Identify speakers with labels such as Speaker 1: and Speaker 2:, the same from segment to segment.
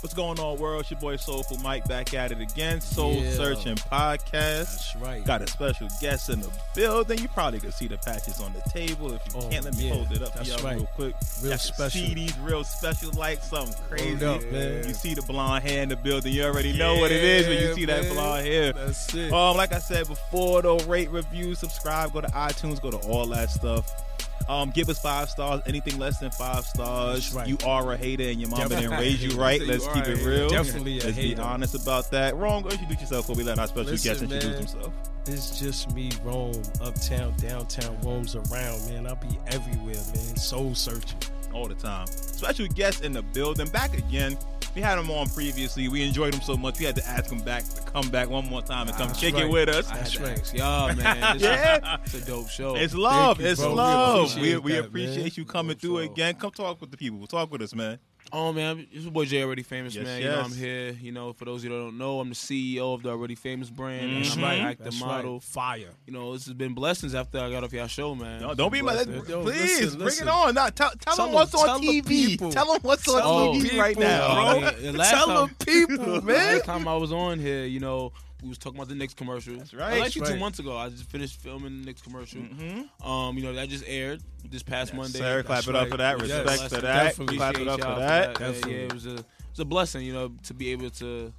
Speaker 1: What's going on, world? It's your boy Soulful Mike back at it again. Soul
Speaker 2: Yeah.
Speaker 1: Searching Podcast.
Speaker 2: That's right.
Speaker 1: Got a special guest in the building. You probably could see the patches on the table. If you
Speaker 2: Oh,
Speaker 1: can't, let me
Speaker 2: yeah.
Speaker 1: hold it up for
Speaker 2: That's
Speaker 1: y'all
Speaker 2: right.
Speaker 1: real quick.
Speaker 2: Real
Speaker 1: Got the
Speaker 2: special.
Speaker 1: CDs, real special, like something crazy.
Speaker 2: up, man.
Speaker 1: You see the blonde hair in the building. You already know what it is when you
Speaker 2: Yeah,
Speaker 1: see that
Speaker 2: man.
Speaker 1: blonde hair.
Speaker 2: That's it.
Speaker 1: Um, like I said before, though, rate, review, subscribe, go to iTunes, go to all that stuff. Um, give us five stars. Anything less than five
Speaker 2: That's
Speaker 1: stars,
Speaker 2: right.
Speaker 1: you are a hater, and your mama didn't
Speaker 2: Definitely.
Speaker 1: raise you right.
Speaker 2: You
Speaker 1: Let's
Speaker 2: are
Speaker 1: keep
Speaker 2: a
Speaker 1: it
Speaker 2: hater.
Speaker 1: real.
Speaker 2: Definitely a
Speaker 1: Let's be
Speaker 2: hater.
Speaker 1: honest about that. Wrong. Go introduce yourself. Kobe. Let our special guest
Speaker 2: Listen,
Speaker 1: introduce
Speaker 2: man.
Speaker 1: himself.
Speaker 2: It's just me, Rome, uptown, downtown, roams around, man. I'll be everywhere, man. Soul searching.
Speaker 1: all the time. Special guest in the building, back again. We had him on previously. We enjoyed him so much. We had to ask him back to come back one more time and come
Speaker 3: That's
Speaker 1: kick it
Speaker 2: right.
Speaker 1: with us.
Speaker 3: I had to ask y'all, man. This
Speaker 1: Yeah.
Speaker 3: is, it's a dope show.
Speaker 1: It's love.
Speaker 2: you,
Speaker 1: it's
Speaker 2: bro. We
Speaker 1: love. We,
Speaker 2: appreciate
Speaker 1: we
Speaker 2: that,
Speaker 1: appreciate
Speaker 2: man.
Speaker 1: you coming
Speaker 3: Yeah,
Speaker 1: through
Speaker 3: so-
Speaker 1: again. Come talk with the people. Talk with us, man.
Speaker 3: oh man, this is boy Jay Already Famous,
Speaker 1: Yes,
Speaker 3: man. You know
Speaker 1: yes.
Speaker 3: I'm here. You know, for those of you that don't know, I'm the CEO of the Already Famous brand,
Speaker 1: Mm-hmm. That's
Speaker 3: and I'm
Speaker 1: right.
Speaker 3: like the model.
Speaker 2: Mm-hmm. Fire.
Speaker 3: You know, this has been blessings after I got off y'all show, man.
Speaker 1: No, don't be mad.
Speaker 3: Blessings.
Speaker 2: Yo,
Speaker 1: Please
Speaker 2: listen,
Speaker 1: bring
Speaker 2: listen.
Speaker 1: it on. Now, tell
Speaker 2: Tell
Speaker 1: tell, them
Speaker 2: 'em,
Speaker 1: what's on
Speaker 2: tell the
Speaker 1: TV.
Speaker 2: people.
Speaker 1: Tell them what's on
Speaker 3: Tell
Speaker 1: TV
Speaker 3: the
Speaker 1: right
Speaker 2: people,
Speaker 1: now,
Speaker 3: Oh,
Speaker 1: bro.
Speaker 3: man, the last
Speaker 2: Tell
Speaker 3: time-
Speaker 2: them people, man.
Speaker 3: Last time I was on here, you know, we was talking about the Knicks commercial. That's
Speaker 1: right.
Speaker 3: Well, actually,
Speaker 2: That's
Speaker 3: two
Speaker 2: right.
Speaker 3: months ago, I just finished filming the Knicks commercial.
Speaker 1: Mhm.
Speaker 3: Um, you know, that just aired this past Monday.
Speaker 1: Sir, clap
Speaker 2: That's
Speaker 1: it up
Speaker 2: right.
Speaker 1: for that.
Speaker 2: Yes,
Speaker 1: Respect for
Speaker 2: definitely.
Speaker 1: that.
Speaker 2: Definitely.
Speaker 1: Clap it
Speaker 3: Appreciate
Speaker 1: up for
Speaker 3: y'all
Speaker 1: that.
Speaker 3: Yeah,
Speaker 2: Definitely.
Speaker 3: Yeah, it was a it's a blessing, you know, to be able to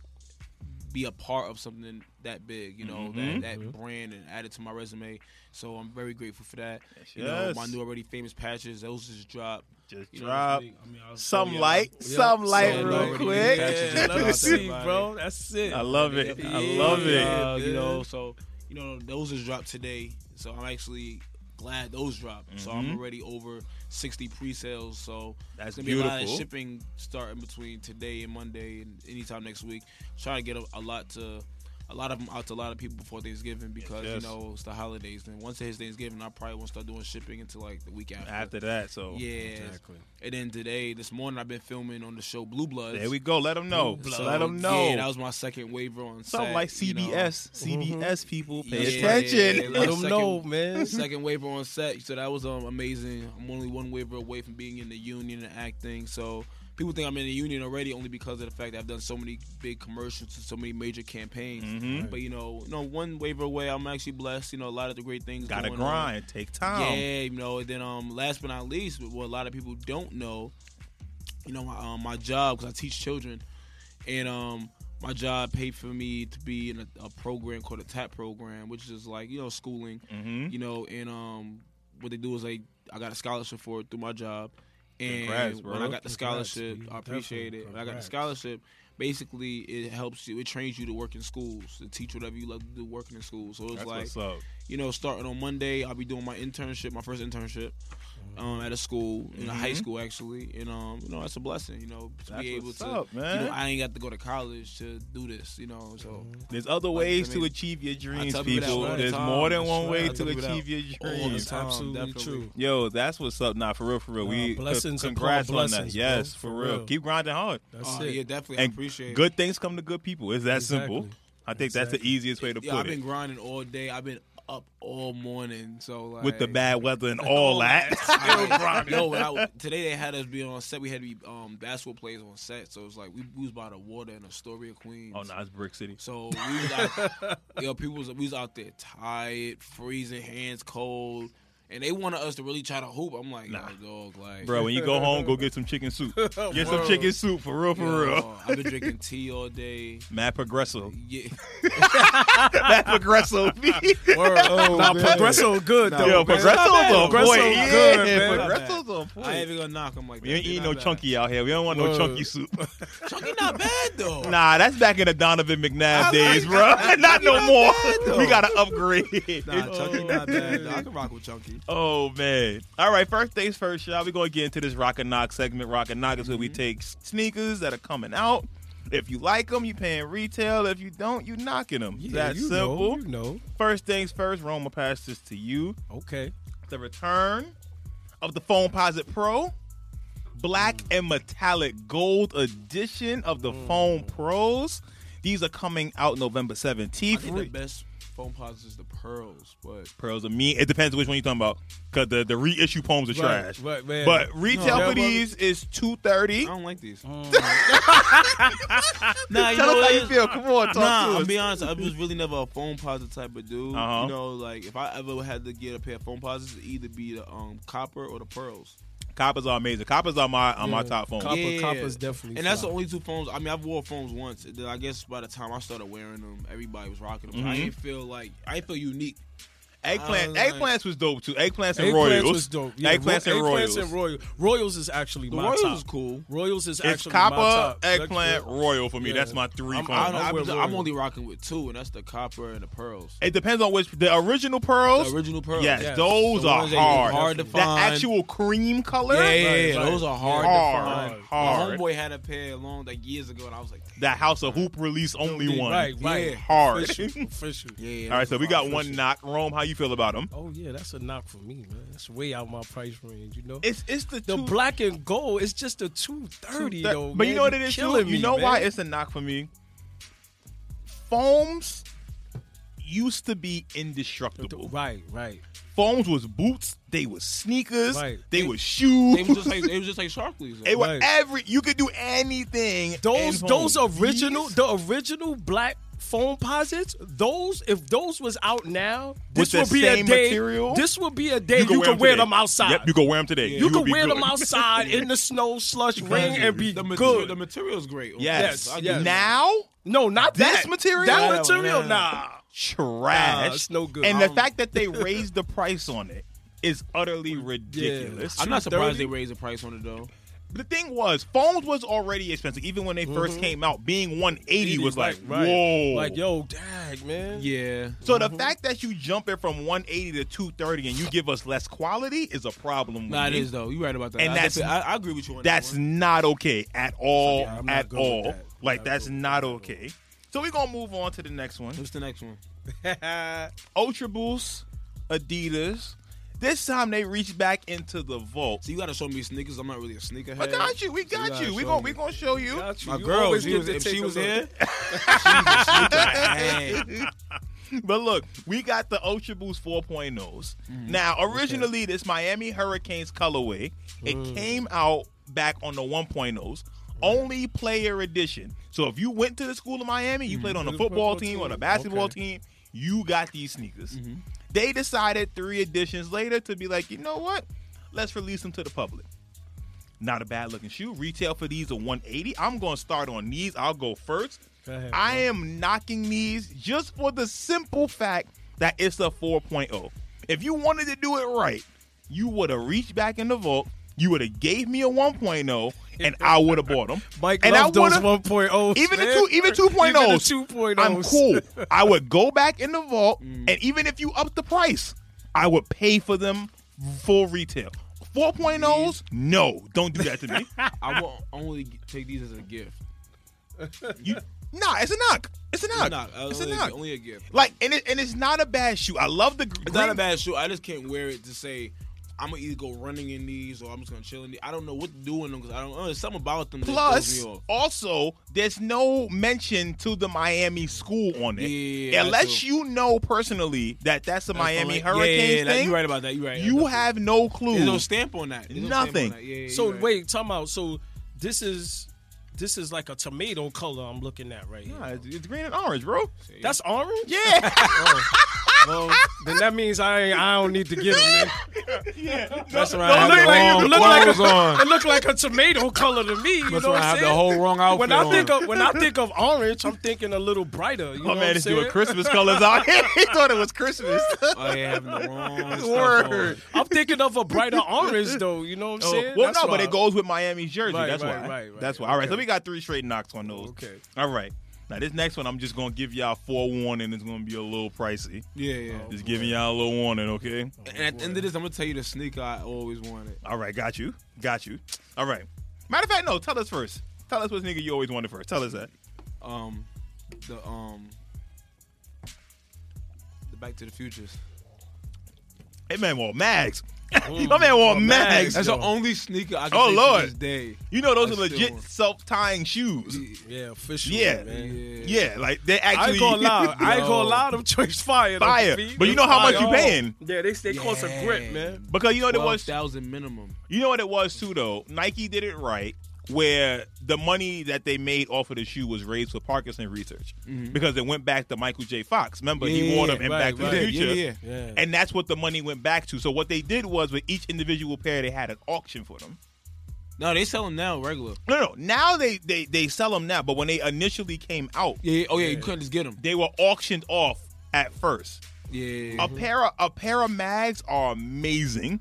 Speaker 3: be a part of something that big, you know,
Speaker 1: Mhm.
Speaker 3: that, that
Speaker 2: Mm-hmm.
Speaker 3: brand and add it to my resume. So I'm very grateful for that. You know,
Speaker 1: Yes.
Speaker 3: my new already famous patches, those just dropped.
Speaker 1: Just
Speaker 3: You know, Oh,
Speaker 1: drop.
Speaker 2: I mean, I was- oh,
Speaker 1: Some
Speaker 2: yeah.
Speaker 1: light, some light,
Speaker 3: some
Speaker 1: real
Speaker 3: light.
Speaker 1: quick.
Speaker 3: Yeah,
Speaker 2: let me see, bro. That's it.
Speaker 1: I love it. I
Speaker 2: Yeah.
Speaker 1: love it.
Speaker 3: Uh, you
Speaker 2: Yeah.
Speaker 3: know, so you know those just dropped today. So I'm actually glad those dropped. So
Speaker 1: Mhm.
Speaker 3: I'm already over 60 pre-sales. So
Speaker 1: That's
Speaker 3: it's gonna be a lot
Speaker 1: beautiful.
Speaker 3: of shipping starting between today and Monday and anytime next week. Trying to get a, a lot to a lot of them out to a lot of people before Thanksgiving because
Speaker 1: yes.
Speaker 3: you know it's the holidays. And once it hits Thanksgiving, I probably won't start doing shipping until like the week after.
Speaker 1: After that, so
Speaker 3: yeah.
Speaker 2: Exactly.
Speaker 3: And then today, this morning, I've been filming on the show Blue Bloods.
Speaker 1: there we go. Let them know.
Speaker 3: So,
Speaker 1: Let them know.
Speaker 3: Yeah, that was my second waiver on
Speaker 1: Something
Speaker 3: set,
Speaker 1: like
Speaker 3: you know. Mm-hmm.
Speaker 1: CBS. CBS people, pay
Speaker 3: Yeah,
Speaker 1: attention.
Speaker 3: yeah, yeah,
Speaker 2: Let them
Speaker 3: Second-
Speaker 2: know, man.
Speaker 3: second waiver on set. So that was um, amazing. I'm only one waiver away from being in the union and acting. So people think I'm in the union already only because of the fact that I've done so many big commercials and so many major campaigns.
Speaker 1: Mhm.
Speaker 3: But you know, you know, one waiver away, I'm actually blessed. You know, a lot of the great things.
Speaker 1: Gotta
Speaker 3: going on.
Speaker 1: grind. Take time.
Speaker 3: uh, Yeah, you know. And then, um, last but not least, what a lot of people don't know, you know, my um, my job because I teach children, and um, my job paid for me to be in a, a program called a TAP program, which is like you know schooling,
Speaker 1: Mm-hmm.
Speaker 3: you know, and um, what they do is like I got a scholarship for it through my job, and
Speaker 1: Congrats,
Speaker 3: when
Speaker 1: bro.
Speaker 3: I got the
Speaker 2: Congrats,
Speaker 3: scholarship,
Speaker 2: dude.
Speaker 3: I appreciate
Speaker 2: Definitely.
Speaker 3: it. When I got the
Speaker 2: Congrats.
Speaker 3: scholarship. Basically, it helps you. It trains you to work in schools, to teach whatever you love to do working in schools. So it's
Speaker 1: That's
Speaker 3: like
Speaker 1: what's up.
Speaker 3: you know, starting on Monday, I'll be doing my internship, my first internship,
Speaker 1: Mm-hmm.
Speaker 3: um, at a school, in a high
Speaker 1: Mhm.
Speaker 3: school actually, and um, you know, that's a blessing, you know, to
Speaker 1: That's
Speaker 3: be able
Speaker 1: what's
Speaker 3: to,
Speaker 1: up, man. Mm-hmm.
Speaker 3: you know, I ain't got to go to college to do this, you know, so
Speaker 1: There's other
Speaker 3: like,
Speaker 1: ways
Speaker 3: I
Speaker 1: to
Speaker 3: mean,
Speaker 1: achieve your dreams,
Speaker 3: tell people that
Speaker 1: people.
Speaker 3: all the
Speaker 1: There's
Speaker 3: time.
Speaker 1: more than
Speaker 3: That's
Speaker 1: one
Speaker 3: right.
Speaker 1: way
Speaker 3: I
Speaker 1: to
Speaker 3: tell people that
Speaker 1: achieve your
Speaker 2: All the
Speaker 1: dreams.
Speaker 2: time, absolutely
Speaker 3: definitely.
Speaker 2: true.
Speaker 1: Yo, that's what's up. Nah, for real, for real.
Speaker 2: Nah,
Speaker 1: we
Speaker 2: blessings
Speaker 1: c-
Speaker 2: upon
Speaker 1: congrats on that.
Speaker 2: blessings,
Speaker 1: Yes,
Speaker 2: bro.
Speaker 1: for
Speaker 2: For
Speaker 1: real.
Speaker 2: real.
Speaker 1: Keep grinding hard.
Speaker 2: That's
Speaker 3: uh,
Speaker 2: it.
Speaker 3: yeah, definitely,
Speaker 1: And
Speaker 3: I appreciate it.
Speaker 1: Good things come to good people. It's that simple.
Speaker 2: Exactly.
Speaker 1: I think that's the
Speaker 2: Exactly.
Speaker 1: easiest way to
Speaker 3: Yeah, I've
Speaker 1: put
Speaker 3: been
Speaker 1: it.
Speaker 3: grinding all day. I've been up all morning, so like
Speaker 1: With the bad weather and all that.
Speaker 3: Still grinding. No, when I, today they had us be on set. We had to be um, basketball players on set, so it's like we, we was by the water in Astoria, Queens.
Speaker 1: Oh, no, it's Brick City.
Speaker 3: So we was out, yo, people was, we was out there tired, freezing, hands cold, and they wanted us to really try to hoop. I'm like,
Speaker 1: Nah.
Speaker 3: yo, dog, like,
Speaker 1: Bro, when you go home, go get some chicken soup. Get some
Speaker 3: Word.
Speaker 1: chicken soup for real,
Speaker 3: yo,
Speaker 1: for real.
Speaker 3: uh, I've been drinking tea all day.
Speaker 1: Mad Progresso.
Speaker 3: Yeah,
Speaker 1: Mad Progresso.
Speaker 2: Oh, nah,
Speaker 1: man.
Speaker 2: Progresso good
Speaker 3: Nah,
Speaker 2: though.
Speaker 1: Yo,
Speaker 2: man.
Speaker 1: Progresso's on
Speaker 2: Progresso
Speaker 1: point.
Speaker 2: good,
Speaker 1: Yeah,
Speaker 2: man.
Speaker 1: Progresso's on
Speaker 3: I ain't
Speaker 1: point.
Speaker 3: even gonna knock them like that.
Speaker 1: We ain't
Speaker 3: They're
Speaker 1: eating
Speaker 3: not
Speaker 1: no
Speaker 3: bad.
Speaker 1: chunky out here. We don't want no
Speaker 2: Word.
Speaker 1: chunky soup.
Speaker 3: Chunky not bad though.
Speaker 1: nah, that's back in the Donovan McNabb days, bro. Not no more. We gotta upgrade.
Speaker 3: Nah, Chunky not bad. though. I can rock with Chunky.
Speaker 1: Oh man! All right, first things first, y'all. We're gonna get into this Rock and Knock segment. Rock and Knock is where we take sneakers that are coming out. If you like them, you paying retail. If you don't, you knocking them.
Speaker 2: Yeah,
Speaker 1: That's
Speaker 2: you Know,
Speaker 1: simple.
Speaker 2: you know.
Speaker 1: First things first, Roma passed this to you.
Speaker 2: Okay.
Speaker 1: The return of the Phone Posit Pro, black and metallic gold
Speaker 2: Mm.
Speaker 1: edition of the Phone Pros. These are coming out November
Speaker 3: I
Speaker 1: seventeenth.
Speaker 3: think the best phone pods is the pearls, but
Speaker 1: Pearls are mean. It depends which one you're talking about, because the, the reissue poems are
Speaker 2: Right,
Speaker 1: trash.
Speaker 2: right, man.
Speaker 1: But retail
Speaker 2: No,
Speaker 1: for
Speaker 2: that
Speaker 1: these is two
Speaker 3: I
Speaker 1: thirty.
Speaker 3: don't like these. Mm. nah, you
Speaker 1: Tell
Speaker 3: know
Speaker 1: us
Speaker 3: what
Speaker 1: how
Speaker 3: it
Speaker 1: you
Speaker 3: is?
Speaker 1: feel. Come on, talk
Speaker 3: Nah,
Speaker 1: to
Speaker 3: I'll
Speaker 1: us.
Speaker 3: be honest. I was really never a phone positive type of dude.
Speaker 1: Uh-huh.
Speaker 3: You know, like if I ever had to get a pair of phone positives, it'd either be the um, copper or the pearls.
Speaker 1: Coppers are amazing. Coppers are my on my
Speaker 2: Yeah.
Speaker 1: top phone.
Speaker 2: Copper,
Speaker 3: Yeah.
Speaker 2: copper's definitely.
Speaker 3: And that's the
Speaker 2: fly.
Speaker 3: only two phones. I mean, I've wore phones once. And then I guess by the time I started wearing them, everybody was rocking them. I
Speaker 1: Mhm.
Speaker 3: didn't feel like I didn't feel unique.
Speaker 1: Eggplant,
Speaker 3: I was like-
Speaker 1: eggplants was dope too. Eggplants and
Speaker 2: Eggplants
Speaker 1: Royals.
Speaker 2: was dope. Yeah,
Speaker 1: Eggplants and
Speaker 2: Ro-
Speaker 1: Royals.
Speaker 2: and Royal. Royals is actually
Speaker 3: The
Speaker 2: my
Speaker 3: Royals
Speaker 2: top.
Speaker 3: is cool.
Speaker 2: Royals is
Speaker 1: It's
Speaker 2: actually my
Speaker 1: copper,
Speaker 2: top.
Speaker 1: eggplant,
Speaker 2: Luxury.
Speaker 1: royal for me.
Speaker 2: Yeah.
Speaker 1: That's my three
Speaker 3: I'm,
Speaker 1: phones.
Speaker 3: I,
Speaker 2: I
Speaker 3: am
Speaker 2: wear Royals.
Speaker 3: only rocking with two, and that's the copper and the pearls.
Speaker 1: it depends on which the original pearls.
Speaker 3: The original pearls.
Speaker 1: yes,
Speaker 2: Yes.
Speaker 1: those
Speaker 3: The
Speaker 1: are
Speaker 3: ones that you
Speaker 1: hard.
Speaker 3: hard to
Speaker 1: the
Speaker 3: find.
Speaker 1: actual cream color.
Speaker 3: Yeah, yeah, yeah,
Speaker 2: Right,
Speaker 3: those
Speaker 2: right.
Speaker 3: are hard, to
Speaker 1: Hard,
Speaker 3: find.
Speaker 1: hard.
Speaker 3: My homeboy had a pair long like years ago, and I was like,
Speaker 1: The House of Hoop release only
Speaker 2: Yeah,
Speaker 1: one.
Speaker 2: Right, right.
Speaker 3: Yeah.
Speaker 1: Hard.
Speaker 2: Official, official.
Speaker 3: yeah. yeah
Speaker 1: All right,
Speaker 3: those
Speaker 1: so
Speaker 3: are
Speaker 1: we got
Speaker 3: hard.
Speaker 1: one knock. Rome, how you feel about them?
Speaker 2: Oh yeah, that's a knock for me, man. That's way out my price range, you know.
Speaker 1: It's it's the,
Speaker 2: the
Speaker 1: two-
Speaker 2: black and gold is just a two thirty
Speaker 1: that-
Speaker 2: though.
Speaker 1: But you know what it is, too?
Speaker 2: Killing
Speaker 1: you
Speaker 2: me,
Speaker 1: know
Speaker 2: man.
Speaker 1: why it's a knock for me? Foams used to be indestructible.
Speaker 2: right, right.
Speaker 1: Foams was boots, they was sneakers,
Speaker 2: Right.
Speaker 1: they,
Speaker 3: They-
Speaker 1: was shoes.
Speaker 3: They was just like it was just like Sharpley's.
Speaker 1: It was
Speaker 2: Right.
Speaker 1: every you could do anything.
Speaker 2: Those
Speaker 1: in
Speaker 2: those
Speaker 1: Foams.
Speaker 2: original
Speaker 1: These-
Speaker 2: the original black phone posits. Those if those was out now,
Speaker 1: With
Speaker 2: this
Speaker 1: the
Speaker 2: would be a
Speaker 1: same
Speaker 2: day.
Speaker 1: material?
Speaker 2: This would be a day you,
Speaker 1: can
Speaker 2: could wear
Speaker 1: today.
Speaker 2: them outside.
Speaker 1: Yep, you can wear them today.
Speaker 2: You
Speaker 1: would
Speaker 2: could
Speaker 1: be
Speaker 2: wear
Speaker 1: good.
Speaker 2: them outside in the snow, slush, rain, and be
Speaker 3: the material,
Speaker 2: good.
Speaker 3: the material's great.
Speaker 1: Yes.
Speaker 2: Yes, yes.
Speaker 1: Now
Speaker 2: no, not
Speaker 1: This
Speaker 2: that
Speaker 1: material?
Speaker 2: That
Speaker 1: No,
Speaker 2: material,
Speaker 3: no.
Speaker 2: nah.
Speaker 1: trash.
Speaker 2: Nah, it's no good.
Speaker 1: And the
Speaker 2: Um,
Speaker 1: fact that they raised the price on it is utterly ridiculous.
Speaker 3: I'm not surprised
Speaker 2: 230?
Speaker 3: they raised the price on it though.
Speaker 1: The thing was, phones was already expensive. Even when they first came out, being 180 was like,
Speaker 2: Mm-hmm. Right, right.
Speaker 1: whoa.
Speaker 2: like yo, mm-hmm. dag, man.
Speaker 3: Yeah.
Speaker 1: so the fact that you jump it from 180 to 230 and you give us less quality is a problem. with
Speaker 3: Nah, it
Speaker 1: me.
Speaker 3: is though. You're right about that.
Speaker 1: Mm-hmm. And
Speaker 3: I
Speaker 1: that's-
Speaker 3: definitely- I, I agree with you on
Speaker 1: That's
Speaker 3: that. one.
Speaker 1: not okay at all.
Speaker 2: Yeah, I'm not
Speaker 1: at
Speaker 2: good with
Speaker 1: all.
Speaker 2: that. I'm
Speaker 1: Like
Speaker 2: not
Speaker 1: that's
Speaker 2: good with
Speaker 1: not
Speaker 2: that at all.
Speaker 1: okay. So we're gonna move on to the next one.
Speaker 3: What's the next one?
Speaker 1: Ultra Boost, Adidas. This time they reached back into the vault.
Speaker 3: So you gotta show me sneakers. I'm not really a sneakerhead.
Speaker 1: I got you. We got
Speaker 2: gotta
Speaker 1: you. We
Speaker 2: show
Speaker 1: gonna
Speaker 2: me.
Speaker 1: we gonna show you.
Speaker 2: Got you.
Speaker 3: My
Speaker 2: You
Speaker 3: girl,
Speaker 2: always
Speaker 3: she
Speaker 2: get
Speaker 3: was,
Speaker 2: to
Speaker 3: if
Speaker 2: take
Speaker 3: she
Speaker 2: a
Speaker 3: was
Speaker 2: look.
Speaker 3: here,
Speaker 1: But look, we got the Ultra Boost 4.0s.
Speaker 2: Mm-hmm.
Speaker 1: Now, originally, this Miami Hurricanes colorway, it
Speaker 2: Mm.
Speaker 1: came out back on the 1.0s, only player edition. So if you went to the school of Miami, you played on the
Speaker 2: The Mm-hmm. football
Speaker 1: football team
Speaker 2: team,
Speaker 1: or the basketball
Speaker 2: okay. Mm-hmm.
Speaker 1: team, you got these sneakers. They decided three editions later to be like, you know what? Let's release them to the public. Not a bad looking shoe. Retail for these are 180. I'm going to start on these. I'll go first.
Speaker 2: Go ahead,
Speaker 1: I am knocking these just for the simple fact that it's a 4.0. If you wanted to do it right, you would have reached back in the vault. You would have gave me a 1.0, and I would have bought them.
Speaker 2: Mike
Speaker 1: and
Speaker 2: and
Speaker 1: I
Speaker 2: loved those
Speaker 1: would've-
Speaker 2: 1.0s.
Speaker 1: even the
Speaker 2: man.
Speaker 1: two, even 2.0s.
Speaker 2: Even oh the 2.0s.
Speaker 1: I'm cool. I would go back in the vault,
Speaker 3: Mm.
Speaker 1: and even if you up the price, I would pay for them full retail. 4.0s, no, don't do that to me.
Speaker 3: I will only take these as a gift.
Speaker 1: You- nah, it's a knock. It's a knock.
Speaker 3: Nah, uh,
Speaker 1: it's a
Speaker 3: only,
Speaker 1: knock.
Speaker 3: only a gift.
Speaker 1: Like, and it, and it's not a bad shoe. I love the.
Speaker 3: It's not a bad shoe. I just can't wear it to say I'm gonna either go running in these or I'm just gonna chill in these. I don't know what to do in them because I don't. Uh, there's something about them that
Speaker 1: Plus,
Speaker 3: throws me off.
Speaker 1: also, there's no mention to the Miami school on it.
Speaker 3: Yeah, yeah, yeah, that's
Speaker 1: Unless
Speaker 3: true.
Speaker 1: you know personally that that's a
Speaker 3: That's
Speaker 1: Miami
Speaker 3: only- yeah,
Speaker 1: Hurricanes
Speaker 3: yeah, yeah, that-
Speaker 1: thing,
Speaker 3: You're right about that. You're right.
Speaker 1: you
Speaker 3: That's-
Speaker 1: have no clue.
Speaker 3: There's no stamp on that. There's no stamp on
Speaker 1: Nothing.
Speaker 3: that. Yeah, yeah,
Speaker 2: So
Speaker 3: you're right.
Speaker 2: wait, time out. So this is this is like a tomato color I'm looking at right here.
Speaker 1: Nah, it's- it's green and orange, bro.
Speaker 2: That's orange.
Speaker 1: Yeah,
Speaker 2: Oh. Well, then that means I ain't, I don't need to get them.
Speaker 1: yeah.
Speaker 2: That's right. I
Speaker 1: don't look like you
Speaker 2: have the
Speaker 1: look
Speaker 2: wrong
Speaker 1: like
Speaker 2: clothes
Speaker 1: a-
Speaker 2: on. It look like a tomato color to me. You
Speaker 3: That's
Speaker 2: know what
Speaker 3: why I
Speaker 2: I'm
Speaker 3: have
Speaker 2: saying?
Speaker 3: the whole wrong outfit
Speaker 2: when I
Speaker 3: on.
Speaker 2: think of when I think of orange, I'm thinking a little brighter. You know
Speaker 1: My
Speaker 2: what
Speaker 1: Oh, man
Speaker 2: I'm
Speaker 1: is
Speaker 2: saying?
Speaker 1: doing Christmas colors out here. he thought it was Christmas.
Speaker 3: I have Oh, the wrong stuff
Speaker 1: Word.
Speaker 3: on.
Speaker 2: I'm thinking of a brighter orange though. You know what I'm
Speaker 1: Oh,
Speaker 2: saying?
Speaker 1: well,
Speaker 2: That's
Speaker 1: no, but
Speaker 2: why.
Speaker 1: it goes with Miami's jersey.
Speaker 2: Right,
Speaker 1: That's
Speaker 2: right,
Speaker 1: why.
Speaker 2: right, right.
Speaker 1: That's why. All right, so
Speaker 2: Okay.
Speaker 1: we got three straight knocks on those.
Speaker 2: Okay.
Speaker 1: All right. Now this next one, I'm just gonna give y'all forewarning. It's gonna be a little pricey.
Speaker 3: Yeah, yeah.
Speaker 1: Just giving y'all a little warning, okay?
Speaker 3: and at the end of this, I'm gonna tell you the sneaker I always wanted.
Speaker 1: All right, got you, got you. All right. Matter of fact, no. Tell us first. Tell us what nigga you always wanted first. Tell us that.
Speaker 3: Um, the um, the Back to the Futures.
Speaker 1: Hey man, well, Mags. My man wore
Speaker 2: Oh, Mags.
Speaker 1: mags.
Speaker 3: That's
Speaker 2: Yo.
Speaker 3: the only sneaker I can
Speaker 1: Oh,
Speaker 3: oh, Lord.
Speaker 1: Lord.
Speaker 3: to this day.
Speaker 1: You know those are
Speaker 3: I still
Speaker 1: legit
Speaker 3: want-
Speaker 1: self-tying shoes.
Speaker 2: Yeah, official.
Speaker 1: Yeah.
Speaker 2: man.
Speaker 1: Yeah, like they actually
Speaker 2: I ain't gonna lie. I ain't
Speaker 3: Yo.
Speaker 2: gonna lie. Them joints fire. though,
Speaker 1: fire.
Speaker 2: B.
Speaker 1: But you
Speaker 2: They
Speaker 1: know how much
Speaker 2: fire.
Speaker 1: you paying
Speaker 4: Yeah, they they call some grip, man.
Speaker 1: because you know what it
Speaker 3: Twelve
Speaker 1: was.
Speaker 3: thousand minimum.
Speaker 1: You know what it was too though. Nike did it right, where the money that they made off of the shoe was raised for Parkinson research because it went back to Michael J. Fox. Remember he
Speaker 3: Mm-hmm. Yeah,
Speaker 1: wore them in
Speaker 2: right,
Speaker 1: Back to
Speaker 2: right. Yeah,
Speaker 1: the Future,
Speaker 3: yeah,
Speaker 2: Yeah.
Speaker 1: and that's what the money went back to. So what they did was with each individual pair, they had an auction for them.
Speaker 3: No, they sell them now regular.
Speaker 1: No, no. Now they they they sell them now, but when they initially came out,
Speaker 3: Yeah, yeah. oh yeah,
Speaker 2: Yeah.
Speaker 3: you couldn't just get them.
Speaker 1: they were auctioned off at first.
Speaker 3: Yeah,
Speaker 1: A pair of a pair of mags are amazing,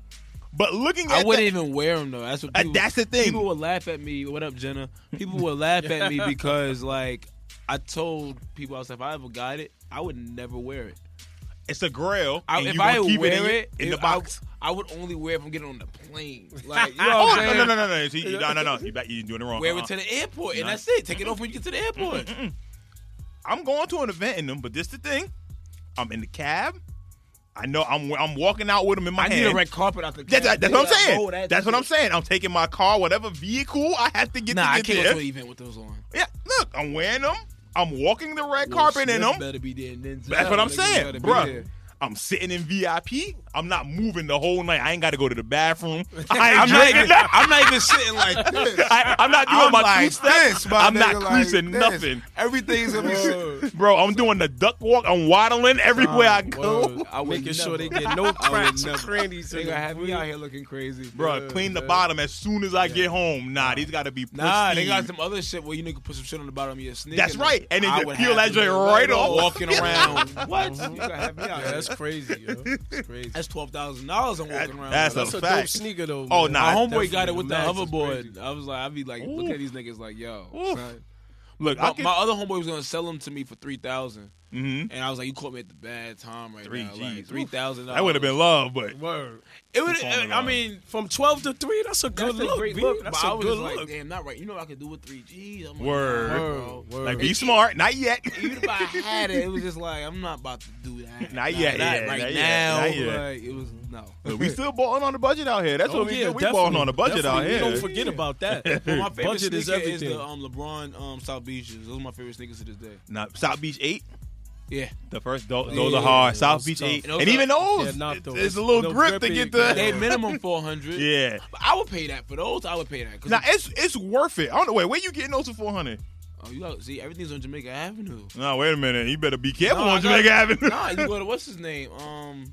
Speaker 1: but looking at
Speaker 3: I wouldn't
Speaker 1: the-
Speaker 3: even wear them though. That's what
Speaker 1: Uh,
Speaker 3: people,
Speaker 1: that's the thing.
Speaker 3: People would laugh at me. What up, Jenna? People would laugh at me because like I told people I was like, if I ever got it, I would never wear it.
Speaker 1: it's a grail.
Speaker 3: I,
Speaker 1: and
Speaker 3: if
Speaker 1: you
Speaker 3: I
Speaker 1: gonna keep
Speaker 3: wear
Speaker 1: it in,
Speaker 3: it,
Speaker 1: your- in the
Speaker 3: if I-
Speaker 1: box.
Speaker 3: I, would only wear it if I'm getting on the plane. Like, you know
Speaker 1: Oh
Speaker 3: what I'm
Speaker 1: no
Speaker 3: saying?
Speaker 1: no no no no! See, you- No no no! You back, you doing it wrong.
Speaker 3: Wear
Speaker 1: Uh-uh.
Speaker 3: it to the airport, and
Speaker 1: Nah.
Speaker 3: that's it. Take it off when you get to the airport.
Speaker 1: I'm going to an event in them, but this the thing. I'm in the cab. I know I'm I'm walking out with them in my
Speaker 3: I
Speaker 1: hand.
Speaker 3: need a red carpet out the.
Speaker 1: That's,
Speaker 3: cab.
Speaker 1: that's what I'm
Speaker 3: Yeah,
Speaker 1: saying.
Speaker 3: oh,
Speaker 1: that's what I'm saying. I'm taking my car, whatever vehicle I have to get
Speaker 3: Nah, I
Speaker 1: to get
Speaker 3: can't go
Speaker 1: there.
Speaker 3: to an event with those on.
Speaker 1: Yeah, look, I'm wearing them. I'm walking the red
Speaker 3: Will
Speaker 1: carpet in
Speaker 3: Smith
Speaker 1: them.
Speaker 3: Better be there. And Denzel
Speaker 1: That's what I'm
Speaker 3: niggas
Speaker 1: saying,
Speaker 3: better be
Speaker 1: bruh.
Speaker 3: there.
Speaker 1: I'm sitting in VIP. I'm not moving the whole night. I ain't got to go to the bathroom. I ain't
Speaker 2: I'm not
Speaker 1: drinking.
Speaker 2: even- I'm not even sitting like this.
Speaker 1: I, am not doing
Speaker 5: I'm
Speaker 1: my
Speaker 5: like
Speaker 1: two
Speaker 5: this, my
Speaker 1: I'm not
Speaker 5: nigga, like
Speaker 1: creasing
Speaker 5: this.
Speaker 1: nothing,
Speaker 5: Everything's gonna be.
Speaker 1: bro. I'm doing the duck walk. I'm waddling everywhere I go,
Speaker 2: Word.
Speaker 3: I would
Speaker 2: Making sure they
Speaker 3: never.
Speaker 2: get no cracks or
Speaker 3: never.
Speaker 2: crannies.
Speaker 3: They
Speaker 2: in
Speaker 3: gonna
Speaker 2: them.
Speaker 3: have me out here looking crazy,
Speaker 1: bro.
Speaker 3: Yeah,
Speaker 1: clean the
Speaker 3: man.
Speaker 1: bottom as soon as I get home. Nah, these got to be pristine.
Speaker 3: Nah, they got some other shit where you nigga put some shit on the bottom of your sneaker.
Speaker 1: That's right. And then
Speaker 3: I
Speaker 1: just
Speaker 3: would
Speaker 1: peel
Speaker 3: have
Speaker 1: that
Speaker 3: to
Speaker 1: joint
Speaker 3: be
Speaker 1: right off.
Speaker 3: walking around. what? You gotta have me out
Speaker 2: Yeah,
Speaker 3: here.
Speaker 2: that's crazy. Yo. That's crazy.
Speaker 3: That's twelve thousand dollars. I'm walking around.
Speaker 1: that's
Speaker 3: with.
Speaker 2: That's
Speaker 1: a
Speaker 2: a
Speaker 1: fact.
Speaker 2: dope sneaker though.
Speaker 1: Oh,
Speaker 2: man.
Speaker 1: nah,
Speaker 3: my
Speaker 1: I
Speaker 3: homeboy got
Speaker 2: definitely-
Speaker 3: it with the
Speaker 2: Max is crazy.
Speaker 3: hoverboard. I was like, I'd be like, look
Speaker 1: Oof.
Speaker 3: at these niggas like, yo.
Speaker 1: Oof.
Speaker 3: son.
Speaker 1: Look, I
Speaker 3: My,
Speaker 1: can,
Speaker 3: my other homeboy was gonna sell them to me for three thousand,
Speaker 1: Mhm.
Speaker 3: and I was like, you caught me at the bad time right
Speaker 1: Three
Speaker 3: now. Like,
Speaker 1: Gs.
Speaker 3: three thousand.
Speaker 1: that would have been love, but
Speaker 2: Word.
Speaker 3: It would.
Speaker 1: It's on the
Speaker 3: I
Speaker 1: line.
Speaker 3: mean,
Speaker 2: From twelve to three, that's a good
Speaker 3: That's a
Speaker 2: look.
Speaker 3: great
Speaker 2: B.
Speaker 3: look.
Speaker 2: That's
Speaker 3: but I
Speaker 2: a
Speaker 3: was
Speaker 2: good
Speaker 3: like,
Speaker 2: look.
Speaker 3: damn, not right. You know what I could do with three Gs? I'm like,
Speaker 1: Word.
Speaker 3: nah,
Speaker 2: Word.
Speaker 3: bro.
Speaker 2: Word.
Speaker 1: like be smart. Not yet.
Speaker 3: Even if I had it, it was just like I'm not about to do that.
Speaker 1: Not yet,
Speaker 3: Not
Speaker 1: yeah,
Speaker 3: right
Speaker 1: not yet,
Speaker 3: now.
Speaker 1: not yet.
Speaker 3: Like, it was no.
Speaker 1: Look, we still balling on the budget out here. That's
Speaker 2: Oh,
Speaker 1: what we
Speaker 2: yeah,
Speaker 1: do. We balling
Speaker 2: definitely.
Speaker 1: on the budget out
Speaker 2: Definitely.
Speaker 1: here.
Speaker 2: We don't forget about that.
Speaker 3: Well, my favorite
Speaker 2: Budget is
Speaker 3: sneaker is,
Speaker 2: everything. Oh,
Speaker 3: the um, LeBron um, South Beaches. Those are my favorite sneakers to this day.
Speaker 1: Now, South Beach Eight,
Speaker 3: Yeah,
Speaker 1: the first those,
Speaker 2: Yeah,
Speaker 1: those are
Speaker 2: yeah,
Speaker 1: hard.
Speaker 2: yeah,
Speaker 1: South
Speaker 2: those
Speaker 1: Beach
Speaker 2: tough.
Speaker 1: Eight,
Speaker 3: Those
Speaker 1: and
Speaker 3: are-
Speaker 1: even those,
Speaker 2: yeah, not
Speaker 1: it's-
Speaker 2: those.
Speaker 1: it's a little
Speaker 2: Those
Speaker 1: grip to
Speaker 2: grippy,
Speaker 1: get
Speaker 3: they
Speaker 1: the.
Speaker 2: man.
Speaker 3: minimum four hundred.
Speaker 1: Yeah.
Speaker 3: But I would pay that for those. I would pay that. 'cause
Speaker 1: Now it's it's worth it. I don't know. Wait, where you getting those for four hundred?
Speaker 3: oh, you got see everything's on Jamaica Avenue.
Speaker 1: No, wait a minute. You better be careful
Speaker 3: No, I
Speaker 1: on Jamaica
Speaker 3: got-
Speaker 1: Avenue.
Speaker 3: nah, you go to what's his name? Um,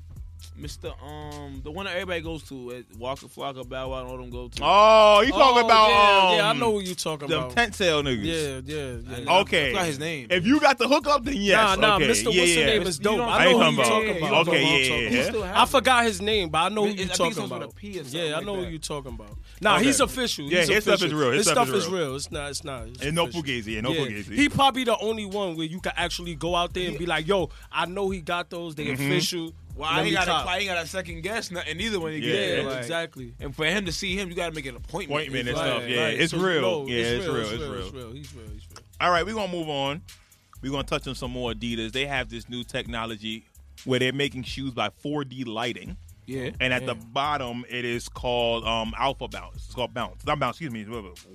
Speaker 3: Mr. Um, the one that everybody goes to at Walker Flocka Bow Wow and all them go to.
Speaker 1: Oh, you talking
Speaker 2: Oh,
Speaker 1: about
Speaker 2: yeah,
Speaker 1: um,
Speaker 2: yeah, I know who you talking
Speaker 1: them Oh.
Speaker 2: about.
Speaker 1: tent sale niggas.
Speaker 2: yeah, yeah, yeah.
Speaker 3: I
Speaker 1: Okay.
Speaker 3: forgot his name.
Speaker 1: If you got the hookup, then yes.
Speaker 2: Nah, nah,
Speaker 1: okay.
Speaker 2: Mr.
Speaker 1: Yeah,
Speaker 2: What's
Speaker 1: yeah.
Speaker 2: the name is
Speaker 3: You
Speaker 2: dope.
Speaker 3: know what
Speaker 2: I know
Speaker 1: I'm
Speaker 2: who
Speaker 1: talking
Speaker 2: you
Speaker 1: about.
Speaker 2: talking about.
Speaker 1: Okay,
Speaker 2: You know who I'm
Speaker 1: yeah,
Speaker 2: talking
Speaker 1: yeah,
Speaker 2: about.
Speaker 1: yeah.
Speaker 2: I forgot his name, but I know who
Speaker 3: I
Speaker 2: you
Speaker 3: think
Speaker 2: talking
Speaker 3: it starts with
Speaker 2: about.
Speaker 3: a P or something
Speaker 2: Yeah, I
Speaker 3: like
Speaker 2: know who
Speaker 3: that.
Speaker 2: you talking about. Nah,
Speaker 1: Okay.
Speaker 2: he's official.
Speaker 1: Yeah,
Speaker 2: He's
Speaker 1: his stuff is
Speaker 2: official.
Speaker 1: real. His
Speaker 2: His
Speaker 1: stuff
Speaker 2: stuff
Speaker 1: is
Speaker 2: is real. It's not. It's not. It's
Speaker 1: And no
Speaker 2: official.
Speaker 1: fugazi. And no
Speaker 2: Yeah.
Speaker 1: fugazi.
Speaker 2: He probably the only one where you can actually go out there and be like, "Yo, I know he got those. They
Speaker 1: Mm-hmm.
Speaker 2: official."
Speaker 3: Well,
Speaker 2: Let
Speaker 3: I
Speaker 2: me
Speaker 3: ain't got
Speaker 2: cop.
Speaker 3: a, I ain't got a second guess nothing either when you
Speaker 1: Yeah,
Speaker 3: get
Speaker 2: Yeah,
Speaker 3: there. like-
Speaker 2: exactly.
Speaker 3: And for him to see him, you got to make an appointment.
Speaker 1: Appointment and
Speaker 3: It's
Speaker 1: stuff,
Speaker 3: like-
Speaker 1: yeah. it's
Speaker 2: you
Speaker 1: real.
Speaker 2: know,
Speaker 1: Yeah, it's real, it's real.
Speaker 2: It's real. He's real. He's real.
Speaker 1: All right, we're gonna move on. We're gonna touch on some more Adidas. They have this new technology where they're making shoes by 4D lighting.
Speaker 3: Yeah.
Speaker 1: And at the bottom, it is called um, Alpha Bounce. It's called Bounce. Not Bounce, excuse me.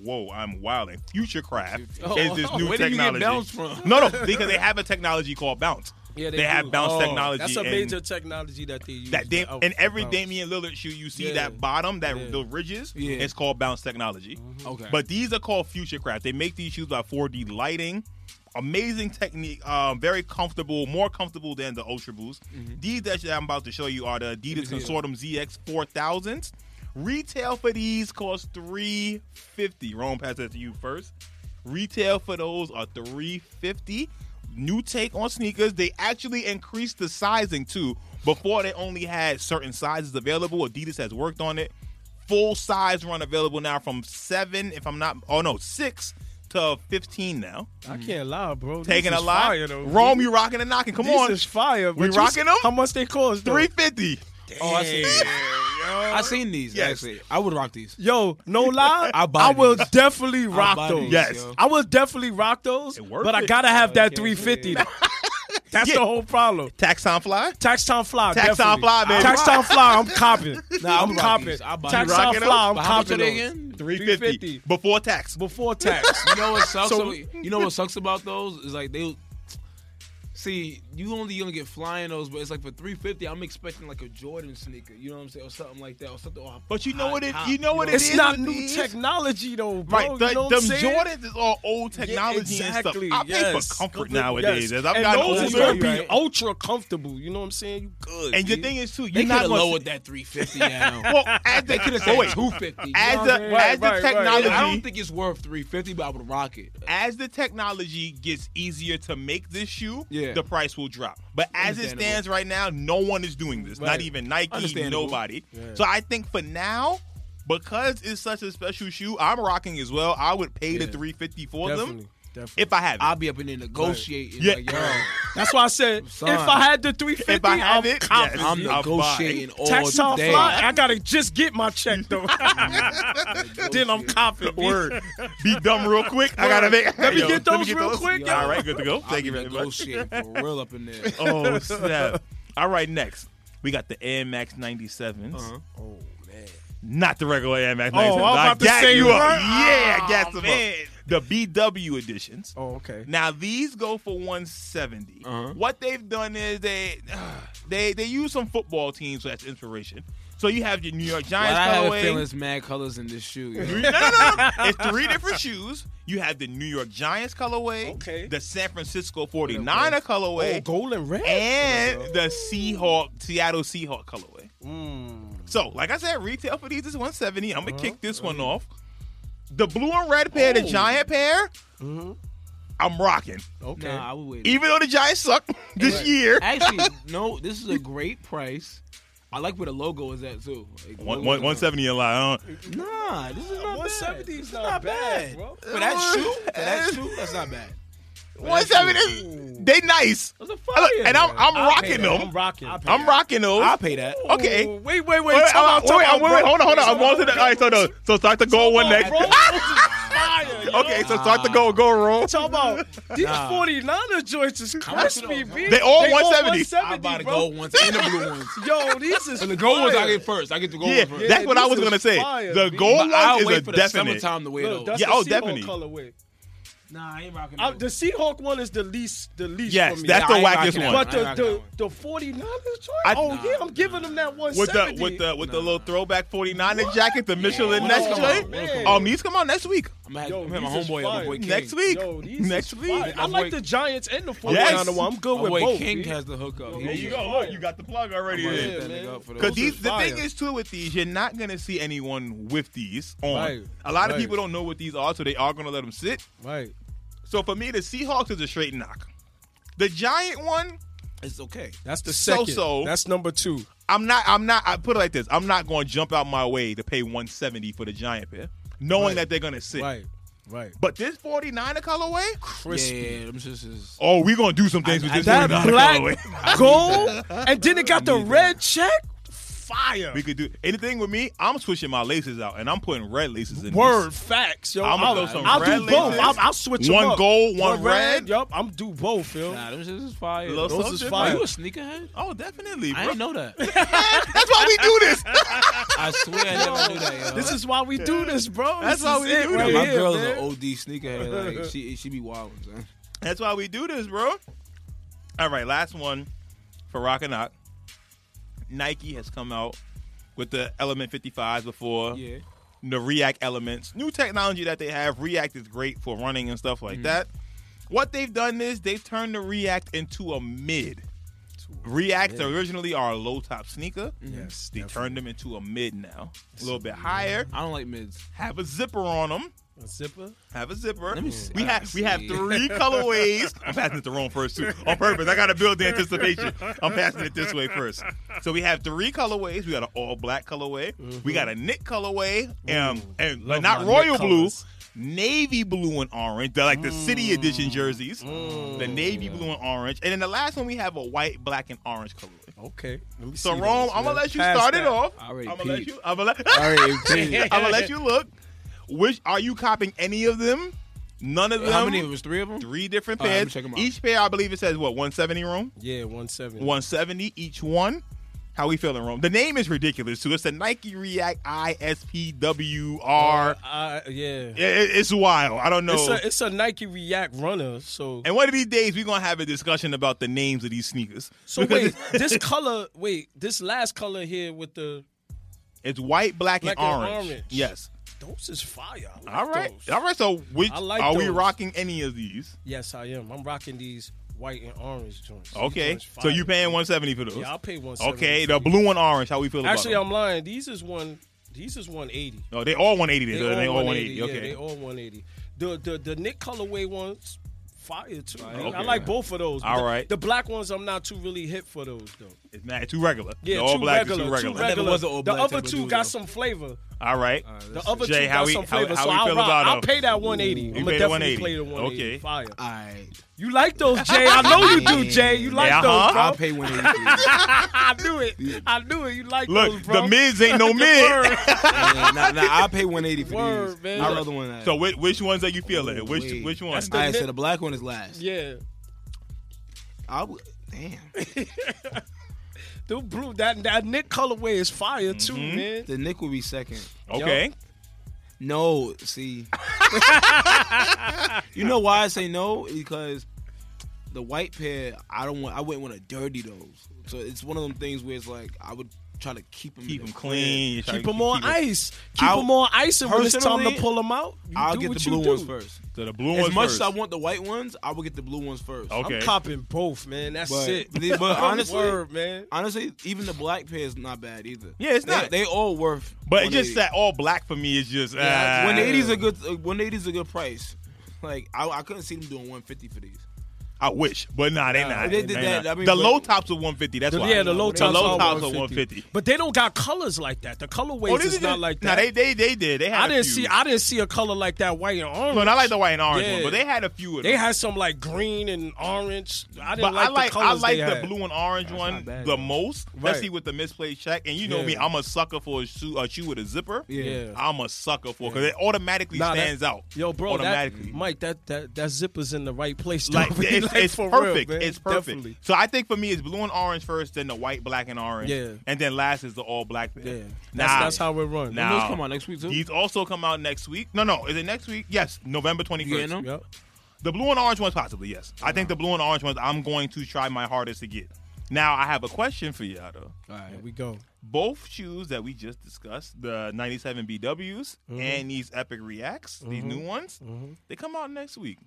Speaker 1: Whoa, I'm wilding. Future Craft
Speaker 2: Oh,
Speaker 1: is this new
Speaker 3: Where do you get
Speaker 1: technology.
Speaker 3: Bounce from?
Speaker 1: No, no, because they have a technology called Bounce.
Speaker 2: Yeah,
Speaker 1: they
Speaker 2: do.
Speaker 1: have Bounce
Speaker 2: Oh,
Speaker 1: technology.
Speaker 2: That's a
Speaker 1: and
Speaker 2: major technology that they use.
Speaker 1: That
Speaker 2: to
Speaker 1: Dam-
Speaker 2: out-
Speaker 1: and every
Speaker 2: bounce.
Speaker 1: Damian Lillard shoe you see
Speaker 2: Yeah.
Speaker 1: that bottom, that
Speaker 2: Yeah. Mm-hmm.
Speaker 1: the ridges,
Speaker 3: Yeah.
Speaker 1: it's called Bounce technology.
Speaker 3: Okay.
Speaker 1: But these are called Future Craft. They make these shoes by 4D lighting. Amazing technique, um, very comfortable, more comfortable than the Ultra Boost. These that I'm about to show you are the Adidas Consortium ZX 4000s. Retail for these costs 350. Rome, pass that to you first. Retail for those are 350. New take on sneakers. They actually increased the sizing too. Before they only had certain sizes available. Adidas has worked on it full size run available now from seven, if I'm not, oh no, six to fifteen now.
Speaker 2: I can't lie, bro. These
Speaker 1: Taking a
Speaker 2: is
Speaker 1: lot.
Speaker 2: fire, though.
Speaker 1: Rome, you rocking and knocking. Come
Speaker 2: These
Speaker 1: on,
Speaker 2: is fire.
Speaker 1: We
Speaker 2: but you
Speaker 1: rocking
Speaker 2: s-
Speaker 1: 'em?
Speaker 2: How much they cost? though?
Speaker 1: three fifty.
Speaker 3: oh, I see. I seen these.
Speaker 1: Yes.
Speaker 3: Actually, I would rock these.
Speaker 2: Yo, no lie, I,
Speaker 3: buy
Speaker 2: will
Speaker 3: these.
Speaker 2: definitely
Speaker 3: I
Speaker 2: rock
Speaker 3: buy
Speaker 2: those.
Speaker 3: these,
Speaker 1: Yes.
Speaker 3: yo.
Speaker 2: I will definitely rock those,
Speaker 1: It worth
Speaker 2: but I
Speaker 1: it.
Speaker 2: gotta have that
Speaker 3: Okay.
Speaker 2: three fifty. That's
Speaker 1: Yeah.
Speaker 2: the whole problem.
Speaker 1: Taxon fly.
Speaker 2: Tax time fly.
Speaker 1: Tax
Speaker 2: definitely.
Speaker 1: time fly, baby.
Speaker 2: Tax time fly. I'm copping.
Speaker 3: Nah,
Speaker 2: I'm
Speaker 3: I rock
Speaker 2: copping.
Speaker 3: these. I buy
Speaker 2: Tax
Speaker 3: these.
Speaker 2: time
Speaker 1: Rocking them?
Speaker 2: fly. I'm
Speaker 3: But how much
Speaker 2: copping
Speaker 3: are they
Speaker 2: those.
Speaker 3: again?
Speaker 1: Three fifty
Speaker 2: 350.
Speaker 1: before tax.
Speaker 2: Before tax.
Speaker 3: You know what sucks?
Speaker 1: So-
Speaker 3: you know what sucks about those is like they. See, you only gonna get flying those, but it's like for three fifty. I'm expecting like a Jordan sneaker. You know what I'm saying, or something like that, or something. oh, Or
Speaker 1: But you know
Speaker 3: high
Speaker 1: what it-
Speaker 3: top,
Speaker 1: you know what it
Speaker 2: Ah, It's
Speaker 1: is
Speaker 2: not
Speaker 1: what it
Speaker 2: new
Speaker 1: is.
Speaker 2: technology though, bro.
Speaker 1: Right, the,
Speaker 2: you know what
Speaker 1: them
Speaker 2: I'm saying?
Speaker 1: Jordans is all old technology
Speaker 2: exactly,
Speaker 1: and stuff. I pay
Speaker 2: yes.
Speaker 1: for comfort
Speaker 2: Yes.
Speaker 1: nowadays. As I've
Speaker 2: and
Speaker 1: gotten
Speaker 2: those
Speaker 1: older,
Speaker 2: is
Speaker 3: older,
Speaker 2: gonna be
Speaker 3: right?
Speaker 2: ultra comfortable. You know what I'm saying? You good.
Speaker 1: and your
Speaker 2: G.
Speaker 1: thing is too,
Speaker 3: They
Speaker 1: you're
Speaker 3: could
Speaker 1: not
Speaker 3: have
Speaker 1: gonna
Speaker 3: lowered that three fifty now.
Speaker 1: Well, as the,
Speaker 3: they could have
Speaker 1: oh,
Speaker 3: said
Speaker 1: wait.
Speaker 3: two fifty.
Speaker 1: as
Speaker 2: know
Speaker 1: the
Speaker 2: what I mean?
Speaker 1: as the
Speaker 2: Right, right, right.
Speaker 1: technology,
Speaker 3: I don't think it's worth three fifty, but I would rock it.
Speaker 1: as the technology gets easier to make this shoe,
Speaker 3: Yeah.
Speaker 1: the price will drop. But as it
Speaker 3: Understandable.
Speaker 1: stands right now, no one is doing this. Not
Speaker 2: Right.
Speaker 1: even Nike,
Speaker 3: Understandable.
Speaker 1: nobody.
Speaker 2: Yeah.
Speaker 1: So I think for now, because it's such a special shoe, I'm rocking as well. I would pay the
Speaker 3: Yeah.
Speaker 1: 350 for
Speaker 2: definitely,
Speaker 1: them
Speaker 2: definitely.
Speaker 1: if I have it.
Speaker 3: I'll be up in there negotiating.
Speaker 1: Yeah.
Speaker 3: Like, yo,
Speaker 2: That's why I said if
Speaker 3: Sorry.
Speaker 2: I had the 350,
Speaker 1: if I have
Speaker 2: am
Speaker 1: it,
Speaker 2: confident.
Speaker 1: yes,
Speaker 3: I'm
Speaker 1: I'll buy.
Speaker 3: negotiating all
Speaker 2: Tax time
Speaker 3: day.
Speaker 2: fly. I gotta just get my check though. then I'm copping. B.
Speaker 1: Word. Be dumb real quick. I gotta make.
Speaker 2: Let me
Speaker 1: Yo,
Speaker 2: get those real quick, yo.
Speaker 1: All right, good to go.
Speaker 3: I'll
Speaker 1: Thank
Speaker 3: be
Speaker 1: you very much.
Speaker 3: negotiating for real up in there.
Speaker 1: Oh snap! All right, next we got the Air Max 97s.
Speaker 3: Uh-huh.
Speaker 2: Oh man.
Speaker 1: Not the regular Air Max
Speaker 2: Oh, I
Speaker 1: 97s.
Speaker 2: was about to
Speaker 1: gassed
Speaker 2: say,
Speaker 1: you up.
Speaker 2: what?
Speaker 1: Yeah, I gassed
Speaker 2: Oh,
Speaker 1: them
Speaker 2: man.
Speaker 1: up. The BW editions.
Speaker 2: Oh okay.
Speaker 1: Now these go for 170.
Speaker 3: Uh-huh.
Speaker 1: What they've done is they they they use some football teams as inspiration. So you have your New York
Speaker 3: Well,
Speaker 1: Giants
Speaker 3: I have a
Speaker 1: colorway.
Speaker 3: feeling it's mad colors in this shoe. yo.
Speaker 1: No, no, no, no. it's three different shoes. You have the New York Giants colorway,
Speaker 2: Okay.
Speaker 1: the San Francisco 49er
Speaker 2: Oh,
Speaker 1: colorway,
Speaker 2: gold and red.
Speaker 1: and the Seahawk Seattle Seahawk colorway.
Speaker 2: Mm.
Speaker 1: So, like I said, retail for these is 170. I'm gonna
Speaker 3: Uh-huh.
Speaker 1: kick this one off. The blue and red pair, the
Speaker 2: Oh.
Speaker 1: giant pair, I'm rocking.
Speaker 2: Mm-hmm. Okay.
Speaker 3: Nah, I would wait.
Speaker 1: Even though the Giants suck this
Speaker 2: Right.
Speaker 1: year.
Speaker 3: Actually, no, this is a great price. I like where the logo is at too. Like,
Speaker 1: One,
Speaker 3: logo-
Speaker 1: one, 170 a lot. I don't-
Speaker 3: Nah, this is not
Speaker 2: 170
Speaker 3: bad.
Speaker 2: is not, bad, bro.
Speaker 3: For that shoe, for that shoe, that's not bad.
Speaker 1: 170, Uh, they nice.
Speaker 3: That's a
Speaker 1: I
Speaker 3: fire.
Speaker 1: look- and I'm, I'm
Speaker 2: I'll pay that.
Speaker 1: rocking them.
Speaker 2: I'm rocking.
Speaker 3: I'll pay
Speaker 1: I'm
Speaker 3: that.
Speaker 1: rocking those.
Speaker 3: I'll pay that.
Speaker 2: Ooh,
Speaker 1: Okay.
Speaker 2: Wait, wait, wait.
Speaker 1: Wait, uh,
Speaker 2: time out,
Speaker 1: wait,
Speaker 2: time
Speaker 1: wait,
Speaker 2: out,
Speaker 1: wait,
Speaker 2: bro.
Speaker 1: wait, hold on, hold on. I'm
Speaker 2: Time
Speaker 1: on to the.
Speaker 2: out,
Speaker 1: All right, so no, so start to go one
Speaker 2: bro.
Speaker 1: next.
Speaker 2: Bro, this is fire, yo.
Speaker 1: Okay, so start to go, go roll.
Speaker 2: Talk about these 49er joints is crispy, B.
Speaker 1: They all
Speaker 2: all
Speaker 1: 170.
Speaker 3: I buy
Speaker 2: 170,
Speaker 3: the
Speaker 2: bro.
Speaker 3: gold ones and the blue ones.
Speaker 2: Yo, these is
Speaker 3: And the gold ones I
Speaker 2: fire.
Speaker 3: get first. I get the gold
Speaker 1: Yeah,
Speaker 3: ones first.
Speaker 1: that's what I
Speaker 2: this
Speaker 1: was
Speaker 2: is
Speaker 1: gonna say.
Speaker 2: fire,
Speaker 1: The
Speaker 2: B.
Speaker 1: gold
Speaker 3: But I'll
Speaker 1: one
Speaker 3: wait
Speaker 1: is a
Speaker 3: for the
Speaker 1: definite.
Speaker 3: summertime to wear
Speaker 2: Look,
Speaker 3: those.
Speaker 2: that's
Speaker 1: Yeah,
Speaker 2: the
Speaker 1: oh,
Speaker 2: Seahawk
Speaker 1: definitely.
Speaker 2: Colorway.
Speaker 3: Nah, I ain't rocking
Speaker 2: I, the Seahawk one is the least, the least.
Speaker 1: Yes,
Speaker 2: for me.
Speaker 1: that's
Speaker 3: Yeah,
Speaker 1: the
Speaker 3: I ain't
Speaker 1: wackest
Speaker 3: rocking
Speaker 1: one.
Speaker 2: But
Speaker 3: that I
Speaker 2: the
Speaker 3: ain't
Speaker 2: the,
Speaker 3: rocking
Speaker 2: the 49ers joint.
Speaker 1: I-
Speaker 2: oh
Speaker 3: Nah.
Speaker 2: yeah, I'm giving them that one
Speaker 1: With the
Speaker 2: seventy.
Speaker 1: with the with the
Speaker 3: Nah.
Speaker 1: little throwback 49er jacket, the Michelin
Speaker 3: When
Speaker 1: Nest
Speaker 3: those come out? When
Speaker 1: joint.
Speaker 3: those come
Speaker 2: man.
Speaker 3: out?
Speaker 1: Um, these come out next week.
Speaker 3: I'm gonna have
Speaker 2: Yo,
Speaker 3: I'm gonna have
Speaker 2: these is
Speaker 3: my homeboy, my
Speaker 2: fire.
Speaker 3: boy King.
Speaker 1: Next week.
Speaker 2: Yo, these is
Speaker 1: Next week.
Speaker 2: fire. I
Speaker 3: My
Speaker 2: like
Speaker 3: boy-
Speaker 2: the Giants and the 49er
Speaker 1: Yes.
Speaker 2: one. I'm good
Speaker 3: My
Speaker 2: with
Speaker 3: boy
Speaker 2: both.
Speaker 3: King
Speaker 2: B.
Speaker 3: has the hookup.
Speaker 2: There you go.
Speaker 1: Look, you got the plug already.
Speaker 2: Yeah,
Speaker 1: there.
Speaker 2: yeah, man.
Speaker 1: Because
Speaker 3: Because
Speaker 2: Those
Speaker 1: these,
Speaker 2: is
Speaker 1: the
Speaker 2: fire.
Speaker 1: thing is too with these, you're not gonna see anyone with these on.
Speaker 2: Right,
Speaker 1: A lot of
Speaker 2: right.
Speaker 1: people don't know what these are, so they are gonna let them sit.
Speaker 2: Right.
Speaker 1: So for me, the Seahawks is a straight knock. The Giant one,
Speaker 3: it's okay.
Speaker 2: That's the
Speaker 1: So-so.
Speaker 2: second. That's number two.
Speaker 1: I'm not. I'm not. I put it like this. I'm not going to jump out my way to pay 170 for the Giant pair, knowing
Speaker 2: Right.
Speaker 1: that they're going to sit.
Speaker 2: Right. Right.
Speaker 1: But this 49er colorway.
Speaker 2: Crispy.
Speaker 3: Yeah, yeah, them shits is.
Speaker 1: Oh, we gonna do some things
Speaker 3: I-
Speaker 1: with this
Speaker 2: That
Speaker 1: 49er
Speaker 2: black
Speaker 1: colorway.
Speaker 2: gold, and then it got the red check. Fire.
Speaker 1: We could do anything with me. I'm switching my laces out and I'm putting red laces in.
Speaker 2: Word facts, yo.
Speaker 1: I'ma
Speaker 2: I'll,
Speaker 1: throw some
Speaker 2: I'll
Speaker 1: red
Speaker 2: do both.
Speaker 1: laces.
Speaker 2: I'll, I'll switch 'em
Speaker 1: One
Speaker 2: up.
Speaker 1: gold, one red.
Speaker 2: Yup, I'm do both, yo.
Speaker 3: Nah, them shits is fire.
Speaker 1: Little
Speaker 2: Those is
Speaker 1: something.
Speaker 2: fire.
Speaker 3: Are you a sneakerhead?
Speaker 1: Oh, definitely.
Speaker 3: I
Speaker 1: bro.
Speaker 3: didn't know that.
Speaker 1: That's why we do this.
Speaker 3: I swear I never knew that. Yo.
Speaker 2: This is why we do this, bro.
Speaker 1: That's
Speaker 2: This
Speaker 1: why
Speaker 2: is
Speaker 1: we
Speaker 2: it
Speaker 1: do
Speaker 2: right
Speaker 1: this.
Speaker 3: my
Speaker 2: here,
Speaker 3: girl's
Speaker 2: man.
Speaker 3: an OD sneakerhead. Like she she be wild. Son.
Speaker 1: That's why we do this, bro. All right, last one for Rock and Knock. Nike has come out with the Element 55s before.
Speaker 3: Yeah.
Speaker 1: the React elements, new technology that they have. React is great for running and stuff like that. What they've done is they've turned the React into a mid. React originally are a low top sneaker.
Speaker 2: Yes,
Speaker 1: They
Speaker 2: definitely.
Speaker 1: turned them into a mid now, a little bit higher.
Speaker 3: I don't like mids.
Speaker 1: Have a zipper on them.
Speaker 2: A zipper.
Speaker 1: Have a zipper.
Speaker 3: Let me see.
Speaker 1: We
Speaker 3: I
Speaker 1: have we have
Speaker 3: see.
Speaker 1: three colorways. I'm passing it the wrong first too on purpose. I gotta build the anticipation. I'm passing it this way first. So we have three colorways. We got an all black colorway. We got a knit colorway, and and but
Speaker 2: love
Speaker 1: not
Speaker 2: my
Speaker 1: royal
Speaker 2: knit
Speaker 1: blue,
Speaker 2: colors.
Speaker 1: navy blue and orange. They're like the city edition jerseys. The navy blue and orange, and then the last one we have a white, black, and orange colorway.
Speaker 2: Okay. Let me
Speaker 1: So
Speaker 2: see
Speaker 1: Rome,
Speaker 2: those,
Speaker 1: I'm
Speaker 2: man.
Speaker 1: gonna let you
Speaker 2: Pass
Speaker 1: start it
Speaker 2: that.
Speaker 1: off.
Speaker 3: I
Speaker 1: I'm
Speaker 3: already
Speaker 1: gonna let
Speaker 3: peed.
Speaker 1: you. I'm gonna let.
Speaker 3: All right,
Speaker 1: I'm gonna let you look. Which are you copying any of them? None of them.
Speaker 3: How many? It was three of them.
Speaker 1: Three different
Speaker 3: All right, let me
Speaker 1: pairs.
Speaker 3: check 'em out.
Speaker 1: each pair, I believe it says what 170 room,
Speaker 2: Yeah, 170.
Speaker 1: 170 each one. How we feeling, Rome? The name is ridiculous too. It's the Nike React ISPWR.
Speaker 2: I, yeah.
Speaker 1: It- it- it's wild. I don't know.
Speaker 2: It's, a, it's a Nike React runner. So,
Speaker 1: and one of these days, we're gonna have a discussion about the names of these sneakers.
Speaker 2: so
Speaker 1: Because
Speaker 2: wait, this color, wait, this last color here with the,
Speaker 1: it's white, black,
Speaker 2: Black
Speaker 1: and,
Speaker 2: and
Speaker 1: orange.
Speaker 2: orange.
Speaker 1: Yes.
Speaker 2: those is fire. I like
Speaker 1: All right.
Speaker 2: those.
Speaker 1: All right. So, which
Speaker 2: I like
Speaker 1: are we
Speaker 2: those.
Speaker 1: rocking any of these?
Speaker 2: Yes, I am. I'm rocking these white and orange joints. These
Speaker 1: Okay.
Speaker 2: joints
Speaker 1: So
Speaker 2: fire.
Speaker 1: you paying 170 for those?
Speaker 2: Yeah, I'll pay 170.
Speaker 1: okay. The blue and orange. How we feel
Speaker 2: Actually,
Speaker 1: about
Speaker 2: I'm lying. These is one. These is 180.
Speaker 1: them? No, they all 180. They, they all 180.
Speaker 2: Yeah,
Speaker 1: Okay.
Speaker 2: they all 180. The the the Nick colorway ones, fire too. man.
Speaker 1: Okay.
Speaker 2: I like both of those. but
Speaker 1: All
Speaker 2: the,
Speaker 1: right.
Speaker 2: The black ones, I'm not too really hit for those though.
Speaker 1: it's not too regular.
Speaker 2: Yeah,
Speaker 1: the all
Speaker 2: too,
Speaker 1: black
Speaker 2: regular,
Speaker 1: is too regular.
Speaker 2: Too regular.
Speaker 3: was an all
Speaker 2: the
Speaker 3: black
Speaker 2: other
Speaker 3: type of
Speaker 2: two
Speaker 3: dude,
Speaker 2: got
Speaker 3: though.
Speaker 2: some flavor.
Speaker 1: All right.
Speaker 2: The other
Speaker 1: Jay,
Speaker 2: two
Speaker 1: how
Speaker 2: got
Speaker 1: we-
Speaker 2: some
Speaker 1: how-
Speaker 2: flavor.
Speaker 1: how
Speaker 2: so
Speaker 1: we
Speaker 2: I'll,
Speaker 1: feel
Speaker 2: rock-
Speaker 1: about
Speaker 2: I'll
Speaker 1: them?
Speaker 2: pay that 180.
Speaker 1: You
Speaker 2: I'm
Speaker 1: pay
Speaker 2: gonna
Speaker 1: the
Speaker 2: definitely
Speaker 1: 180.
Speaker 2: play the 180.
Speaker 1: Okay.
Speaker 2: Fire.
Speaker 3: All right.
Speaker 2: You like those, Jay? I know you do, Jay. You like
Speaker 1: Yeah,
Speaker 2: those,
Speaker 1: huh?
Speaker 2: bro.
Speaker 1: I'll
Speaker 3: I'll pay one eighty.
Speaker 2: I knew it. I knew it. You like those,
Speaker 1: Look,
Speaker 2: bro.
Speaker 1: the mids ain't no mid.
Speaker 2: Word.
Speaker 3: nah, nah, nah, I'll pay one eighty for
Speaker 2: Word,
Speaker 3: these.
Speaker 2: man.
Speaker 3: I'd rather one. that.
Speaker 1: so which, which ones are you feeling?
Speaker 3: Ooh,
Speaker 1: which
Speaker 3: wait.
Speaker 1: which one?
Speaker 2: That's
Speaker 3: all
Speaker 2: the-
Speaker 3: right, so the black one is last.
Speaker 2: yeah.
Speaker 3: I would. Damn.
Speaker 2: The blue that that Nick colorway is fire too,
Speaker 1: Mm-hmm.
Speaker 2: man.
Speaker 3: The Nick would be second.
Speaker 1: okay.
Speaker 3: No, see. you know why I say no? Because the white pair, I don't want. I wouldn't want to dirty those. So it's one of them things where it's like I would try to keep them.
Speaker 1: Keep them clean. You try
Speaker 2: Keep
Speaker 1: to
Speaker 2: them on
Speaker 1: keep 'em-
Speaker 2: ice. Keep
Speaker 3: I'll-
Speaker 2: them on ice, and when it's time to
Speaker 3: personally,
Speaker 2: pull them out, you
Speaker 3: I'll
Speaker 2: do
Speaker 3: get
Speaker 2: what
Speaker 3: the
Speaker 2: you
Speaker 3: blue
Speaker 2: do.
Speaker 3: ones first.
Speaker 1: So the blue ones
Speaker 3: As much
Speaker 1: first.
Speaker 3: as I want the white ones, I would get the blue ones first.
Speaker 1: Okay.
Speaker 2: I'm copping both, man. That's
Speaker 3: But-
Speaker 2: it.
Speaker 3: but- but honestly-
Speaker 2: Word, man.
Speaker 3: Honestly, even the black pair is not bad either.
Speaker 1: Yeah, it's
Speaker 3: They-
Speaker 1: not.
Speaker 3: They all worth.
Speaker 1: but it's just
Speaker 3: 180.
Speaker 1: that all black for me is just
Speaker 2: Yeah,
Speaker 1: ah.
Speaker 2: when they-
Speaker 3: 180 is a good. uh, 180 is a good price. Like I, I couldn't see them doing 150 for these.
Speaker 1: I wish, but nah, they
Speaker 2: Nah,
Speaker 1: not.
Speaker 3: they did
Speaker 1: They
Speaker 3: that,
Speaker 1: not.
Speaker 3: I mean,
Speaker 1: the
Speaker 3: but-
Speaker 1: low tops are 150. That's
Speaker 2: The-
Speaker 1: why.
Speaker 2: yeah, the low tops,
Speaker 1: The
Speaker 2: are
Speaker 1: low tops are
Speaker 2: 150.
Speaker 1: 150.
Speaker 2: but they don't got colors like that. The colorways
Speaker 1: Oh,
Speaker 2: is
Speaker 1: this is
Speaker 2: not
Speaker 1: just-
Speaker 2: like
Speaker 1: Nah,
Speaker 2: that.
Speaker 1: they they they did. They had.
Speaker 2: I
Speaker 1: a
Speaker 2: didn't
Speaker 1: few.
Speaker 2: see. I didn't see a color like that white and orange.
Speaker 1: No, and I like the white and orange
Speaker 2: Yeah.
Speaker 1: one, but they had a few of them.
Speaker 2: They had some like green and orange. I didn't
Speaker 1: but
Speaker 2: like,
Speaker 1: I like
Speaker 2: the
Speaker 1: I
Speaker 2: colors
Speaker 1: like
Speaker 2: they
Speaker 1: the
Speaker 2: had.
Speaker 1: blue and orange one
Speaker 3: not bad,
Speaker 1: the
Speaker 3: though.
Speaker 1: most,
Speaker 2: Right.
Speaker 1: especially with the misplaced check. And you know
Speaker 2: Yeah.
Speaker 1: me, I'm a sucker for a shoe, a shoe with a zipper.
Speaker 2: Yeah.
Speaker 1: I'm a sucker for because it automatically
Speaker 2: Nah, that-
Speaker 1: stands out.
Speaker 2: Yo, bro,
Speaker 1: automatically.
Speaker 2: That, Mike, that, that that zipper's in the right place.
Speaker 1: like
Speaker 2: though.
Speaker 1: it's,
Speaker 2: Like,
Speaker 1: it's
Speaker 2: for real,
Speaker 1: perfect.
Speaker 2: man.
Speaker 1: it's perfect.
Speaker 2: Definitely.
Speaker 1: So I think for me, it's blue and orange first, then the white, black, and orange.
Speaker 2: Yeah.
Speaker 1: and then last is the all black.
Speaker 2: Yeah,
Speaker 1: pair.
Speaker 2: that's,
Speaker 1: Nah.
Speaker 2: that's how we run.
Speaker 1: Nah.
Speaker 3: Those
Speaker 1: Ow.
Speaker 3: come out next week too.
Speaker 1: These also come out next week. No, no, is it next week? Yes, November twenty
Speaker 3: You getting
Speaker 1: first.
Speaker 3: them?
Speaker 2: Yep.
Speaker 1: The blue and orange ones, possibly, yes. I think the blue and orange ones, I'm going to try my hardest to get. Now, I have a question for you, though.
Speaker 3: All right.
Speaker 2: Here we go.
Speaker 1: Both shoes that we just discussed, the 97 BWs
Speaker 3: Mm-hmm.
Speaker 1: and these Epic Reacts, these new ones, they come out next week.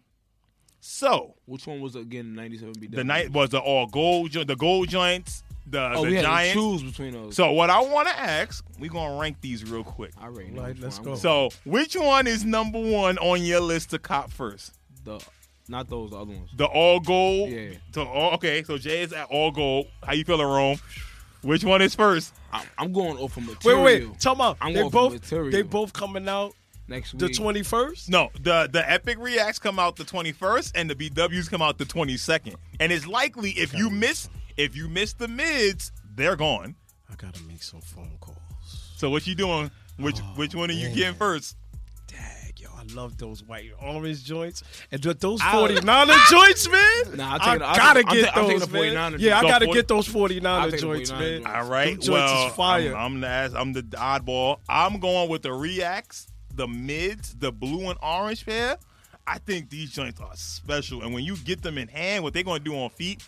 Speaker 1: So,
Speaker 3: Which one was again 97 BW?
Speaker 1: the night was the all gold, jo- the gold joints, the,
Speaker 3: Oh,
Speaker 1: the
Speaker 3: we had
Speaker 1: giants.
Speaker 3: to choose between those.
Speaker 1: So, what I want to ask, we're going to rank these real quick.
Speaker 3: I already know
Speaker 2: Right,
Speaker 3: which
Speaker 2: let's
Speaker 3: one.
Speaker 2: go.
Speaker 3: I'm
Speaker 1: So, which one is number one on your list to cop first?
Speaker 3: The not those, the other ones.
Speaker 1: The all gold.
Speaker 3: Yeah.
Speaker 1: So all, okay, so Jay is at all gold. How you feeling, Rome? Which one is first?
Speaker 3: I'm, I'm going off of
Speaker 2: Wait,
Speaker 3: material.
Speaker 2: wait, wait. Tell me,
Speaker 3: I'm
Speaker 2: they
Speaker 3: going for
Speaker 2: both
Speaker 3: material.
Speaker 2: they both coming out
Speaker 3: next week.
Speaker 2: the twenty first.
Speaker 1: No, the the Epic Reacts come out the 21st and the BWs come out the 22nd. And it's likely if you miss if you miss the mids, they're gone.
Speaker 2: I gotta make some phone calls.
Speaker 1: So what you doing? Which which one are you getting first?
Speaker 2: Dag, yo, I love those white and orange joints and th- those
Speaker 3: I-
Speaker 2: forty nine joints, man.
Speaker 3: Nah, I'll take
Speaker 2: I
Speaker 3: the-
Speaker 2: gotta
Speaker 3: I'll take- I'll
Speaker 2: get
Speaker 3: take- I'll take
Speaker 2: those,
Speaker 3: the
Speaker 2: man.
Speaker 3: 49er
Speaker 2: Yeah, I
Speaker 1: joints.
Speaker 2: gotta
Speaker 1: The
Speaker 2: get those forty
Speaker 3: I'll
Speaker 2: nine
Speaker 3: take the
Speaker 2: joints,
Speaker 3: 49er
Speaker 2: man.
Speaker 3: joints.
Speaker 1: All right.
Speaker 2: Them joints is
Speaker 1: well,
Speaker 2: fire.
Speaker 1: I'm, I'm the ass- I'm the oddball. I'm going with the Reacts, the mids, the blue and orange pair. I think these joints are special, and when you get them in hand, what they're going to do on feet,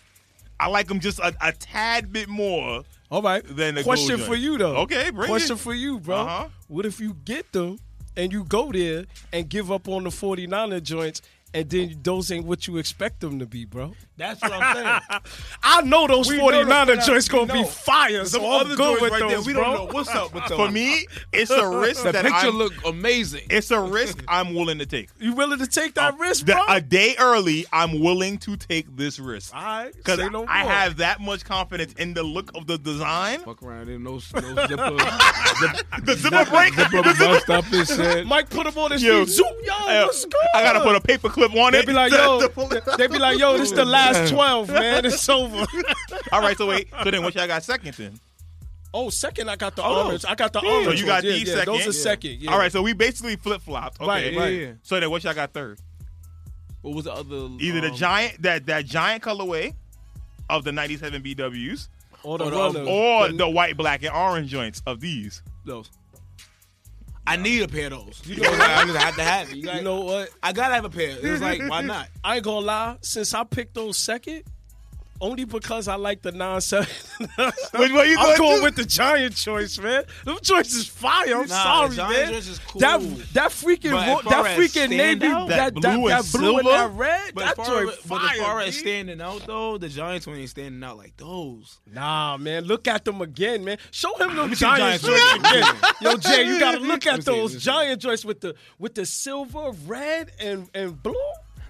Speaker 1: I like them just a, a tad bit more.
Speaker 2: All right.
Speaker 1: than the
Speaker 2: question
Speaker 1: gold
Speaker 2: for
Speaker 1: joint.
Speaker 2: you though.
Speaker 1: Okay, bring
Speaker 2: question
Speaker 1: it.
Speaker 2: for you, bro.
Speaker 1: Uh-huh.
Speaker 2: What if you get them and you go there and give up on the 49er joints and then those ain't what you expect them to be, bro?
Speaker 3: That's what I'm saying.
Speaker 2: I know those
Speaker 3: We know
Speaker 2: 49er
Speaker 3: those-
Speaker 2: joints gonna
Speaker 3: we
Speaker 2: be
Speaker 3: know.
Speaker 2: fire. So I'm good with those,
Speaker 3: We
Speaker 2: bro.
Speaker 3: don't know what's up with those.
Speaker 1: For me, it's a risk
Speaker 3: the
Speaker 1: that
Speaker 3: picture
Speaker 1: I'm,
Speaker 3: look amazing.
Speaker 1: it's a risk I'm willing to take.
Speaker 2: You willing to take that risk, bro?
Speaker 1: Uh, That a day early, I'm willing to take this risk
Speaker 2: All right,
Speaker 1: because
Speaker 2: say no
Speaker 1: I
Speaker 2: more.
Speaker 1: have that much confidence in the look of the design.
Speaker 3: Fuck around in no, no zipper,
Speaker 1: The zipper break.
Speaker 3: zipper bust up and shit.
Speaker 2: Mike put them on his
Speaker 1: Yo,
Speaker 2: feet. Zoom, yo,
Speaker 1: Yeah.
Speaker 2: what's good?
Speaker 1: I gotta put a paper clip on
Speaker 2: They
Speaker 1: it.
Speaker 2: be like,
Speaker 1: to-
Speaker 2: yo,
Speaker 1: to pull it out.
Speaker 2: they be like, yo, this the last twelve, man. It's over.
Speaker 1: All right, so wait. So then, what y'all got second then?
Speaker 2: Oh, second, I got the
Speaker 1: Oh,
Speaker 2: orange. I got the
Speaker 1: yeah.
Speaker 2: orange.
Speaker 1: So you
Speaker 2: ones.
Speaker 1: got
Speaker 2: yeah,
Speaker 1: these
Speaker 2: yeah,
Speaker 1: second?
Speaker 2: Those are
Speaker 1: Yeah.
Speaker 2: second. Yeah.
Speaker 1: All right, so we basically flip flopped. Okay.
Speaker 2: Right,
Speaker 3: right.
Speaker 1: So then, what y'all got third?
Speaker 3: What was the other?
Speaker 1: Either the
Speaker 3: um,
Speaker 1: giant that that giant colorway of the '97 BWs,
Speaker 2: Or the
Speaker 3: Or the-
Speaker 2: runner.
Speaker 1: or the white, black, and orange joints of these.
Speaker 3: Those. I need a pair of those.
Speaker 2: You
Speaker 3: You
Speaker 2: know
Speaker 3: know, I just have to have it. You,
Speaker 2: You
Speaker 3: like-
Speaker 2: know what?
Speaker 3: I gotta have a pair. It was like, why not?
Speaker 2: I ain't gonna lie. Since I picked those second, only because I like the nine seven.
Speaker 1: Which one you
Speaker 2: I'm
Speaker 1: going
Speaker 2: going
Speaker 1: to?
Speaker 2: with the giant choice, man. Them choices is fire. I'm
Speaker 3: Nah,
Speaker 2: sorry,
Speaker 3: the Giant
Speaker 2: man.
Speaker 3: joints is cool.
Speaker 2: That that freaking
Speaker 3: But
Speaker 2: ro-
Speaker 3: as far
Speaker 2: that
Speaker 3: as
Speaker 2: freaking
Speaker 3: standout,
Speaker 2: navy, that that,
Speaker 1: that
Speaker 2: blue,
Speaker 1: blue and
Speaker 2: that, blue and
Speaker 1: silver?
Speaker 2: that red.
Speaker 3: But as
Speaker 2: that
Speaker 3: far,
Speaker 2: joint
Speaker 3: as,
Speaker 2: fire.
Speaker 3: but as far as
Speaker 2: B.
Speaker 3: standing out though, the Giants one ain't standing out like those.
Speaker 2: Nah, man, look at them again, man. Show him them
Speaker 3: me see the
Speaker 2: giant
Speaker 3: Giants
Speaker 2: joints
Speaker 3: joints
Speaker 2: again. Yo, Jay, you gotta look
Speaker 3: Let
Speaker 2: at
Speaker 3: me see, let
Speaker 2: those
Speaker 3: me see.
Speaker 2: giant joints with the with the silver, red, and and blue.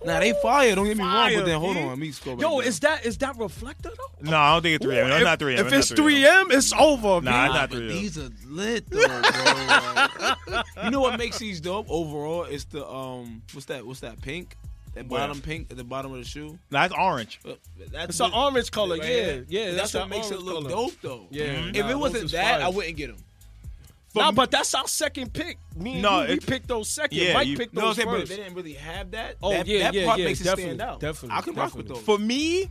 Speaker 3: Nah, they fire. Don't get me wrong,
Speaker 2: Fire,
Speaker 3: but then hold
Speaker 2: B.
Speaker 3: on, let me scroll back.
Speaker 2: Yo,
Speaker 3: down.
Speaker 2: is that is that reflector though?
Speaker 1: No, I don't think it's 3M. No,
Speaker 2: if,
Speaker 1: not 3M.
Speaker 2: If it's
Speaker 1: not 3M.
Speaker 2: 3M, it's over.
Speaker 1: Nah,
Speaker 2: man.
Speaker 1: it's not
Speaker 3: but
Speaker 1: 3M.
Speaker 3: these are lit though, bro. you know what makes these dope overall? It's the um, what's that? What's that pink? That
Speaker 1: Where?
Speaker 3: bottom pink at the bottom of the shoe.
Speaker 1: No, it's orange.
Speaker 3: Uh, That's
Speaker 2: It's an
Speaker 3: what-
Speaker 2: orange color. yeah,
Speaker 3: right here.
Speaker 2: yeah.
Speaker 3: That's,
Speaker 2: a
Speaker 3: what makes it
Speaker 2: orange
Speaker 3: look
Speaker 2: color.
Speaker 3: dope though.
Speaker 2: Yeah.
Speaker 3: If
Speaker 2: nah,
Speaker 3: it
Speaker 2: those
Speaker 3: wasn't
Speaker 2: is
Speaker 3: that,
Speaker 2: fire.
Speaker 3: I wouldn't get them.
Speaker 2: Nah, but that's our second pick. Me and
Speaker 1: No,
Speaker 2: you, we
Speaker 1: it-
Speaker 2: picked those second.
Speaker 1: Yeah,
Speaker 2: Mike
Speaker 1: you-
Speaker 2: picked
Speaker 3: No, I'm
Speaker 2: those
Speaker 3: saying, but if
Speaker 2: first.
Speaker 3: they didn't really have that.
Speaker 2: Oh,
Speaker 3: that,
Speaker 2: yeah,
Speaker 3: that
Speaker 2: yeah,
Speaker 3: part
Speaker 2: yeah,
Speaker 3: makes it
Speaker 2: definitely,
Speaker 3: stand out.
Speaker 2: definitely,
Speaker 3: I can rock with
Speaker 2: definitely.
Speaker 3: those.
Speaker 1: For me,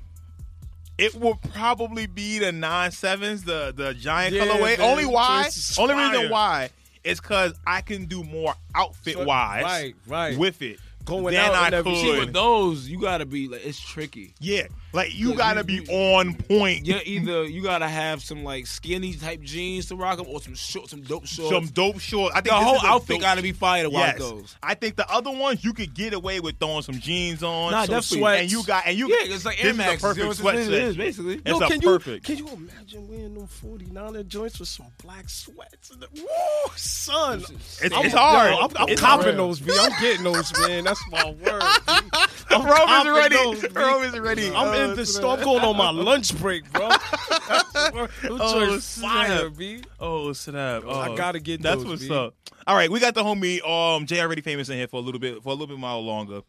Speaker 1: it will probably be the nine sevens, the the giant
Speaker 2: Yeah,
Speaker 1: colorway.
Speaker 2: man,
Speaker 1: Only
Speaker 2: it's
Speaker 1: why?
Speaker 2: just
Speaker 1: Only
Speaker 2: fire.
Speaker 1: reason why is because I can do more outfit wise,
Speaker 2: Right, right.
Speaker 1: with it
Speaker 2: Going
Speaker 1: than
Speaker 2: out and
Speaker 1: I
Speaker 2: everything.
Speaker 3: See, with
Speaker 1: could.
Speaker 3: those, you gotta be like it's tricky.
Speaker 1: Yeah, like you
Speaker 3: Look,
Speaker 1: gotta
Speaker 3: you-
Speaker 1: be
Speaker 3: you-
Speaker 1: on point.
Speaker 3: You're either you gotta have some like skinny type jeans to rock them, or some short, some dope shorts.
Speaker 1: Some dope shorts. I think
Speaker 3: the
Speaker 1: this
Speaker 3: whole
Speaker 1: is a
Speaker 3: outfit
Speaker 1: dope-
Speaker 3: gotta be fire to rock
Speaker 1: Yes.
Speaker 3: those.
Speaker 1: I think the other ones you could get away with throwing some jeans on,
Speaker 3: Nah,
Speaker 1: some
Speaker 3: definitely.
Speaker 1: sweats, and you got and you
Speaker 3: Yeah, it's like Air
Speaker 1: this
Speaker 3: Max.
Speaker 1: is a perfect sweat
Speaker 3: It is
Speaker 1: set.
Speaker 3: basically.
Speaker 1: It's
Speaker 2: Yo,
Speaker 1: a
Speaker 2: can
Speaker 1: perfect.
Speaker 2: You, can you imagine wearing them 49er joints with some black sweats? And the, woo, son.
Speaker 1: It's,
Speaker 2: I'm-
Speaker 1: it's hard.
Speaker 2: yo, I'm, I'm
Speaker 1: it's
Speaker 2: copping
Speaker 1: hard.
Speaker 2: those, B. I'm getting those, man. That's my word. B.
Speaker 1: Rome is
Speaker 2: copping
Speaker 1: ready.
Speaker 2: those, B.
Speaker 1: Rome is ready.
Speaker 2: I'm in the store. I'm going on my lunch break, bro. Those
Speaker 1: Oh,
Speaker 2: joints
Speaker 1: snap.
Speaker 2: fire, B.
Speaker 1: Oh snap! Oh,
Speaker 2: I gotta get
Speaker 1: That's
Speaker 2: those,
Speaker 1: what's
Speaker 2: B.
Speaker 1: up. All right, we got the homie um Jay already famous in here for a little bit for a little bit while longer.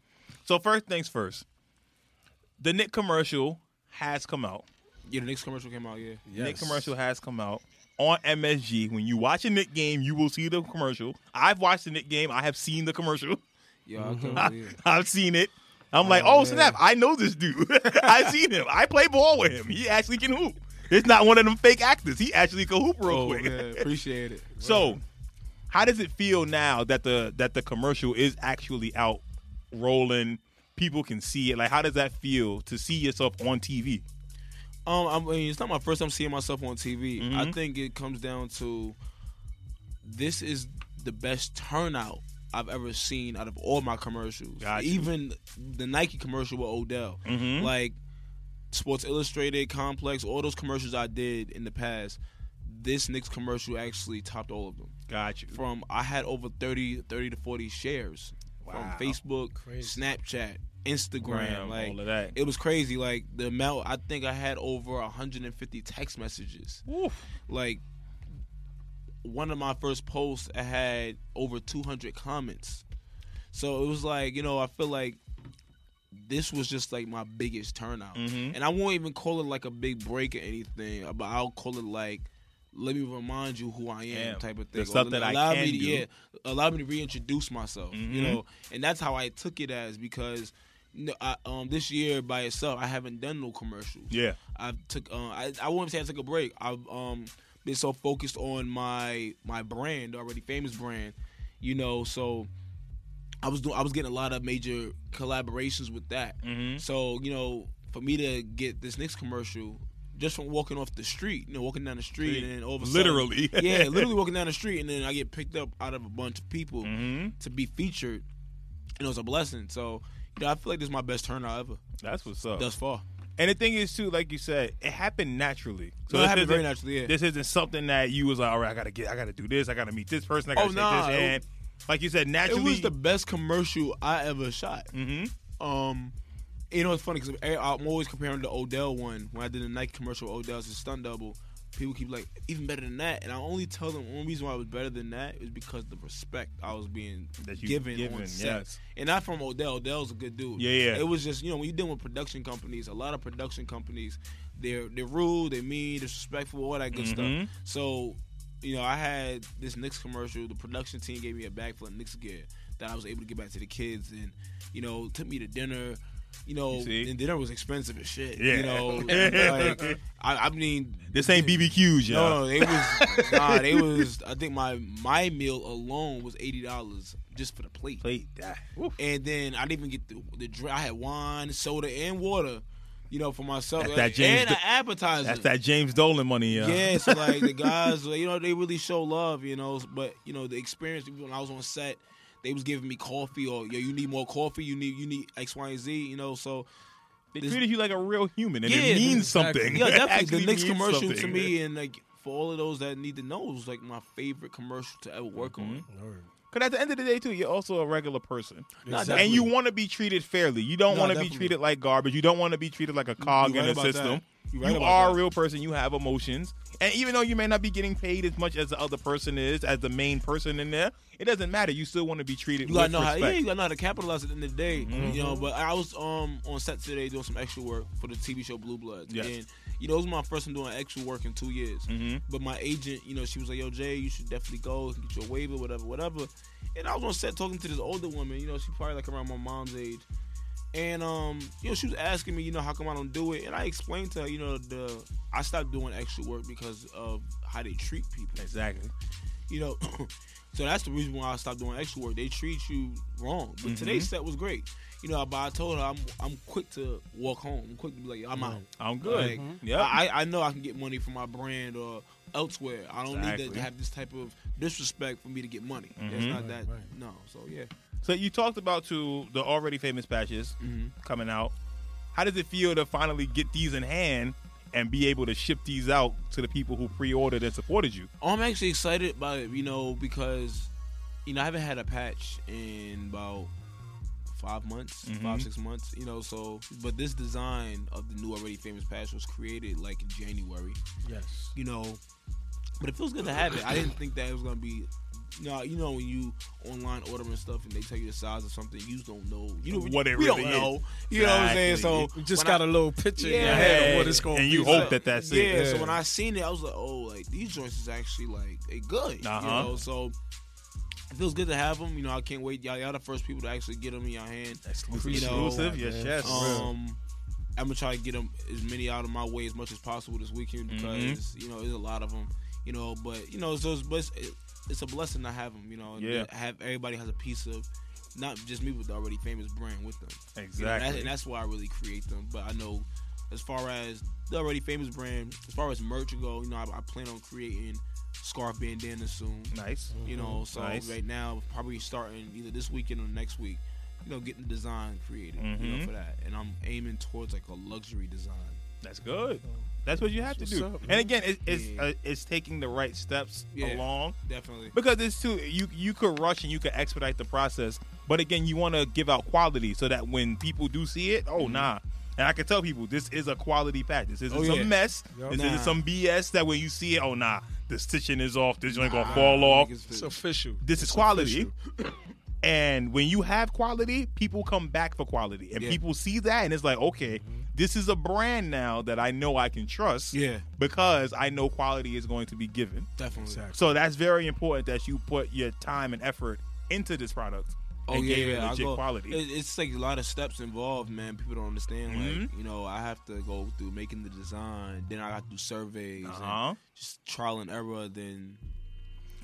Speaker 1: So first things first, the Nick commercial has come out.
Speaker 3: Yeah, the next commercial came out. Yeah,
Speaker 1: Nick commercial has come out on MSG. When you watch a Nick game, you will see the commercial. I've watched the Nick game. I have seen the commercial.
Speaker 3: yeah, I couldn't believe it.
Speaker 1: I've seen it. I'm like, oh snap! I know this dude. I've seen him. I play ball with him. He actually can hoop. It's not one of them fake actors. He actually can hoop real
Speaker 3: Oh
Speaker 1: quick.
Speaker 3: man, appreciate it.
Speaker 1: So, how does it feel now that the that the commercial is actually out rolling? People can see it. Like, how does that feel to see yourself on TV?
Speaker 3: Um, I mean, it's not my first time seeing myself on TV. I think it comes down to this is the best turnout I've ever seen out of all my commercials.
Speaker 1: Got you.
Speaker 3: Even the Nike commercial with Odell, like Sports Illustrated, Complex, all those commercials I did in the past. This Knicks commercial actually topped all of them.
Speaker 1: Got you.
Speaker 3: From I had over 30, 30 to forty shares
Speaker 1: Wow.
Speaker 3: from Facebook,
Speaker 2: Crazy.
Speaker 3: Snapchat, Instagram,
Speaker 1: Gram,
Speaker 3: like
Speaker 1: all of that.
Speaker 3: it was crazy. Like the amount, I think I had over 150 text messages. Like one of my first posts, I had over 200 comments. So it was like, you know, I feel like this was just like my biggest turnout,
Speaker 1: Mhm.
Speaker 3: and I won't even call it like a big break or anything, but I'll call it like. Let me remind you who I am,
Speaker 1: Damn.
Speaker 3: type of
Speaker 1: The
Speaker 3: thing. Or
Speaker 1: stuff that I
Speaker 3: allow
Speaker 1: can
Speaker 3: me to,
Speaker 1: do.
Speaker 3: Yeah, allow me to reintroduce myself. You
Speaker 1: Mhm.
Speaker 3: know, and that's how I took it as because no, I, um, this year by itself, I haven't done no commercials.
Speaker 1: Yeah.
Speaker 3: I took. Uh, I I won't say I took a break. I've um been so focused on my my brand, already famous brand, you know. So I was doing. I was getting a lot of major collaborations with that.
Speaker 1: Mhm.
Speaker 3: So you know, for me to get this next commercial. Just from walking off the street, you know, walking down the street,
Speaker 1: Street.
Speaker 3: and then all of a
Speaker 1: Literally.
Speaker 3: sudden, yeah, literally walking down the street, and then I get picked up out of a bunch of people
Speaker 1: Mm-hmm.
Speaker 3: to be featured, and it was a blessing. So, you know, I feel like this is my best turnout ever
Speaker 1: That's what's up.
Speaker 3: thus far.
Speaker 1: and the thing is, too, like you said, it happened naturally.
Speaker 3: So
Speaker 1: this
Speaker 3: it happened very
Speaker 1: isn't-
Speaker 3: naturally. Yeah.
Speaker 1: This isn't something that you was like, all right, I gotta get, I gotta do this, I gotta meet this person, I gotta
Speaker 3: Oh,
Speaker 1: shake
Speaker 3: nah,
Speaker 1: this
Speaker 3: it-
Speaker 1: hand. Like you said,
Speaker 3: It
Speaker 1: naturally.
Speaker 3: was the best commercial I ever shot.
Speaker 1: Mhm.
Speaker 3: Um, you know, it's funny because I'm always comparing the Odell one when I did the Nike commercial. with Odell's a stunt double. People keep like even better than that, and I only tell them one reason why I was better than that is because the respect I was being
Speaker 1: That you
Speaker 3: given,
Speaker 1: given,
Speaker 3: on set,
Speaker 1: yes.
Speaker 3: and not from Odell. Odell's a good dude.
Speaker 1: Yeah, yeah.
Speaker 3: It was just you know when you're dealing with production companies, a lot of production companies, they're they're rude, they're mean, disrespectful, all that good
Speaker 1: Mhm.
Speaker 3: stuff. So you know, I had this Knicks commercial. The production team gave me a bag full of Knicks gear. that I was able to get back to the kids, and you know, took me to dinner. You know,
Speaker 1: You see?
Speaker 3: and dinner was expensive as shit.
Speaker 1: Yeah.
Speaker 3: You know, like, I, I mean,
Speaker 1: This ain't BBQs, yo.
Speaker 3: no, no, they was nah, they was. I think my my meal alone was eighty dollars just for the plate.
Speaker 1: Plate that. Woo.
Speaker 3: and then I didn't even get the the drink. I had wine, soda, and water. You know, for myself,
Speaker 1: That's that James
Speaker 3: and
Speaker 1: Do-
Speaker 3: an appetizer.
Speaker 1: That's that James Dolan money, yo.
Speaker 3: Yeah, so like the guys, like, you know, they really show love, you know. But you know, the experience when I was on set, they was giving me coffee or yo, you need more coffee, you need you need X, Y, and Z, you know. So
Speaker 1: They
Speaker 3: This-
Speaker 1: treated you like a real human, and
Speaker 3: Yeah,
Speaker 1: it means
Speaker 2: exactly.
Speaker 1: something.
Speaker 3: yeah,
Speaker 1: It
Speaker 3: definitely
Speaker 1: actually
Speaker 3: the next
Speaker 1: means
Speaker 3: commercial
Speaker 1: something.
Speaker 3: to me, and like for all of those that need to know, it was like my favorite commercial to ever work
Speaker 1: Mm-hmm.
Speaker 3: on.
Speaker 1: Because at the end of the day, too, you're also a regular person,
Speaker 3: Nah,
Speaker 1: and you want to be treated fairly. You don't
Speaker 3: No,
Speaker 1: want to be
Speaker 3: definitely.
Speaker 1: treated like garbage. You don't want to be treated like a cog
Speaker 3: you right
Speaker 1: in a
Speaker 3: about that.
Speaker 1: system.
Speaker 3: You
Speaker 1: You,
Speaker 3: right about
Speaker 1: are
Speaker 3: that.
Speaker 1: a real person. You have emotions, and even though you may not be getting paid as much as the other person is, as the main person in there, it doesn't matter. You still want to be treated
Speaker 3: You
Speaker 1: with
Speaker 3: gotta know how,
Speaker 1: respect. Mm-hmm.
Speaker 3: yeah, you gotta know how to capitalize at the end of the day, you know. But I was um on set today doing some extra work for the TV show Blue Bloods,
Speaker 1: Yes.
Speaker 3: and you know it was my first time doing extra work in two years.
Speaker 1: Mhm.
Speaker 3: But my agent, you know, she was like, "Yo, Jay, you should definitely go get your waiver, whatever, whatever." And I was on set talking to this older woman, you know, she probably like around my mom's age, and um, you know, she was asking me, you know, how come I don't do it, and I explained to her, you know, the I stopped doing extra work because of how they treat people
Speaker 1: Exactly.
Speaker 3: you know. so that's the reason why I stopped doing extra work. They treat you wrong. But today's
Speaker 1: Mm-hmm.
Speaker 3: set was great. You know, but I told her I'm I'm quick to walk home. I'm quick to be like, I'm out.
Speaker 1: I'm good. Mm-hmm.
Speaker 3: Like, mm-hmm.
Speaker 1: yeah.
Speaker 3: I, I know I can get money from my brand or elsewhere. I don't need
Speaker 1: Exactly.
Speaker 3: to have this type of disrespect for me to get money. That's
Speaker 1: Mhm.
Speaker 3: not that.
Speaker 2: right.
Speaker 3: No. So yeah.
Speaker 1: so you talked about to the already famous patches
Speaker 3: Mhm.
Speaker 1: coming out. How does it feel to finally get these in hand and be able to ship these out to the people who pre-ordered and supported you?
Speaker 3: I'm actually excited about it, you know, because you know I haven't had a patch in about five months,
Speaker 1: Mhm.
Speaker 3: five six months, you know. So, but this design of the new already famous patch was created like in January,
Speaker 2: Yes.
Speaker 3: you know. But it feels good to have it. I didn't think that it was gonna be. No, you know when you online ordering stuff and they tell you the size of something, you just don't know. You don't,
Speaker 1: What it
Speaker 3: we
Speaker 1: really
Speaker 3: don't
Speaker 1: is.
Speaker 3: know. You know what I'm saying? So
Speaker 1: Exactly.
Speaker 2: You just
Speaker 3: when I-
Speaker 2: got a little picture in your
Speaker 3: Yeah.
Speaker 2: head of what it's going to
Speaker 1: and
Speaker 2: be.
Speaker 1: you hope that that's
Speaker 3: yeah,
Speaker 1: it.
Speaker 3: so
Speaker 2: Yeah.
Speaker 3: when I seen it, I was like, oh, like these joints is actually like they good.
Speaker 1: Uh-huh.
Speaker 3: You know, so it feels good to have them. You know, I can't wait. Y'all, y'all the first people to actually get them in your hand.
Speaker 1: Exclusive,
Speaker 3: You know,
Speaker 1: Exclusive, yes,
Speaker 2: man.
Speaker 1: yes.
Speaker 3: Um, I'm gonna try to get them as many out of my way as much as possible this weekend because
Speaker 1: Mm-hmm.
Speaker 3: you know there's a lot of them. You know, but you know, so it's, but it's, it's a blessing to have them. You know, and
Speaker 1: Yeah.
Speaker 3: to have everybody has a piece of. Not just me, but the already famous brand with them. You know, and
Speaker 1: exactly.
Speaker 3: that- and that's why I really create them. But I know, as far as the already famous brand, as far as merch go, you know, I, I plan on creating scarf bandana soon.
Speaker 1: nice.
Speaker 3: You know, so
Speaker 1: Nice.
Speaker 3: right now probably starting either this weekend or next week. You know, getting the design created. You know,
Speaker 1: Mhm.
Speaker 3: for that, and I'm aiming towards like a luxury design.
Speaker 1: That's good. That's what you have
Speaker 2: That's
Speaker 1: to do.
Speaker 2: what's up, man.
Speaker 1: and again, it, it's
Speaker 3: Yeah.
Speaker 1: uh, it's taking the right steps
Speaker 3: Yeah.
Speaker 1: along
Speaker 3: Definitely.
Speaker 1: because it's too you you could rush and you could expedite the process, but again, you want to give out quality so that when people do see it, oh
Speaker 3: Mhm.
Speaker 1: nah. And I can tell people this is a quality pack. This isn't
Speaker 3: Oh,
Speaker 1: some
Speaker 3: yeah.
Speaker 1: mess.
Speaker 2: Yup.
Speaker 1: This
Speaker 3: Nah.
Speaker 1: isn't some BS that when you see it, oh nah, the stitching is off. This joint
Speaker 3: Ah,
Speaker 1: gonna fall off.
Speaker 3: niggas
Speaker 2: It's
Speaker 3: fit.
Speaker 2: official.
Speaker 1: this is quality. and when you have quality, people come back for quality. And
Speaker 3: Yeah. Mm-hmm.
Speaker 1: people see that and it's like, okay, this is a brand now that I know I can trust
Speaker 3: yeah,
Speaker 1: because I know quality is going to be given.
Speaker 3: definitely.
Speaker 2: Exactly.
Speaker 1: So that's very important that you put your time and effort into this product
Speaker 3: Oh
Speaker 1: and
Speaker 3: yeah,
Speaker 1: gave it
Speaker 3: yeah, I
Speaker 1: legit
Speaker 3: go-
Speaker 1: quality.
Speaker 3: It, it's like a lot of steps involved, man. People don't understand. Like
Speaker 1: Mm-hmm.
Speaker 3: you know, I have to go through making the design, then I got to do surveys, and
Speaker 1: Uh-huh.
Speaker 3: just trial and error. Then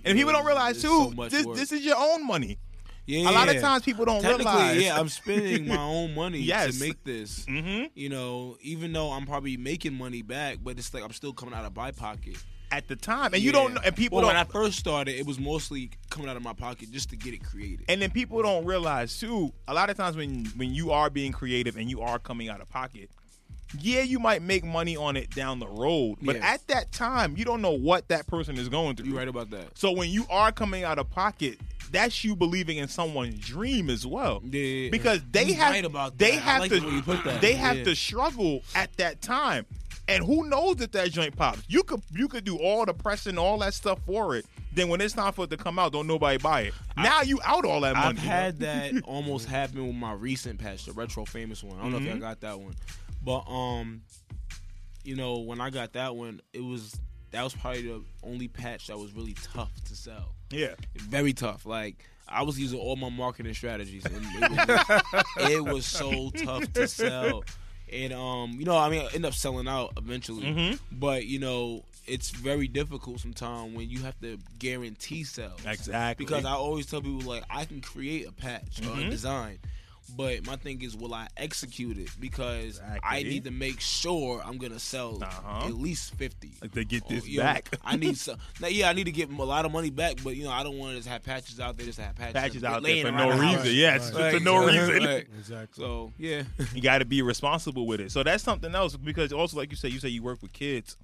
Speaker 1: And people don't realize
Speaker 3: It's
Speaker 1: too,
Speaker 3: so much
Speaker 1: this,
Speaker 3: work.
Speaker 1: this is your own money.
Speaker 3: yeah,
Speaker 1: A lot of times people don't
Speaker 3: technically,
Speaker 1: realize.
Speaker 3: yeah, I'm spending my own money
Speaker 1: Yes.
Speaker 3: to make this.
Speaker 1: hmm
Speaker 3: You know, even though I'm probably making money back, but it's like I'm still coming out of my pocket.
Speaker 1: At the time, and you
Speaker 3: Yeah.
Speaker 1: don't, know- and people
Speaker 3: Well,
Speaker 1: don't.
Speaker 3: when I first started, it was mostly coming out of my pocket just to get it created.
Speaker 1: And then people don't realize too. A lot of times when when you are being creative and you are coming out of pocket, yeah, you might make money on it down the road, but
Speaker 3: Yeah.
Speaker 1: at that time, you don't know what that person is going through.
Speaker 3: you right about that.
Speaker 1: So when you are coming out of pocket, that's you believing in someone's dream as well.
Speaker 3: Yeah, yeah, yeah.
Speaker 1: Because they
Speaker 3: You
Speaker 1: have
Speaker 3: right about
Speaker 1: they
Speaker 3: that. I
Speaker 1: have
Speaker 3: like
Speaker 1: to
Speaker 3: the way you put that.
Speaker 1: they have
Speaker 3: Yeah.
Speaker 1: to struggle at that time. And who knows if that joint pops? You could you could do all the pressing, all that stuff for it. Then when it's time for it to come out, don't nobody buy it. now you out all that money.
Speaker 3: I've had that almost happen with my recent patch, the retro famous one. I don't know if y'all got that one, but um, you know when I got that one, it was that was probably the only patch that was really tough to sell.
Speaker 1: yeah.
Speaker 3: Very tough. Like I was using all my marketing strategies, and it was, it was so tough to sell. And um, you know, I mean, I end up selling out eventually,
Speaker 1: Mhm.
Speaker 3: but you know, it's very difficult sometimes when you have to guarantee sales.
Speaker 1: Exactly.
Speaker 3: Because I always tell people like I can create a patch or
Speaker 1: Mhm.
Speaker 3: a design, but my thing is, will I execute it? Because I
Speaker 1: Exactly.
Speaker 3: need to make sure I'm gonna sell
Speaker 1: Uh-huh.
Speaker 3: at least fifty.
Speaker 1: like to get
Speaker 3: Or,
Speaker 1: this
Speaker 3: you know,
Speaker 1: back.
Speaker 3: I need some. Now, yeah, I need to get a lot of money back, but you know, I don't want to just have patches out there. Just to have patches,
Speaker 1: Patches out there
Speaker 3: laying
Speaker 1: for no
Speaker 3: around the house.
Speaker 1: reason. yeah, it's
Speaker 2: Right.
Speaker 1: just for no
Speaker 3: Right.
Speaker 1: reason.
Speaker 3: Right.
Speaker 2: Exactly.
Speaker 3: So yeah,
Speaker 1: You got to be responsible with it. So that's something else because also, like you said, you say you work with kids,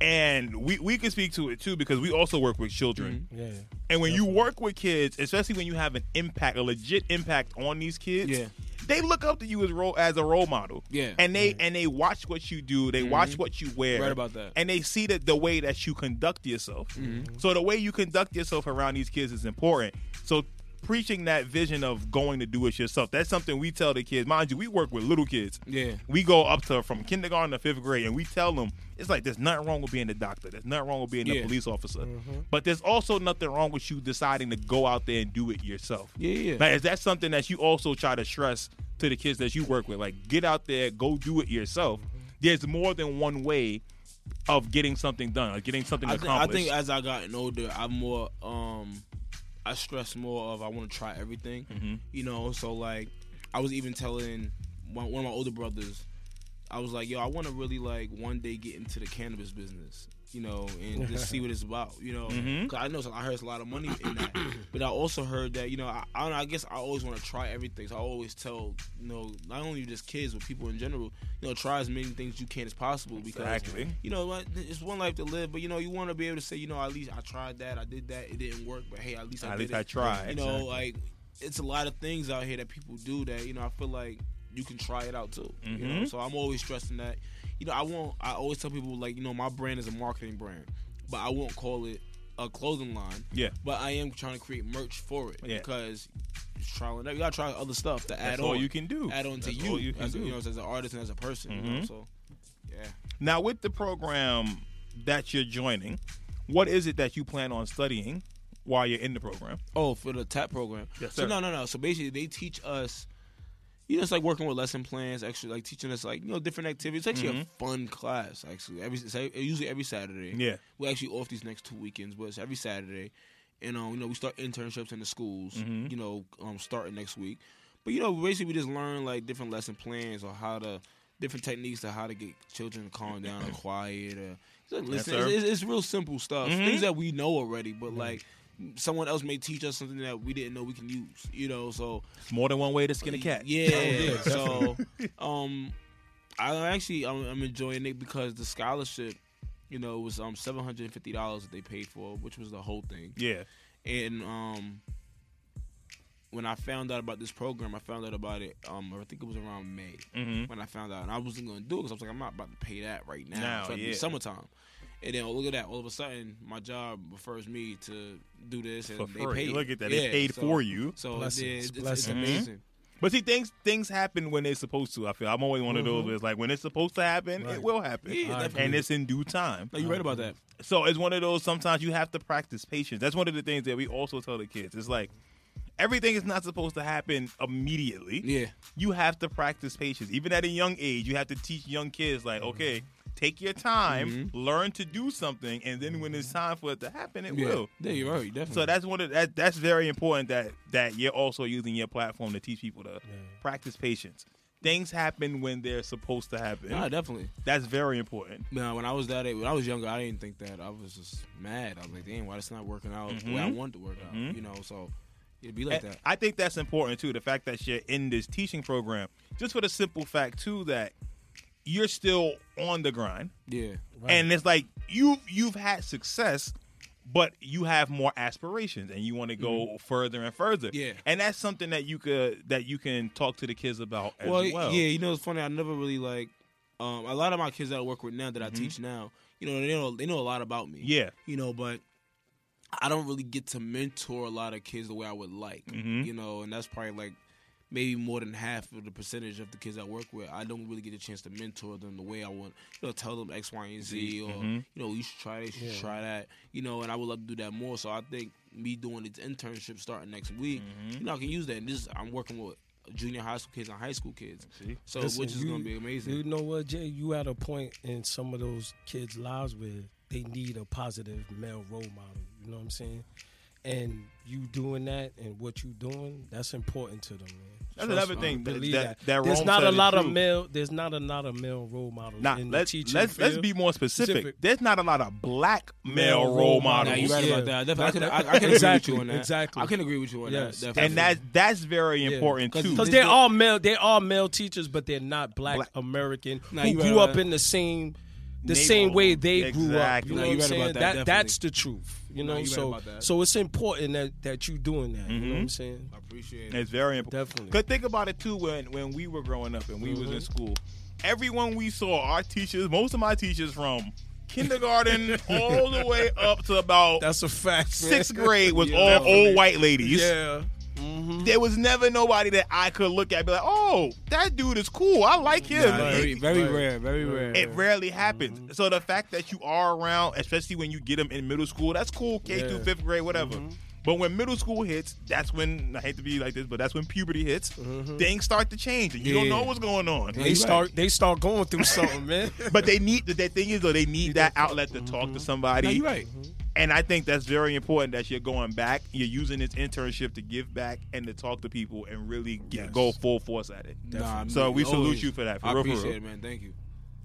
Speaker 1: and we we can speak to it too because we also work with
Speaker 3: Mm-hmm.
Speaker 1: children.
Speaker 2: Yeah.
Speaker 1: And when you work with kids, especially when you have an impact, a legit impact on these kids,
Speaker 3: Yeah.
Speaker 1: they look up to you as role as a role model.
Speaker 3: Yeah. Mm-hmm.
Speaker 1: And they and they watch what you do, they watch what you wear.
Speaker 3: Right about that. Mm-hmm.
Speaker 1: And they see that the way that you conduct yourself. So the way you conduct yourself around these kids is important. So preaching that vision of going to do it yourself. That's something we tell the kids. Mind you, we work with little kids.
Speaker 3: Yeah.
Speaker 1: We go up to from kindergarten to fifth grade and we tell them it's like there's nothing wrong with being a doctor. There's nothing wrong with being a
Speaker 3: Yeah. Mm-hmm.
Speaker 1: police officer. But there's also nothing wrong with you deciding to go out there and do it yourself.
Speaker 3: Yeah, yeah.
Speaker 1: Like, is that something that you also try to stress to the kids that you work with? Like, get out there, go do it yourself.
Speaker 3: Mm-hmm.
Speaker 1: There's more than one way of getting something done, or getting something
Speaker 3: I think, I
Speaker 1: accomplished.
Speaker 3: think as I gotten older, I'm more. um I stress more of I want to try everything.
Speaker 1: Mm-hmm.
Speaker 3: You know, so like I was even telling my, one of my older brothers, I was like, yo, I want to really like one day get into the cannabis business. You know, and just see what it's about. You know,
Speaker 1: Mhm.
Speaker 3: 'Cause I know I heard it's a lot of money in that, but I also heard that you know I I, don't know, I guess I always want to try everything. So I always tell you know not only just kids but people in general, you know, try as many things you can as possible because
Speaker 1: Exactly.
Speaker 3: you know, like, it's one life to live, but you know, you want to be able to say, you know, at least I tried that, I did that, it didn't work, but hey, at least I
Speaker 1: At
Speaker 3: did
Speaker 1: least
Speaker 3: it.
Speaker 1: I tried,
Speaker 3: You know, like it's a lot of things out here that people do that you know I feel like you can try it out too. You know,
Speaker 1: Mhm.
Speaker 3: so I'm always stressing that. You know, I won't. I always tell people like, you know, my brand is a marketing brand, but I won't call it a clothing line.
Speaker 1: yeah,
Speaker 3: But I am trying to create merch for it
Speaker 1: Yeah.
Speaker 3: because it's trial and error. You gotta try other stuff to
Speaker 1: that's
Speaker 3: add
Speaker 1: all
Speaker 3: on.
Speaker 1: you can do.
Speaker 3: add on to
Speaker 1: That's
Speaker 3: you,
Speaker 1: all you can
Speaker 3: as, a-
Speaker 1: do.
Speaker 3: you know, as an artist and as a person. You know,
Speaker 1: Mhm.
Speaker 3: so yeah.
Speaker 1: Now, with the program that you're joining, what is it that you plan on studying while you're in the program?
Speaker 3: Oh, for the TAP program.
Speaker 1: Yes,
Speaker 3: so
Speaker 1: sir.
Speaker 3: no, no, no. So basically, they teach us. You know, it's like working with lesson plans, actually, like teaching us like you know different activities. It's actually a fun class, actually. Every it's like- usually every Saturday.
Speaker 1: Mm-hmm. Yeah.
Speaker 3: we're actually off these next two weekends, but it's every Saturday. And um, you know, we start internships in the schools.
Speaker 1: Mm-hmm.
Speaker 3: You know, um, starting next week. But you know, basically, we just learn like different lesson plans or how to different techniques to how to get children to calm down and quiet. Or it's like, listen,
Speaker 1: sir. Mm-hmm.
Speaker 3: it's, it's, it's real simple stuff,
Speaker 1: Mhm.
Speaker 3: things that we know already, but like someone else may teach us something that we didn't know we can use. You know, so
Speaker 1: More than one way to skin a cat. Oh,
Speaker 3: yeah. so, um, I actually I'm, I'm enjoying it because the scholarship, you know, was um seven hundred and fifty dollars that they paid for, which was the whole thing.
Speaker 1: Yeah.
Speaker 3: And um, when I found out about this program, I found out about it. Um, I think it was around May
Speaker 1: Mm-hmm.
Speaker 3: when I found out, and I wasn't gonna do it because I was like, I'm not about to pay that right now.
Speaker 1: Now,
Speaker 3: it's about to be
Speaker 1: yeah.
Speaker 3: summertime. And then look at that! All of a sudden, my job refers me to do this, and
Speaker 1: For
Speaker 3: they
Speaker 1: free.
Speaker 3: paid.
Speaker 1: Look at that.
Speaker 3: Yeah,
Speaker 1: they paid
Speaker 3: so-
Speaker 1: for you. Mm-hmm.
Speaker 3: So
Speaker 2: Blessings,
Speaker 3: yeah, it's, it's,
Speaker 2: blessings.
Speaker 3: it's amazing.
Speaker 1: But see, things things happen when they're supposed to. I feel I'm always one of those. Where it's like when it's supposed to happen,
Speaker 2: Right.
Speaker 1: it will happen,
Speaker 3: Mm-hmm. Yeah, I
Speaker 1: and
Speaker 3: definitely.
Speaker 1: it's in due time.
Speaker 3: No, you're right about that.
Speaker 1: So it's one of those. Sometimes you have to practice patience. That's one of the things that we also tell the kids. It's like everything is not supposed to happen immediately.
Speaker 3: Yeah,
Speaker 1: You have to practice patience, even at a young age. You have to teach young kids
Speaker 3: Mm-hmm.
Speaker 1: like, okay, take your time, learn to do something, and then when it's time for it to happen, it
Speaker 3: yeah.
Speaker 1: will.
Speaker 3: Yeah, you're right. Definitely.
Speaker 1: So that's one of that. That's very important that that you're also using your platform to teach people to practice patience. Things happen when they're supposed to happen.
Speaker 3: Nah, definitely.
Speaker 1: that's very important.
Speaker 3: No, when I was that, when I was younger, I didn't think that. I was just mad. I was like, damn, why it's not working out the
Speaker 1: Mm-hmm.
Speaker 3: way I wanted to work out. You know, so it'd be like
Speaker 2: Eh,
Speaker 1: And
Speaker 3: that.
Speaker 1: I think that's important too. The fact that you're in this teaching program, just for the simple fact too that you're still on the grind,
Speaker 3: Yeah.
Speaker 1: and it's like you you've had success. But you have more aspirations, and you want to go
Speaker 2: Mm-hmm.
Speaker 1: further and further.
Speaker 3: Yeah.
Speaker 1: and that's something that you could that you can talk to the kids about as well.
Speaker 3: well, yeah, you know, it's funny. I never really like um, a lot of my kids that I work with now that I teach now. You know, they know they know a lot about me.
Speaker 1: Yeah.
Speaker 3: you know, but I don't really get to mentor a lot of kids the way I would like.
Speaker 1: Mhm.
Speaker 3: You know, and that's probably like maybe more than half of the percentage of the kids I work with, I don't really get a chance to mentor them the way I want. You know, tell them X, Y, and Z, or you know, you should try this, you should try that. You know, and I would love to do that more. So I think me doing these internships starting next week, you know, I can use that. And this, I'm working with junior high school kids and high school kids. So
Speaker 2: Listen,
Speaker 3: which is
Speaker 2: you-
Speaker 3: gonna be amazing.
Speaker 2: You know what, Jay? You at a point in some of those kids' lives where they need a positive male role model. You know what I'm saying? And you doing that and what you doing, that's important to them, man.
Speaker 1: That's
Speaker 2: Trust
Speaker 1: another
Speaker 2: me,
Speaker 1: thing that-
Speaker 2: believe
Speaker 1: that- that
Speaker 2: there's
Speaker 1: Rome
Speaker 2: not
Speaker 1: said
Speaker 2: a
Speaker 1: is
Speaker 2: lot of
Speaker 1: true.
Speaker 2: male. There's not a lot of male role models.
Speaker 1: Nah,
Speaker 2: in the
Speaker 1: let's
Speaker 2: teaching
Speaker 1: let's let's
Speaker 2: field.
Speaker 1: be more specific.
Speaker 2: Specific.
Speaker 1: There's not a lot of black
Speaker 2: Male
Speaker 1: male
Speaker 2: role
Speaker 1: role
Speaker 2: models.
Speaker 1: models,
Speaker 3: Nah, you right
Speaker 2: Yeah.
Speaker 3: about that. Definitely,
Speaker 2: That-
Speaker 3: I can,
Speaker 2: that-
Speaker 3: I, I can
Speaker 2: exactly,
Speaker 3: agree with you on that.
Speaker 2: exactly.
Speaker 3: I can agree with you on
Speaker 2: Yes,
Speaker 3: that. Definitely.
Speaker 1: and that's that's very important too.
Speaker 2: Because
Speaker 3: This
Speaker 2: they're
Speaker 3: the-
Speaker 2: all male. They are male teachers, but they're not black,
Speaker 1: Black.
Speaker 2: American
Speaker 3: Nah,
Speaker 2: who
Speaker 3: you
Speaker 2: grew
Speaker 3: right
Speaker 2: up
Speaker 3: about
Speaker 2: in the same, the
Speaker 1: Neighborhood.
Speaker 2: same way they grew up.
Speaker 1: Exactly.
Speaker 2: You know what
Speaker 1: Nah,
Speaker 3: you
Speaker 2: I'm
Speaker 3: right
Speaker 2: saying?
Speaker 3: about that,
Speaker 2: that
Speaker 3: definitely.
Speaker 2: that's the truth. You know,
Speaker 3: you right
Speaker 2: so
Speaker 3: about that.
Speaker 2: so it's important that that you doing that. You know what
Speaker 1: Mm-hmm.
Speaker 2: I'm saying?
Speaker 3: I appreciate it.
Speaker 1: It's very important.
Speaker 2: Definitely. Mm-hmm.
Speaker 1: Cause think about it too when when we were growing up and we was in school, everyone we saw, our teachers, most of my teachers from kindergarten all the way up to about
Speaker 2: That's a fact. man.
Speaker 1: sixth grade was
Speaker 2: Yeah,
Speaker 1: all
Speaker 2: definitely.
Speaker 1: old white ladies.
Speaker 2: Yeah. Mm-hmm.
Speaker 1: There was never nobody that I could look at and be like, oh, that dude is cool. I like him.
Speaker 3: Nah,
Speaker 1: It-
Speaker 3: very, very
Speaker 2: Right.
Speaker 3: rare. Very rare.
Speaker 1: It rarely happens.
Speaker 3: Mm-hmm.
Speaker 1: So the fact that you are around, especially when you get them in middle school, that's cool, K
Speaker 2: Yeah.
Speaker 1: through fifth grade, whatever.
Speaker 3: Mm-hmm.
Speaker 1: But when middle school hits, that's when I hate to be like this, but that's when puberty hits. Things start to change, and you don't
Speaker 3: Mm-hmm. Yeah.
Speaker 1: know what's going on.
Speaker 2: They start they start going through something, man.
Speaker 1: But they need the, the thing is though they need that outlet to talk to somebody.
Speaker 3: Nah, Mm-hmm. you're right.
Speaker 1: And I think that's very important that you're going back. You're using this internship to give back and to talk to people and really get,
Speaker 2: Yes.
Speaker 1: go full force at it.
Speaker 3: Nah,
Speaker 1: So
Speaker 3: man,
Speaker 1: we salute
Speaker 3: always.
Speaker 1: you for that, for
Speaker 3: I
Speaker 1: real, for
Speaker 3: appreciate
Speaker 1: real.
Speaker 3: it, man. Thank you.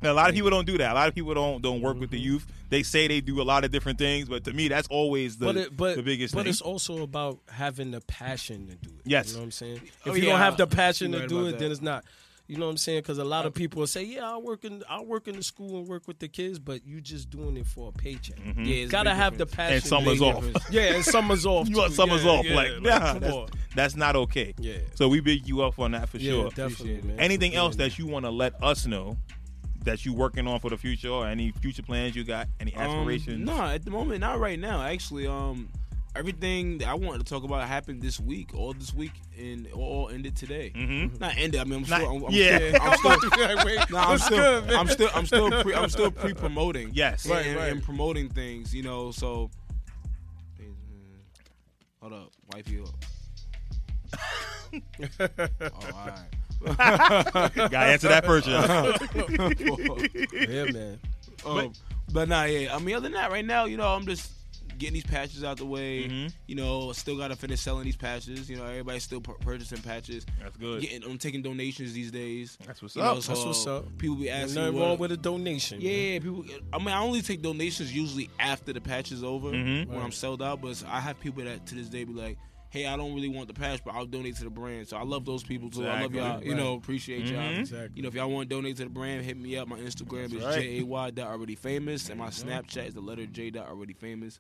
Speaker 1: And a lot of people
Speaker 2: Mm-hmm.
Speaker 1: don't do that. A lot of people don't don't work with the youth. They say they do a lot of different things, but to me, that's always the
Speaker 2: but it, but
Speaker 1: the biggest
Speaker 2: but
Speaker 1: thing.
Speaker 2: it's also about having the passion to do it.
Speaker 1: Yes.
Speaker 2: you know what I'm saying. If
Speaker 3: Oh,
Speaker 2: you
Speaker 3: yeah.
Speaker 2: don't have the passion
Speaker 3: You're
Speaker 2: to
Speaker 3: right
Speaker 2: do
Speaker 3: about
Speaker 2: it,
Speaker 3: that.
Speaker 2: then it's not. You know what I'm saying? Because a lot of people will say, "Yeah, I work in I work in the school and work with the kids," but you just doing it for a paycheck.
Speaker 3: Yeah, it's
Speaker 2: You
Speaker 3: a
Speaker 2: gotta
Speaker 3: big
Speaker 2: have the
Speaker 3: difference.
Speaker 2: passion.
Speaker 1: Mm-hmm. and summer's
Speaker 2: to-
Speaker 1: off.
Speaker 3: difference.
Speaker 2: Yeah, and summer's off.
Speaker 1: you
Speaker 2: too.
Speaker 1: want summer's
Speaker 2: Yeah,
Speaker 1: off?
Speaker 2: yeah,
Speaker 1: like, nah,
Speaker 2: come
Speaker 1: that's,
Speaker 2: on.
Speaker 1: that's not okay.
Speaker 2: Yeah.
Speaker 1: So we big you up on that for
Speaker 2: Yeah,
Speaker 1: sure.
Speaker 2: definitely,
Speaker 3: Appreciate it.
Speaker 2: man.
Speaker 1: Anything else that you want to let us know that you working on for the future, or any future plans you got, any aspirations?
Speaker 3: Um, no, at the moment, not right now. Actually, um, everything that I wanted to talk about happened this week, all this week, and all ended today.
Speaker 1: Mhm.
Speaker 3: Not ended. I mean, I'm
Speaker 1: Not-
Speaker 3: still. I'm, I'm
Speaker 1: yeah.
Speaker 3: Still, I'm still,
Speaker 2: Wait,
Speaker 3: nah, I'm
Speaker 2: what's
Speaker 3: still,
Speaker 2: good, man?
Speaker 3: I'm still. I'm still. Pre, I'm still pre-promoting.
Speaker 1: Yes.
Speaker 3: and,
Speaker 1: Right,
Speaker 3: and-
Speaker 2: right.
Speaker 3: and promoting things. You know, so. Hold up, wipe you up. oh, all right.
Speaker 1: Gotta answer that first. y'all.
Speaker 2: Yeah, man.
Speaker 3: Um, but nah, yeah. I mean, other than that, right now, you know, I'm just getting these patches out the way.
Speaker 1: Mhm.
Speaker 3: You know, still gotta finish selling these patches. You know, everybody's still pur- purchasing patches.
Speaker 1: That's good.
Speaker 3: Getting, I'm taking donations these days.
Speaker 1: That's what's
Speaker 3: You
Speaker 1: up.
Speaker 3: know,
Speaker 2: That's
Speaker 3: so
Speaker 2: what's up.
Speaker 3: People be
Speaker 2: There's
Speaker 3: asking.
Speaker 2: nothing
Speaker 3: what-
Speaker 2: wrong with a donation.
Speaker 3: yeah,
Speaker 2: man.
Speaker 3: yeah, people. I mean, I only take donations usually after the patch is over
Speaker 1: Mhm.
Speaker 3: when I'm sold out. But I have people that to this day be like, "Hey, I don't really want the patch, but I'll donate to the brand." So I love those people too.
Speaker 1: Exactly.
Speaker 3: I love y'all. You
Speaker 2: Right.
Speaker 3: know, appreciate
Speaker 1: Mhm.
Speaker 3: y'all.
Speaker 2: Exactly.
Speaker 3: You know, if y'all want to donate to the brand, hit me up. My Instagram is
Speaker 1: right.
Speaker 3: j a y dot already famous, and my Snapchat is the letter J dot already famous.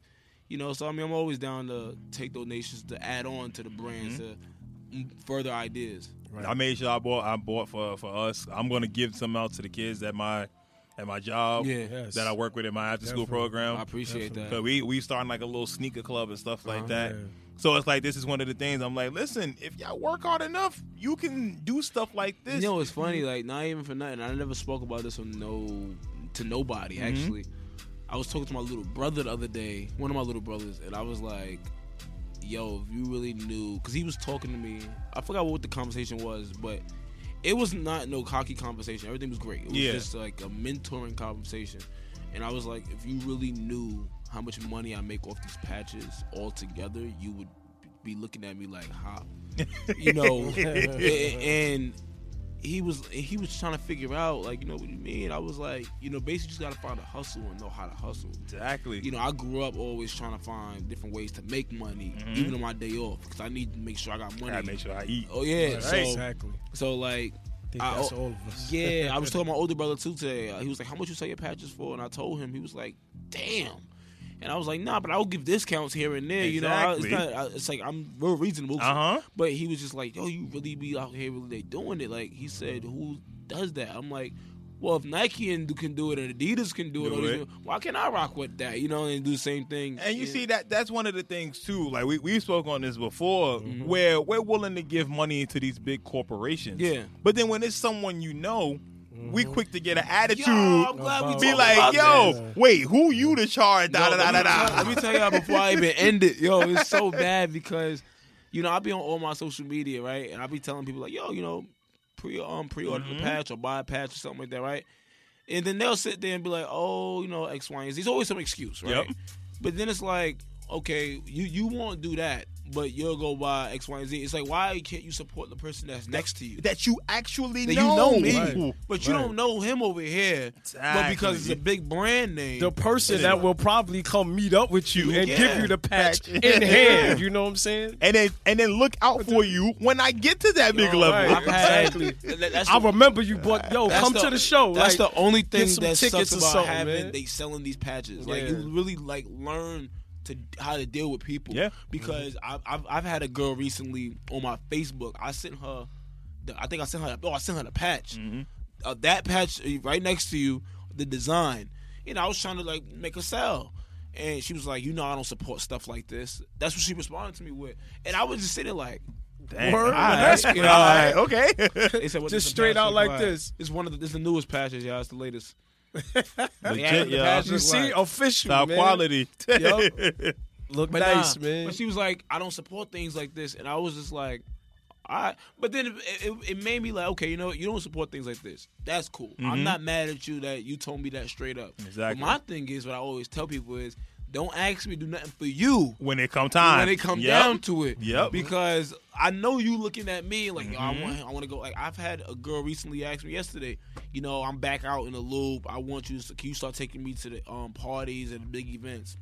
Speaker 3: You know, so I mean, I'm always down to take donations to add on to the brands to mm, further ideas.
Speaker 1: I made sure I bought I bought for for us. I'm gonna give some out to the kids at my at my job
Speaker 3: Yeah.
Speaker 2: Yes.
Speaker 1: that I work with in my after school
Speaker 2: Definitely.
Speaker 1: program.
Speaker 3: I appreciate
Speaker 1: So
Speaker 3: that.
Speaker 1: we we starting like a little sneaker club and stuff like
Speaker 3: Uh-huh.
Speaker 1: that.
Speaker 2: Yeah.
Speaker 1: So it's like this is one of the things I'm like, listen, if y'all work hard enough, you can do stuff like this.
Speaker 3: You know, it's funny. Like, not even for nothing. I never spoke about this on no to nobody.
Speaker 1: Mm-hmm.
Speaker 3: Actually, I was talking to my little brother the other day, one of my little brothers, and I was like, "Yo, if you really knew," because he was talking to me. I forgot what the conversation was, but it was not no cocky conversation. Everything was great. It was
Speaker 1: Yeah.
Speaker 3: just like a mentoring conversation, and I was like, "If you really knew how much money I make off these patches all together, you would." Be looking at me like, how, you know, and he was he was trying to figure out like you know what you mean. I was like you know basically just gotta find a hustle and know how to hustle.
Speaker 1: exactly.
Speaker 3: You know I grew up always trying to find different ways to make money even on my day off because I need to make sure I got money.
Speaker 1: I Mm-hmm. gotta make sure I eat.
Speaker 3: Oh yeah,
Speaker 2: Right.
Speaker 3: so
Speaker 2: Exactly.
Speaker 3: so like
Speaker 2: I think
Speaker 3: I-
Speaker 2: that's all of us.
Speaker 3: yeah, I was telling my older brother too today. Uh, he was like, "How much you sell your patches for?" And I told him. He was like, "Damn." And I was like, "Nah, but I'll give discounts here and there." You know, I, it's,
Speaker 1: Exactly.
Speaker 3: not, I, it's like I'm real reasonable.
Speaker 1: Uh-huh.
Speaker 3: But he was just like, "Yo, you really be out here really doing it?" Like he said, "Who does that?" I'm like, well, if Nike and can do it, and Adidas can do, it,
Speaker 1: Do
Speaker 3: all these
Speaker 1: it.
Speaker 3: people, why can't I rock with that? You know, and do the same thing.
Speaker 1: And you
Speaker 3: Yeah.
Speaker 1: see that that's one of the things too. Like we we spoke on this before,
Speaker 2: Mm-hmm.
Speaker 1: where we're willing to give money to these big corporations.
Speaker 3: Yeah.
Speaker 1: But then when it's someone you know, we
Speaker 2: Mm-hmm.
Speaker 1: quick to get an attitude.
Speaker 3: Yo, I'm glad we
Speaker 2: About-
Speaker 1: be
Speaker 3: talking
Speaker 1: like,
Speaker 3: about
Speaker 1: yo,
Speaker 3: this.
Speaker 1: wait, who you to charge? Da
Speaker 3: Yo,
Speaker 1: da da da
Speaker 3: let, me tell,
Speaker 1: da.
Speaker 3: let me tell y'all before I even end it. Yo, it's so bad because, you know, I be on all my social media, right? And I be telling people like, yo, you know, pre um pre order
Speaker 1: Mm-hmm.
Speaker 3: the patch or buy a patch or something like that, right? And then they'll sit there and be like, oh, you know, X, Y, and Z. There's always some excuse, right?
Speaker 1: Yep.
Speaker 3: But then it's like, okay, you you won't do that, but you'll go buy X, Y, and Z. It's like, why can't you support the person that's next to you?
Speaker 1: That you actually
Speaker 3: That
Speaker 1: know.
Speaker 3: you know me,
Speaker 2: Right.
Speaker 3: but you don't know him over here. But because it's
Speaker 1: Exactly.
Speaker 3: a big brand name,
Speaker 2: the person that will probably come meet up with you and
Speaker 3: Yeah.
Speaker 2: give you the patch
Speaker 1: Patch.
Speaker 2: in hand. You know what I'm saying?
Speaker 1: And then and then look out for you when I get to that big
Speaker 3: Yo,
Speaker 1: level.
Speaker 3: I've had- that- that's
Speaker 2: I
Speaker 3: the-
Speaker 2: remember you bought. Yo,
Speaker 3: That's
Speaker 2: come to the show.
Speaker 3: That's
Speaker 2: like,
Speaker 3: the only thing
Speaker 2: some
Speaker 3: that sucks
Speaker 2: tickets or
Speaker 3: about
Speaker 2: something,
Speaker 3: having
Speaker 2: man.
Speaker 3: they selling these patches. Like
Speaker 2: Yeah.
Speaker 3: you really like learn to how to deal with people.
Speaker 1: Yeah.
Speaker 3: Because I've, I've I've had a girl recently on my Facebook. I sent her. The, I think I sent her. Oh, I sent her the patch.
Speaker 2: Mm-hmm.
Speaker 3: Uh, that patch uh, right next to you. The design. You know, I was trying to like make her sell. And she was like, "You know, I don't support stuff like this." That's what she responded to me with, and I was just sitting there like,
Speaker 1: Dang,
Speaker 2: Word.
Speaker 1: all
Speaker 3: That's
Speaker 1: right,
Speaker 3: good.
Speaker 1: all right, okay.
Speaker 3: they said, well,
Speaker 2: Just
Speaker 3: this is a
Speaker 2: straight
Speaker 3: patch
Speaker 2: out
Speaker 3: look
Speaker 2: like this.
Speaker 3: It's one of the, it's the newest patches, y'all. It's the latest.
Speaker 1: Legit,
Speaker 3: the
Speaker 1: yeah.
Speaker 3: patches
Speaker 2: you
Speaker 3: look
Speaker 2: see,
Speaker 3: like-
Speaker 2: official
Speaker 1: Top
Speaker 2: man.
Speaker 1: quality.
Speaker 2: Yup. Look
Speaker 3: But
Speaker 2: nice,
Speaker 3: nah,
Speaker 2: man.
Speaker 3: But she was like, I don't support things like this, and I was just like, I. But then it, it, it made me like, okay, you know, what? you don't support things like this. That's cool. I'm not mad at you that you told me that straight up.
Speaker 1: Exactly.
Speaker 3: But my thing is, what I always tell people is, don't ask me to do nothing for you.
Speaker 1: when it come time.
Speaker 3: When it come
Speaker 1: Yup. Mm-hmm.
Speaker 3: down to it,
Speaker 1: Yep.
Speaker 3: Because I know you looking at me like, yo, I want, I want to go. Like, I've had a girl recently ask me yesterday, you know, I'm back out in the loop. I want you. To, can you start taking me to the um, parties and big events?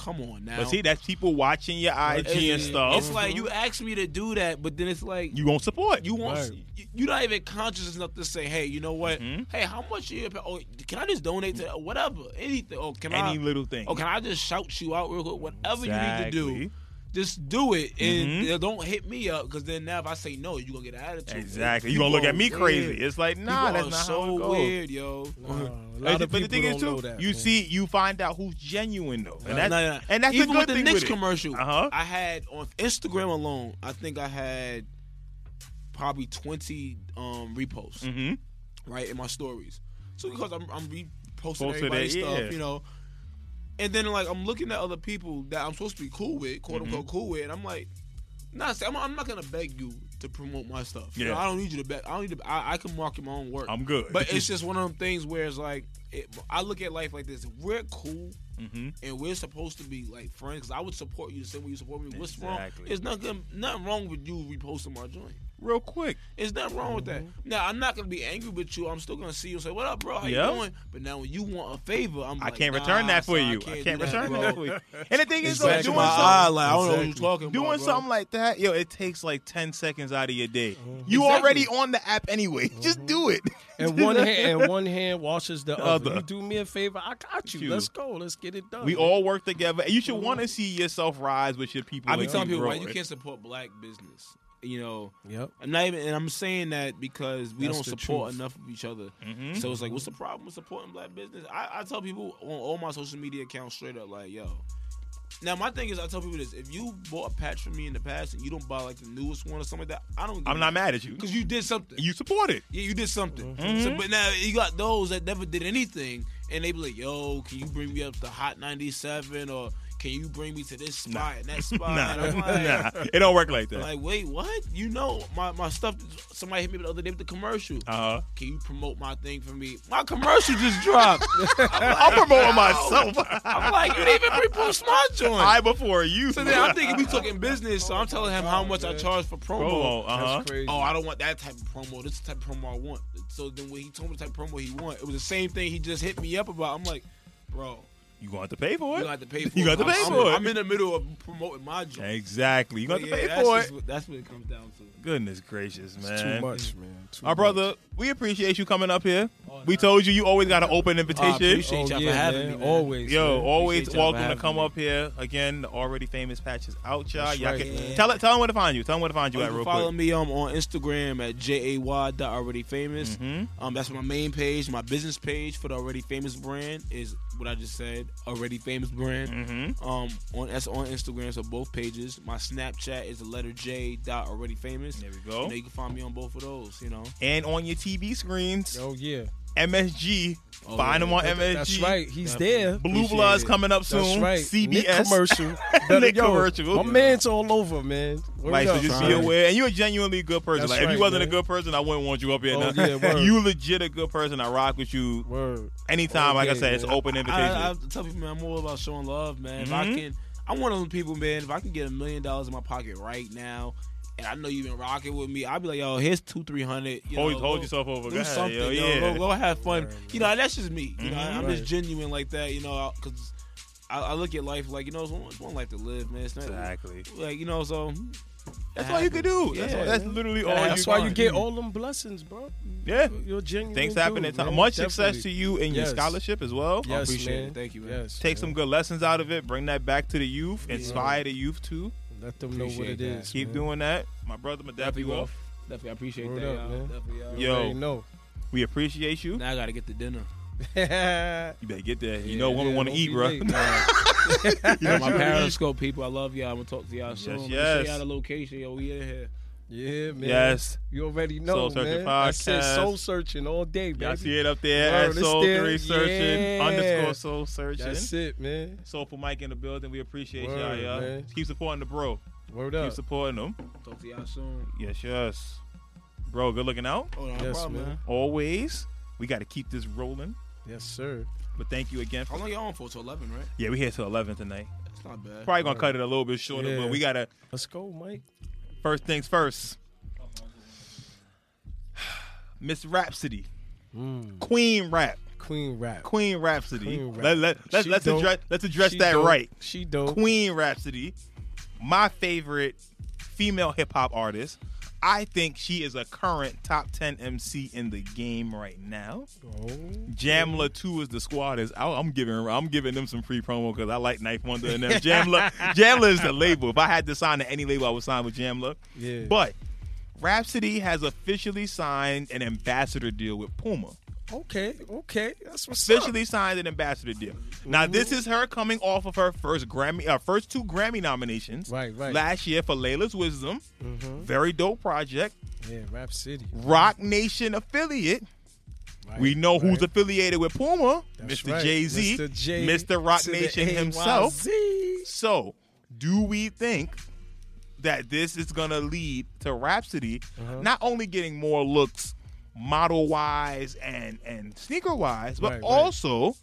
Speaker 3: Come on now.
Speaker 1: But see, that's people watching your IG and
Speaker 3: It's-
Speaker 1: stuff.
Speaker 3: It's like you asked me to do that, but then it's like
Speaker 1: you gonna support.
Speaker 3: you want
Speaker 2: Right.
Speaker 3: you- you're not even conscious enough to say, hey, you know what?
Speaker 1: Mhm.
Speaker 3: Hey, how much? Are you, oh, can I just donate to whatever, anything? Or can
Speaker 1: any
Speaker 3: I?
Speaker 1: little thing.
Speaker 3: Oh, can I just shout you out real quick? Whatever you need to
Speaker 1: Exactly.
Speaker 3: do, just do it, and
Speaker 1: Mhm.
Speaker 3: they don't hit me up because then now if I say no, you are gonna get an attitude.
Speaker 1: Exactly. You
Speaker 3: People
Speaker 1: gonna look
Speaker 3: are
Speaker 1: at me
Speaker 3: weird.
Speaker 1: crazy. It's like nah,
Speaker 3: People
Speaker 1: that's
Speaker 3: are
Speaker 1: not
Speaker 3: so
Speaker 1: how it goes.
Speaker 3: weird, yo. Uh-huh.
Speaker 2: Nah, Uh, a
Speaker 1: But
Speaker 2: lot of people
Speaker 1: the thing
Speaker 2: don't
Speaker 1: is
Speaker 2: know
Speaker 1: too,
Speaker 2: that.
Speaker 1: you
Speaker 2: man.
Speaker 1: see, you find out who's genuine though, and
Speaker 3: Nah,
Speaker 1: that's
Speaker 3: nah, nah.
Speaker 1: and that's
Speaker 3: even
Speaker 1: the good
Speaker 3: with the
Speaker 1: thing
Speaker 3: Knicks
Speaker 1: with it.
Speaker 3: commercial.
Speaker 1: Uh-huh.
Speaker 3: I had on Instagram alone. I think I had probably twenty um, reposts
Speaker 1: Mm-hmm.
Speaker 3: right in my stories. So because I'm, I'm reposting
Speaker 1: Posted
Speaker 3: everybody's
Speaker 1: it,
Speaker 3: stuff,
Speaker 1: yeah.
Speaker 3: you know. And then like I'm looking at other people that I'm supposed to be cool with, quote
Speaker 1: Mm-hmm.
Speaker 3: unquote cool with, and I'm like, nah, see, I'm, I'm not gonna beg you to promote my stuff. You know,
Speaker 1: Yeah.
Speaker 3: I don't need you to beg. I don't need to. I, I can market my own work.
Speaker 1: I'm good.
Speaker 3: But it's just one of them things where it's like, it, I look at life like this. If we're cool
Speaker 1: Mhm.
Speaker 3: and we're supposed to be like friends, because I would support you the same way you support me. What's wrong?
Speaker 1: Exactly.
Speaker 3: It's nothing. Nothing wrong with you reposting my joint.
Speaker 1: real quick.
Speaker 3: There's nothing wrong with that. Now I'm not gonna be angry with you. I'm still gonna see you and say, "What up, bro? How
Speaker 1: Yeah.
Speaker 3: you doing?" But now when you want a favor, I'm
Speaker 1: I
Speaker 3: like,
Speaker 1: can't
Speaker 3: nah,
Speaker 1: return that for
Speaker 3: son,
Speaker 1: you. I can't
Speaker 3: do
Speaker 1: return
Speaker 3: bro.
Speaker 1: that for you. And the thing is,
Speaker 3: It's
Speaker 1: though,
Speaker 3: back
Speaker 1: doing
Speaker 3: in my eye,
Speaker 1: something,
Speaker 3: like, I don't know what you're
Speaker 2: Exactly.
Speaker 3: talking about,
Speaker 1: doing
Speaker 3: bro.
Speaker 1: something like that, yo, it takes like ten seconds out of your day. You
Speaker 3: Mm-hmm. Exactly. Mm-hmm.
Speaker 1: already on the app anyway. Just do it.
Speaker 2: and one hand and one hand washes the other.
Speaker 1: other.
Speaker 2: You do me a favor, I got you.
Speaker 1: You.
Speaker 2: Let's go. Let's get it done.
Speaker 1: We all work together. And you should want to see yourself rise with your people.
Speaker 3: I be
Speaker 1: and
Speaker 3: telling
Speaker 1: keep
Speaker 3: people, man, you
Speaker 1: growing.
Speaker 3: can't support black business. You know,
Speaker 2: Yep.
Speaker 3: I'm not even, and I'm saying that because we
Speaker 2: That's
Speaker 3: don't
Speaker 2: the
Speaker 3: support
Speaker 2: truth.
Speaker 3: enough of each other.
Speaker 1: Mm-hmm.
Speaker 3: So it's like, what's the problem with supporting black business? I, I tell people on all my social media accounts straight up, like, yo. Now my thing is, I tell people this: if you bought a patch for me in the past and you don't buy like the newest one or something like that, I don't. give
Speaker 1: I'm
Speaker 3: a
Speaker 1: not mad at you.
Speaker 3: because you did something. Mm-hmm.
Speaker 1: You support it.
Speaker 3: yeah, you did something.
Speaker 1: Mm-hmm.
Speaker 3: So, but now you got those that never did anything, and they be like, "Yo, can you bring me up to Hot 97 or can you bring me to this spot and that spot?"
Speaker 1: Nah,
Speaker 3: And I'm like,
Speaker 1: nah, it don't work like that.
Speaker 3: like, wait, what? You know, my, my stuff. Somebody hit me the other day with the commercial.
Speaker 1: uh-huh.
Speaker 3: Can you promote my thing for me? My commercial just dropped.
Speaker 1: I'm promoting myself.
Speaker 3: I'm like, you didn't even pre-post my joint.
Speaker 1: I before you.
Speaker 3: so then I'm thinking we talking business, so I'm telling him how much I charge for promo.
Speaker 1: promo. Uh-huh.
Speaker 2: That's crazy.
Speaker 3: Oh, I don't want that type of promo. This is the type of promo I want. So then when he told me the type of promo he want, it was the same thing he just hit me up about. I'm like, bro,
Speaker 1: You gonna have to pay for
Speaker 3: you
Speaker 1: it.
Speaker 3: got to pay for
Speaker 1: You
Speaker 3: it.
Speaker 1: got to
Speaker 3: I'm-
Speaker 1: pay
Speaker 3: I'm,
Speaker 1: for it.
Speaker 3: I'm in the middle of promoting my joint.
Speaker 1: exactly. You
Speaker 3: But
Speaker 1: got to
Speaker 3: yeah,
Speaker 1: pay
Speaker 3: that's
Speaker 1: for
Speaker 3: just
Speaker 1: it.
Speaker 3: what- that's what it comes down to.
Speaker 1: Goodness gracious,
Speaker 2: It's too
Speaker 1: man.
Speaker 2: much, man. Too
Speaker 1: Our
Speaker 2: much.
Speaker 1: brother, we appreciate you coming up here.
Speaker 3: Oh,
Speaker 1: We told you you always got an open
Speaker 3: I
Speaker 1: invitation.
Speaker 3: appreciate y'all for having
Speaker 2: man.
Speaker 3: me. man.
Speaker 2: Always.
Speaker 1: Yo,
Speaker 2: man.
Speaker 1: always
Speaker 3: Appreciate y'all for
Speaker 1: welcome to
Speaker 3: having
Speaker 1: come
Speaker 3: me.
Speaker 1: up here. Again, the already famous patch is out, y'all.
Speaker 2: That's
Speaker 1: y'all
Speaker 2: right,
Speaker 1: can,
Speaker 2: man.
Speaker 1: Tell it, tell them where to find you. Tell them where to find you,
Speaker 3: You
Speaker 1: at
Speaker 3: can
Speaker 1: real
Speaker 3: follow
Speaker 1: quick.
Speaker 3: me um, on Instagram at jay.alreadyfamous.
Speaker 1: Mhm.
Speaker 3: Um, that's my main page. My business page for the Already Famous brand is what I just said. Already Famous brand.
Speaker 1: Mm-hmm.
Speaker 3: Um, on that's on Instagram, so both pages. My Snapchat is the letter J dot already famous.
Speaker 1: There we
Speaker 3: You,
Speaker 1: go.
Speaker 3: know, you can find me on both of those. You know,
Speaker 1: And on your TV screens,
Speaker 2: Oh yeah.
Speaker 1: MSG. find them on MSG.
Speaker 2: That's right. He's
Speaker 3: Definitely.
Speaker 2: there.
Speaker 1: Blue
Speaker 3: Appreciate
Speaker 1: Bloods
Speaker 3: it.
Speaker 1: coming up soon.
Speaker 2: That's right. Nick
Speaker 1: CBS.
Speaker 2: commercial.
Speaker 1: Nick
Speaker 2: Yo,
Speaker 1: commercial.
Speaker 2: My man's all over, man. Word
Speaker 1: Like, so
Speaker 2: up,
Speaker 1: just be
Speaker 2: man.
Speaker 1: aware. And you're a genuinely good person.
Speaker 2: That's
Speaker 1: like, if
Speaker 2: right,
Speaker 1: you wasn't
Speaker 2: man.
Speaker 1: a good person, I wouldn't want you up here.
Speaker 2: Oh,
Speaker 1: now.
Speaker 2: yeah, word.
Speaker 1: you legit a good person. I rock with you
Speaker 2: Word.
Speaker 1: anytime. like I
Speaker 2: Okay,
Speaker 1: said, it's
Speaker 2: man.
Speaker 1: open invitation.
Speaker 3: I, I tell people, man, I'm all about showing love, man. If I
Speaker 1: Mhm.
Speaker 3: can, I'm one of those people, man. If I can get a million dollars in my pocket right now, and I know you've been rocking with me, I'll be like, yo, here's two, three hundred. You
Speaker 1: hold
Speaker 3: know,
Speaker 1: hold
Speaker 3: go-
Speaker 1: yourself over.
Speaker 3: do
Speaker 1: God,
Speaker 3: something.
Speaker 1: yo,
Speaker 3: yo.
Speaker 1: yeah.
Speaker 3: Go, go have fun.
Speaker 2: Right, right.
Speaker 3: You know, that's just me. You know,
Speaker 1: Mhm.
Speaker 3: I'm just
Speaker 2: Right.
Speaker 3: genuine like that. You know, because I, I look at life like you know, it's one, it's one life to live, man. It's not,
Speaker 1: Exactly.
Speaker 3: Like you know, so hmm,
Speaker 1: That's all you can do. That's, all,
Speaker 3: Yeah.
Speaker 1: that's literally all
Speaker 3: That's
Speaker 1: you
Speaker 2: That's why
Speaker 1: can
Speaker 2: you
Speaker 1: do.
Speaker 2: get all them blessings, bro.
Speaker 1: Yeah.
Speaker 2: You're a genuine.
Speaker 1: Things happen
Speaker 2: dude,
Speaker 1: in time.
Speaker 2: man.
Speaker 1: Much
Speaker 2: Definitely.
Speaker 1: success to you in your
Speaker 2: Yes.
Speaker 1: scholarship as well.
Speaker 3: I
Speaker 2: Yes,
Speaker 3: appreciate
Speaker 2: man.
Speaker 3: it. Thank you, man.
Speaker 2: Yes.
Speaker 1: Take
Speaker 2: man.
Speaker 1: some good lessons out of it. Bring that back to the youth. Inspire the youth too.
Speaker 2: Let them know what
Speaker 3: Appreciate
Speaker 2: it
Speaker 3: that.
Speaker 2: is.
Speaker 1: Keep
Speaker 2: man.
Speaker 1: doing that. My brother, my dad,
Speaker 3: definitely,
Speaker 1: you
Speaker 3: well,
Speaker 1: off.
Speaker 3: definitely, I appreciate
Speaker 2: Word
Speaker 3: that,
Speaker 2: up,
Speaker 3: y'all.
Speaker 2: man.
Speaker 3: Definitely, y'all.
Speaker 1: Yo.
Speaker 2: Already know.
Speaker 1: We appreciate you.
Speaker 3: Now I gotta get the dinner.
Speaker 1: You better get there. You know,
Speaker 2: Yeah,
Speaker 1: women want to
Speaker 2: don't
Speaker 1: eat,
Speaker 2: be
Speaker 1: bro.
Speaker 2: late, man.
Speaker 3: Yo, my Periscope people, I love y'all. I'm gonna talk to y'all soon. Let me
Speaker 1: yes.
Speaker 3: Show y'all the location, yo. We in here.
Speaker 2: yeah, man.
Speaker 1: Yes.
Speaker 2: You already know,
Speaker 1: Soul Searching
Speaker 2: man. I said
Speaker 1: Podcast.
Speaker 2: soul searching all day, baby.
Speaker 1: Y'all see it up there
Speaker 2: Word,
Speaker 1: at
Speaker 2: it's
Speaker 1: Soul
Speaker 2: there.
Speaker 1: Three Searching
Speaker 2: Yeah.
Speaker 1: underscore Soul Searching.
Speaker 2: That's it, man.
Speaker 1: Soulful Mike in the building. We appreciate
Speaker 2: Word,
Speaker 1: y'all, y'all.
Speaker 2: man.
Speaker 1: Keep supporting the bro.
Speaker 2: Word
Speaker 1: Keep
Speaker 2: up.
Speaker 1: supporting them.
Speaker 3: Talk to y'all soon.
Speaker 1: Yes, yes. Bro, good looking out.
Speaker 3: Oh, no
Speaker 2: Yes,
Speaker 3: problem,
Speaker 2: man.
Speaker 3: man.
Speaker 1: Always. We got to keep this rolling.
Speaker 2: Yes, sir.
Speaker 1: But thank you again.
Speaker 3: How
Speaker 1: For,
Speaker 3: long y'all on for? Till 11, right?
Speaker 1: yeah, we here till 11 tonight.
Speaker 3: That's not bad.
Speaker 1: Probably going to cut it a little bit shorter,
Speaker 2: Yeah.
Speaker 1: but we got to
Speaker 2: Let's go, Mike.
Speaker 1: First things first. Miss Rhapsody. Hmm.
Speaker 2: Mm.
Speaker 1: Queen Rap.
Speaker 2: Queen rap.
Speaker 1: Queen Rhapsody.
Speaker 2: Queen Rap.
Speaker 1: Let, let, let,
Speaker 2: She
Speaker 1: let's,
Speaker 2: dope.
Speaker 1: address, let's address
Speaker 2: She
Speaker 1: that
Speaker 2: dope.
Speaker 1: right.
Speaker 2: She dope.
Speaker 1: Queen Rhapsody, my favorite female hip hop artist. I think she is a current top 10 MC in the game right now.
Speaker 2: Oh.
Speaker 1: Jamla 2 is the squad is out. I'm giving I'm giving them some free promo because I like Knife Wonder and them. Jamla Jamla is the label. If I had to sign to any label, I would sign with Jamla.
Speaker 2: Yeah.
Speaker 1: But Rhapsody has officially signed an ambassador deal with Puma.
Speaker 2: okay, okay, that's what's up.
Speaker 1: Officially signed an ambassador deal. Now this is her coming off of her first Grammy, uh, first two Grammy nominations.
Speaker 2: Right, right.
Speaker 1: Last year for Layla's Wisdom,
Speaker 2: Mhm.
Speaker 1: very dope project.
Speaker 2: Yeah, Rap City.
Speaker 1: Rock Nation affiliate.
Speaker 2: Right,
Speaker 1: We know who's
Speaker 2: right.
Speaker 1: affiliated with Puma,
Speaker 2: That's
Speaker 1: Mr.
Speaker 2: right.
Speaker 1: Jay Z,
Speaker 2: Mr. J
Speaker 1: Mr. Rock
Speaker 2: to the
Speaker 1: Nation
Speaker 2: AYZ.
Speaker 1: himself. So, do we think that this is going to lead to Rhapsody
Speaker 2: Uh-huh.
Speaker 1: not only getting more looks model wise and and sneaker wise, but
Speaker 2: Right, right.
Speaker 1: also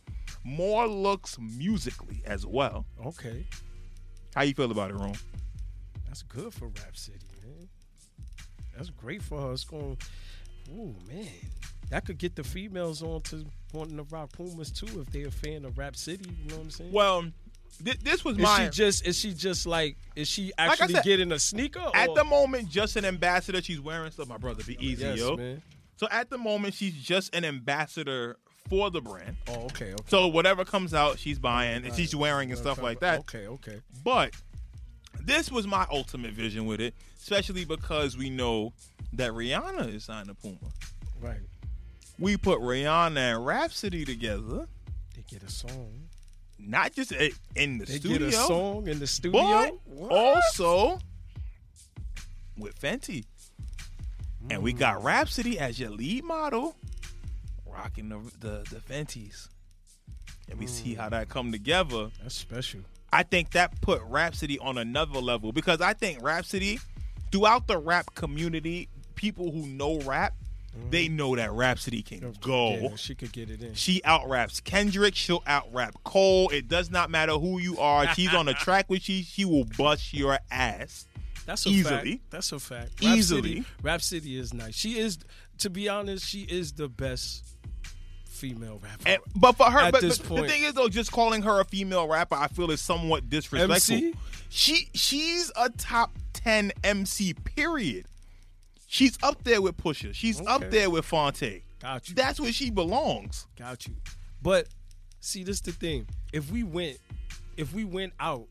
Speaker 1: more looks musically as well?
Speaker 2: Okay,
Speaker 1: How you feel about it, Rome?
Speaker 2: that's good for Rap City, man. That's great for her. It's going. Ooh, man, that could get the females on to wanting to rock Pumas too if they're a fan of Rap City. You know what I'm saying?
Speaker 1: Well, thi- this was
Speaker 2: is
Speaker 1: my
Speaker 2: she just is she just like is she
Speaker 1: I
Speaker 2: actually
Speaker 1: said,
Speaker 2: getting a sneaker?
Speaker 1: at
Speaker 2: or-
Speaker 1: the moment just an ambassador. She's wearing stuff. My brother, be easy,
Speaker 2: oh. yes,
Speaker 1: yo.
Speaker 2: man.
Speaker 1: So at the moment, she's just an ambassador for the brand.
Speaker 2: Oh, okay, okay.
Speaker 1: So whatever comes out, she's buying and she's wearing and stuff like that.
Speaker 2: Okay, okay.
Speaker 1: But this was my ultimate vision with it, especially because we know that Rihanna is signed to Puma.
Speaker 2: Right.
Speaker 1: We put Rihanna and Rhapsody together,
Speaker 2: They get a song.
Speaker 1: not just i- in the
Speaker 2: They
Speaker 1: studio,
Speaker 2: get a song in the studio.
Speaker 1: but
Speaker 2: What?
Speaker 1: also with Fenty. And we got
Speaker 2: Mm.
Speaker 1: Rhapsody as your lead model, rocking the the, the Fenties. And we see
Speaker 2: Mm.
Speaker 1: how that come together.
Speaker 2: That's special.
Speaker 1: I think that put Rhapsody on another level because I think Rhapsody, throughout the rap community, people who know rap, they know that Rhapsody can go.
Speaker 2: Yeah, she could get it in.
Speaker 1: She out raps Kendrick. She'll out rap Cole. It does not matter who you are. She's on the track with you. She will bust your ass.
Speaker 2: That's a
Speaker 1: Easily.
Speaker 2: fact. That's a fact.
Speaker 1: Easily.
Speaker 2: Rhapsody, Rhapsody is nice. She is, to be honest, she is the best female rapper.
Speaker 1: And, but for her,
Speaker 2: At
Speaker 1: but,
Speaker 2: this
Speaker 1: but the
Speaker 2: point-
Speaker 1: thing is though, just calling her a female rapper, I feel is somewhat disrespectful.
Speaker 2: MC?
Speaker 1: She she's a top ten MC. Period. She's up there with Pusha. She's
Speaker 2: Okay.
Speaker 1: up there with Fonte.
Speaker 2: Got you.
Speaker 1: That's where she belongs.
Speaker 2: Got you. But see, this the thing. If we went, if we went out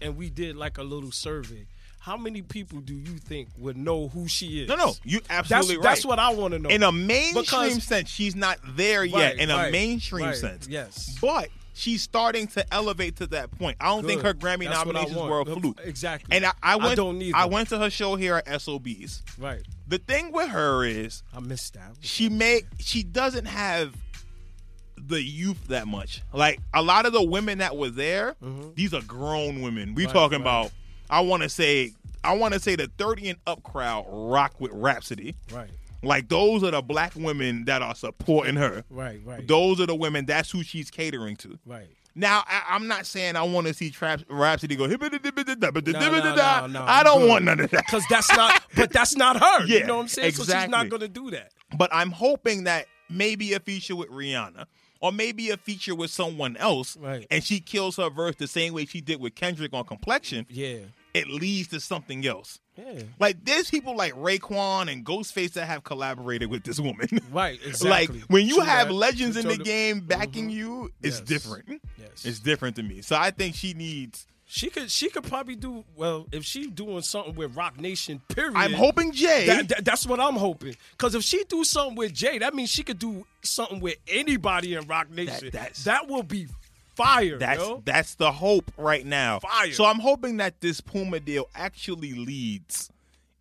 Speaker 2: and we did like a little survey, how many people do you think would know who she is?
Speaker 1: No, no, you
Speaker 2: That's
Speaker 1: absolutely right.
Speaker 2: that's what I want to know.
Speaker 1: in a mainstream
Speaker 2: Because-
Speaker 1: sense, she's not there
Speaker 2: Right,
Speaker 1: yet. In a
Speaker 2: right,
Speaker 1: mainstream
Speaker 2: right,
Speaker 1: sense,
Speaker 2: yes.
Speaker 1: but she's starting to elevate to that point. I don't think her
Speaker 2: Good.
Speaker 1: Grammy
Speaker 2: That's what I
Speaker 1: nominations
Speaker 2: want.
Speaker 1: were a
Speaker 2: The-
Speaker 1: fluke.
Speaker 2: Exactly.
Speaker 1: And I, I went.
Speaker 2: don't need.
Speaker 1: I went to her show here at SOBs.
Speaker 2: Right.
Speaker 1: The thing with her is
Speaker 2: I missed that.
Speaker 1: she may she doesn't have the youth that much. Like a lot of the women that were there, these are grown women. We
Speaker 2: Mm-hmm. Right,
Speaker 1: talking
Speaker 2: right.
Speaker 1: about. I want to say. I want to say the thirty and up crowd rock with Rhapsody.
Speaker 2: Right.
Speaker 1: Like those are the black women that are supporting her.
Speaker 2: Right. Right.
Speaker 1: Those are the women. That's who she's catering to.
Speaker 2: right.
Speaker 1: Now I, I'm not saying I want to see Trap Rhapsody go.
Speaker 2: no, no,
Speaker 1: I don't
Speaker 2: good.
Speaker 1: want none of that.
Speaker 2: Because that's not. but that's not her. you
Speaker 1: Yeah,
Speaker 2: know what I'm saying? So she's
Speaker 1: exactly.
Speaker 2: not going to do that.
Speaker 1: But I'm hoping that maybe a feature with Rihanna or maybe a feature with someone else,
Speaker 2: Right.
Speaker 1: and she kills her verse the same way she did with Kendrick on Complexion.
Speaker 2: Yeah.
Speaker 1: It leads to something else.
Speaker 2: Yeah.
Speaker 1: Like there's people like Raekwon and Ghostface that have collaborated with this woman.
Speaker 2: Right. Exactly.
Speaker 1: Like when you
Speaker 2: True
Speaker 1: have
Speaker 2: that.
Speaker 1: legends in the
Speaker 2: Total-
Speaker 1: game backing you, it's
Speaker 2: Yes.
Speaker 1: different.
Speaker 2: Yes.
Speaker 1: It's different to me. So I think she needs.
Speaker 2: She could she could probably do well if she doing something with Rock Nation. Period.
Speaker 1: I'm hoping Jay.
Speaker 2: That, that- that's what I'm hoping. Because if she do something with Jay, that means she could do something with anybody in Rock Nation.
Speaker 1: that's-
Speaker 2: that will be fire.
Speaker 1: that's
Speaker 2: yo.
Speaker 1: that's the hope right now.
Speaker 2: Fire.
Speaker 1: So I'm hoping that this Puma deal actually leads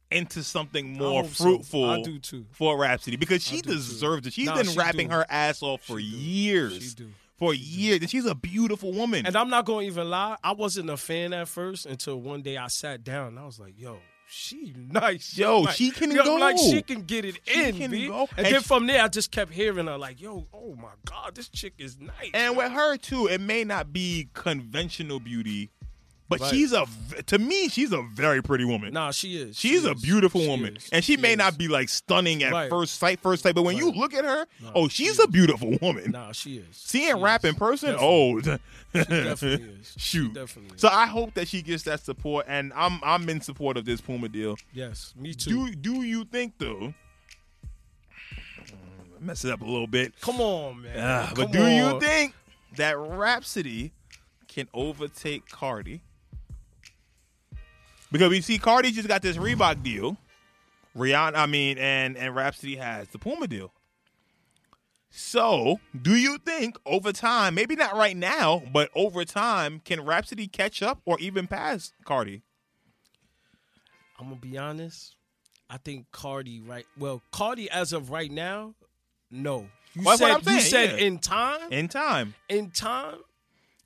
Speaker 1: into something more
Speaker 2: hope so.
Speaker 1: fruitful.
Speaker 2: I do too.
Speaker 1: for Rhapsody because she
Speaker 2: do too.
Speaker 1: deserves it. She's
Speaker 2: Nah,
Speaker 1: been
Speaker 2: she
Speaker 1: rapping
Speaker 2: do.
Speaker 1: her ass off for
Speaker 2: She do.
Speaker 1: years.
Speaker 2: She do.
Speaker 1: For years, and she's a beautiful woman.
Speaker 2: And I'm not gonna even lie, I wasn't a fan at first until one day I sat down and I was like, yo. She nice,
Speaker 1: Yo,
Speaker 2: like-
Speaker 1: she can
Speaker 2: yo,
Speaker 1: go.
Speaker 2: Like she can get it
Speaker 1: She
Speaker 2: in,
Speaker 1: can
Speaker 2: B.
Speaker 1: go.
Speaker 2: And,
Speaker 1: And
Speaker 2: then
Speaker 1: she-
Speaker 2: from there, I just kept hearing her like, "Yo, oh my God, this chick is nice."
Speaker 1: And with her too, it may not be conventional beauty, but
Speaker 2: Right.
Speaker 1: she's a v- to me she's a very pretty woman.
Speaker 2: nah, she is.
Speaker 1: she's
Speaker 2: She
Speaker 1: a
Speaker 2: is.
Speaker 1: beautiful
Speaker 2: She
Speaker 1: woman,
Speaker 2: is.
Speaker 1: and she, may
Speaker 2: is.
Speaker 1: not be like stunning at
Speaker 2: Right.
Speaker 1: first sight, first sight. But when you
Speaker 2: Right.
Speaker 1: look at her,
Speaker 2: No,
Speaker 1: oh,
Speaker 2: she is.
Speaker 1: she's a beautiful woman.
Speaker 2: Nah, she is.
Speaker 1: Seeing
Speaker 2: She
Speaker 1: rap
Speaker 2: is.
Speaker 1: in person, oh,
Speaker 2: definitely is. She
Speaker 1: shoot.
Speaker 2: definitely is.
Speaker 1: So I hope that she gets that support, and I'm I'm in support of this Puma deal.
Speaker 2: Yes, me too.
Speaker 1: Do do you think though? Mess it up a little bit.
Speaker 2: Come on, man.
Speaker 1: Ah,
Speaker 2: Come
Speaker 1: but do
Speaker 2: on.
Speaker 1: you think that Rhapsody can overtake Cardi? Because we see Cardi just got this Reebok deal. Rihanna, I mean, and and Rhapsody has the Puma deal. So, do you think over time, maybe not right now, but over time, can Rhapsody catch up or even pass Cardi?
Speaker 2: I'm gonna be honest. I think Cardi right. Well, Cardi as of right now, no. You
Speaker 1: Well, that's what
Speaker 2: said
Speaker 1: I'm saying,
Speaker 2: you said
Speaker 1: yeah.
Speaker 2: in time.
Speaker 1: In time,
Speaker 2: In time,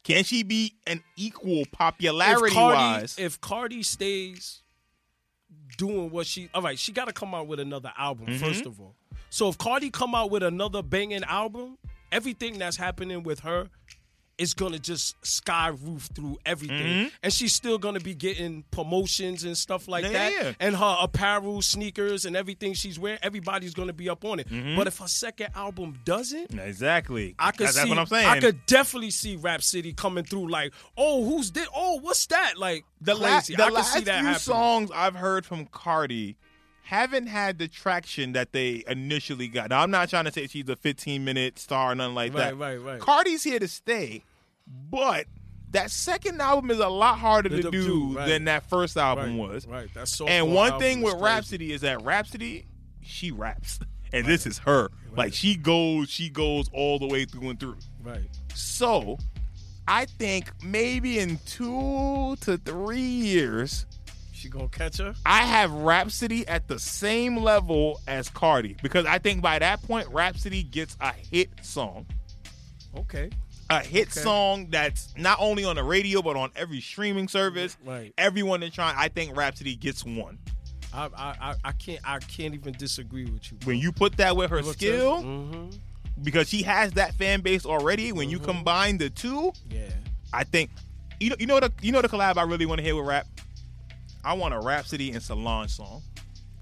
Speaker 1: can she be an equal
Speaker 2: if
Speaker 1: popularity
Speaker 2: Cardi,
Speaker 1: wise?
Speaker 2: if Cardi stays doing what she all right, she got to come out with another album
Speaker 1: Mm-hmm.
Speaker 2: first of all. So if Cardi come out with another banging album, everything that's happening with her is gonna just sky roof through everything,
Speaker 1: Mm-hmm.
Speaker 2: and she's still gonna be getting promotions and stuff like
Speaker 1: Yeah,
Speaker 2: that,
Speaker 1: yeah, yeah.
Speaker 2: and her apparel, sneakers, and everything she's wearing, everybody's gonna be up on it.
Speaker 1: Mm-hmm.
Speaker 2: But if her second album doesn't,
Speaker 1: exactly,
Speaker 2: I could
Speaker 1: that's,
Speaker 2: see.
Speaker 1: that's what I'm saying.
Speaker 2: I could definitely see Rap City coming through. Like, oh, who's this? Oh, what's that? Like,
Speaker 1: the last,
Speaker 2: crazy.
Speaker 1: the
Speaker 2: I could
Speaker 1: last
Speaker 2: see that
Speaker 1: few
Speaker 2: happening.
Speaker 1: songs I've heard from Cardi haven't had the traction that they initially got. Now, I'm not trying to say she's a 15 minute star or nothing like
Speaker 2: Right,
Speaker 1: that.
Speaker 2: right, right.
Speaker 1: Cardi's here to stay, but that second album is a lot harder
Speaker 2: To do,
Speaker 1: to, do
Speaker 2: right.
Speaker 1: than that first
Speaker 2: right,
Speaker 1: album was.
Speaker 2: right. That's so.
Speaker 1: And one thing with Rhapsody is that Rhapsody, she raps, and this is her. Like she goes, she goes all the way through and through.
Speaker 2: right?
Speaker 1: So, I think maybe in two to three years.
Speaker 2: She gonna catch her.
Speaker 1: I have Rhapsody at the same level as Cardi because I think by that point Rhapsody gets a hit song,
Speaker 2: Okay,
Speaker 1: a hit
Speaker 2: Okay.
Speaker 1: song that's not only on the radio but on every streaming service.
Speaker 2: Right.
Speaker 1: Everyone is trying. I think Rhapsody gets one.
Speaker 2: I, I, I, I can't, I can't even disagree with you.
Speaker 1: When you put that with her skill, Mm-hmm.
Speaker 2: hmm
Speaker 1: because she has that fan base already, when
Speaker 2: Mm-hmm.
Speaker 1: you combine the two,
Speaker 2: Yeah.
Speaker 1: I think you know you know the you know the collab I really want to hear with rap. I want a Rhapsody and Solange song.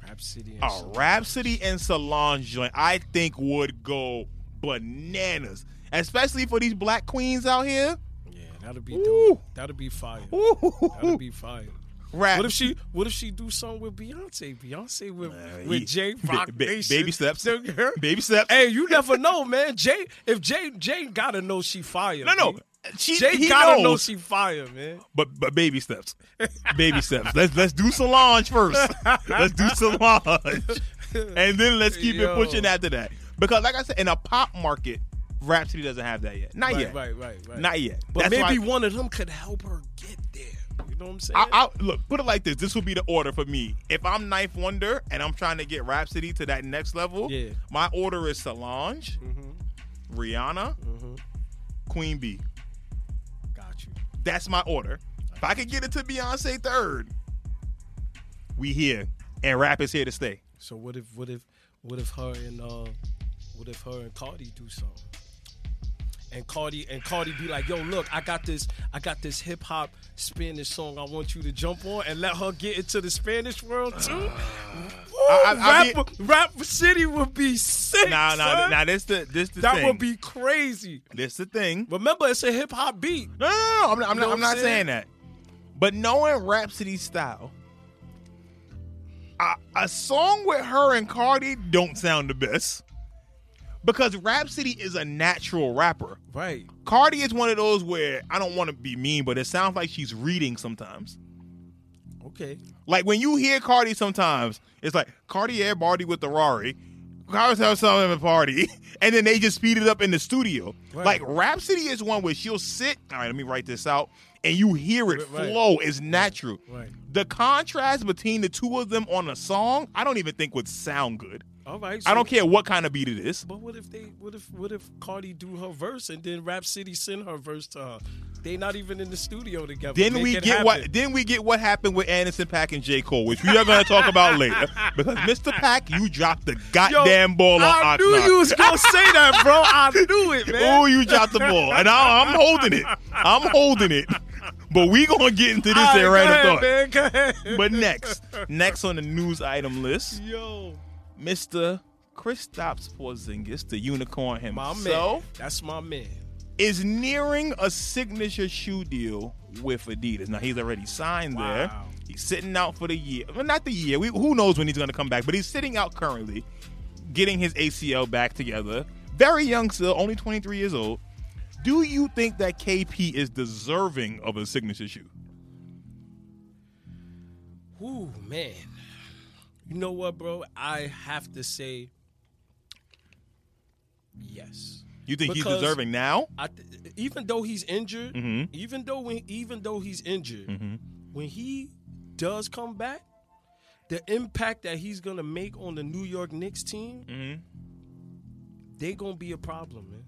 Speaker 2: Rap City. And
Speaker 1: a
Speaker 2: Soul.
Speaker 1: Rhapsody and Solange joint, I think would go bananas, especially for these black queens out here.
Speaker 2: Yeah, that'll be
Speaker 1: Ooh.
Speaker 2: dope. That'll be fire. That'll
Speaker 1: Ooh.
Speaker 2: be fire.
Speaker 1: Rap.
Speaker 2: What if she? What if she do something with Beyonce? Beyonce with
Speaker 1: Uh,
Speaker 2: with
Speaker 1: he-
Speaker 2: Jay
Speaker 1: ba-
Speaker 2: Rock
Speaker 1: ba-
Speaker 2: Nation.
Speaker 1: baby steps.
Speaker 2: Them girl-
Speaker 1: Baby steps.
Speaker 2: Hey, you never know, man. Jay, if Jay Jay gotta know she fire.
Speaker 1: no, no.
Speaker 2: B.
Speaker 1: She,
Speaker 2: Jay
Speaker 1: he
Speaker 2: gotta know
Speaker 1: knows,
Speaker 2: she fire, man.
Speaker 1: but but baby steps, baby steps. Let's let's do Solange first. let's do Solange, and then let's keep
Speaker 2: Yo.
Speaker 1: it pushing after that. Because like I said, in a pop market, Rhapsody doesn't have that yet. Not
Speaker 2: Right,
Speaker 1: yet.
Speaker 2: right, right, right.
Speaker 1: Not yet.
Speaker 2: But
Speaker 1: That's
Speaker 2: maybe
Speaker 1: why-
Speaker 2: one of them could help her get there. You know what I'm saying?
Speaker 1: I, I, look, put it like this. This would be the order for me. If I'm Knife Wonder and I'm trying to get Rhapsody to that next level,
Speaker 2: Yeah. Mm-hmm.
Speaker 1: my order is Solange, Rihanna, Queen B.
Speaker 2: got you.
Speaker 1: That's my order. If I could get it to Beyonce third, we here. And rap is here to stay.
Speaker 2: So what if what if what if her and uh what if her and Cardi do something? And Cardi and Cardi be like, yo, look, I got this, I got this hip hop Spanish song I want you to jump on and let her get into the Spanish world too. Woo,
Speaker 1: Uh, I- I
Speaker 2: rap, Rap City would be sick.
Speaker 1: Now, now,
Speaker 2: son.
Speaker 1: now, this the this the
Speaker 2: that
Speaker 1: thing.
Speaker 2: would be crazy.
Speaker 1: this the thing.
Speaker 2: Remember, it's a hip hop beat.
Speaker 1: No, no, no, no. I'm not, I'm
Speaker 2: You know
Speaker 1: not,
Speaker 2: what
Speaker 1: I'm not
Speaker 2: I'm saying?
Speaker 1: saying that. But knowing Rhapsody's style, a, a song with her and Cardi don't sound the best because Rhapsody is a natural rapper.
Speaker 2: Right.
Speaker 1: Cardi is one of those where I don't want to be mean, but it sounds like she's reading sometimes.
Speaker 2: Okay.
Speaker 1: Like when you hear Cardi sometimes, it's like Cartier party with the Rari. Cardi have something at a party, and then they just speed it up in the studio.
Speaker 2: Right.
Speaker 1: Like Rhapsody is one where she'll sit. All right, let me write this out, and you hear it
Speaker 2: Right.
Speaker 1: flow. It's natural.
Speaker 2: Right.
Speaker 1: The contrast between the two of them on a song, I don't even think would sound good.
Speaker 2: All right.
Speaker 1: I
Speaker 2: so-
Speaker 1: don't care what kind of beat it is.
Speaker 2: But what if they? What if? What if Cardi do her verse and then Rap City send her verse to her? They not even in the studio together.
Speaker 1: Then
Speaker 2: Make
Speaker 1: we
Speaker 2: it
Speaker 1: get what
Speaker 2: happen.
Speaker 1: then we get what happened with Anderson Pack and J. Cole, which we are gonna talk about later. Because Mr. Pack, you dropped the goddamn ball on
Speaker 2: I
Speaker 1: Ox
Speaker 2: knew
Speaker 1: Knox.
Speaker 2: you was gonna say that, bro. I knew it, man.
Speaker 1: Oh, you dropped the ball, and I, I'm holding it. I'm holding it. But we gonna get into this
Speaker 2: All
Speaker 1: at
Speaker 2: go
Speaker 1: random
Speaker 2: ahead,
Speaker 1: thought.
Speaker 2: man, go ahead.
Speaker 1: But next, next on the news item list,
Speaker 2: yo,
Speaker 1: Mr. Kristaps Porzingis, the unicorn
Speaker 2: my
Speaker 1: himself,
Speaker 2: man, that's my man.
Speaker 1: is nearing a signature shoe deal with Adidas. Now he's already signed there.
Speaker 2: Wow.
Speaker 1: He's sitting out for the year. Well, not the year. We, who knows when he's going to come back? But he's sitting out currently, getting his ACL back together. Very young still, only 23 years old. Do you think that KP is deserving of a signature shoe?
Speaker 2: Ooh, man. You know what, bro? I have to say yes.
Speaker 1: You think he's
Speaker 2: Because-
Speaker 1: deserving now?
Speaker 2: I th- even though he's injured,
Speaker 1: Mhm.
Speaker 2: even though when even though he's injured, when he does come back, the impact that he's gonna make on the New York Knicks team,
Speaker 1: Mhm.
Speaker 2: they gonna be a problem, man.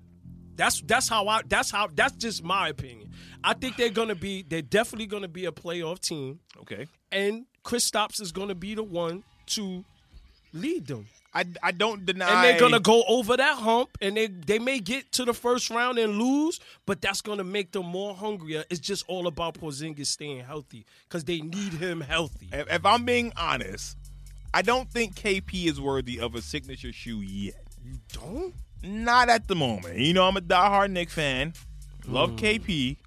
Speaker 2: That's that's how I that's how that's just my opinion. I think they're gonna be they're definitely gonna be a playoff team,
Speaker 1: Okay.
Speaker 2: and Chris Stops is gonna be the one to lead them
Speaker 1: I, I don't deny.
Speaker 2: and they're gonna go over that hump, and they they may get to the first round and lose, but that's gonna make them more hungrier. It's just all about Porzingis staying healthy because they need him healthy.
Speaker 1: If, if I'm being honest, I don't think KP is worthy of a signature shoe yet.
Speaker 2: You don't?
Speaker 1: Not at the moment. You know, I'm a diehard Knicks fan. Love
Speaker 2: Mm.
Speaker 1: KP.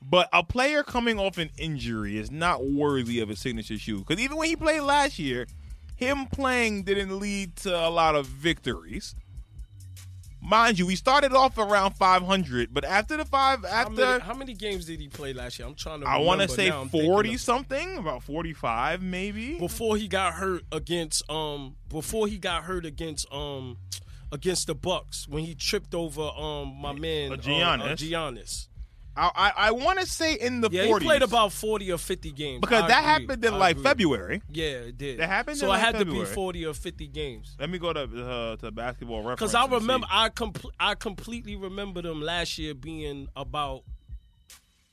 Speaker 1: But a player coming off an injury is not worthy of a signature shoe. Because even when he played last year, him playing didn't lead to a lot of victories. Mind you, we started off around 500, but after the five,
Speaker 2: How
Speaker 1: after
Speaker 2: many, how many games did he play last year? I'm trying to.
Speaker 1: I want to
Speaker 2: remember
Speaker 1: say
Speaker 2: now. I'm thinking
Speaker 1: 40
Speaker 2: of-
Speaker 1: something, about 45 maybe.
Speaker 2: before he got hurt against um before he got hurt against um against the Bucks when he tripped over um my man
Speaker 1: Uh,
Speaker 2: uh, uh,
Speaker 1: Giannis.
Speaker 2: Giannis.
Speaker 1: I I, I want to say in the
Speaker 2: Yeah,
Speaker 1: 40s
Speaker 2: he played about 40 or 50 games
Speaker 1: because
Speaker 2: I
Speaker 1: that
Speaker 2: agree.
Speaker 1: happened in
Speaker 2: I
Speaker 1: like
Speaker 2: agree.
Speaker 1: February.
Speaker 2: Yeah, it did.
Speaker 1: That happened
Speaker 2: So
Speaker 1: in,
Speaker 2: I
Speaker 1: like,
Speaker 2: had to be
Speaker 1: February.
Speaker 2: 40 or 50 games.
Speaker 1: Let me go to uh, to basketball reference.
Speaker 2: Because I
Speaker 1: and see.
Speaker 2: remember, I compl- I completely remember them last year being about.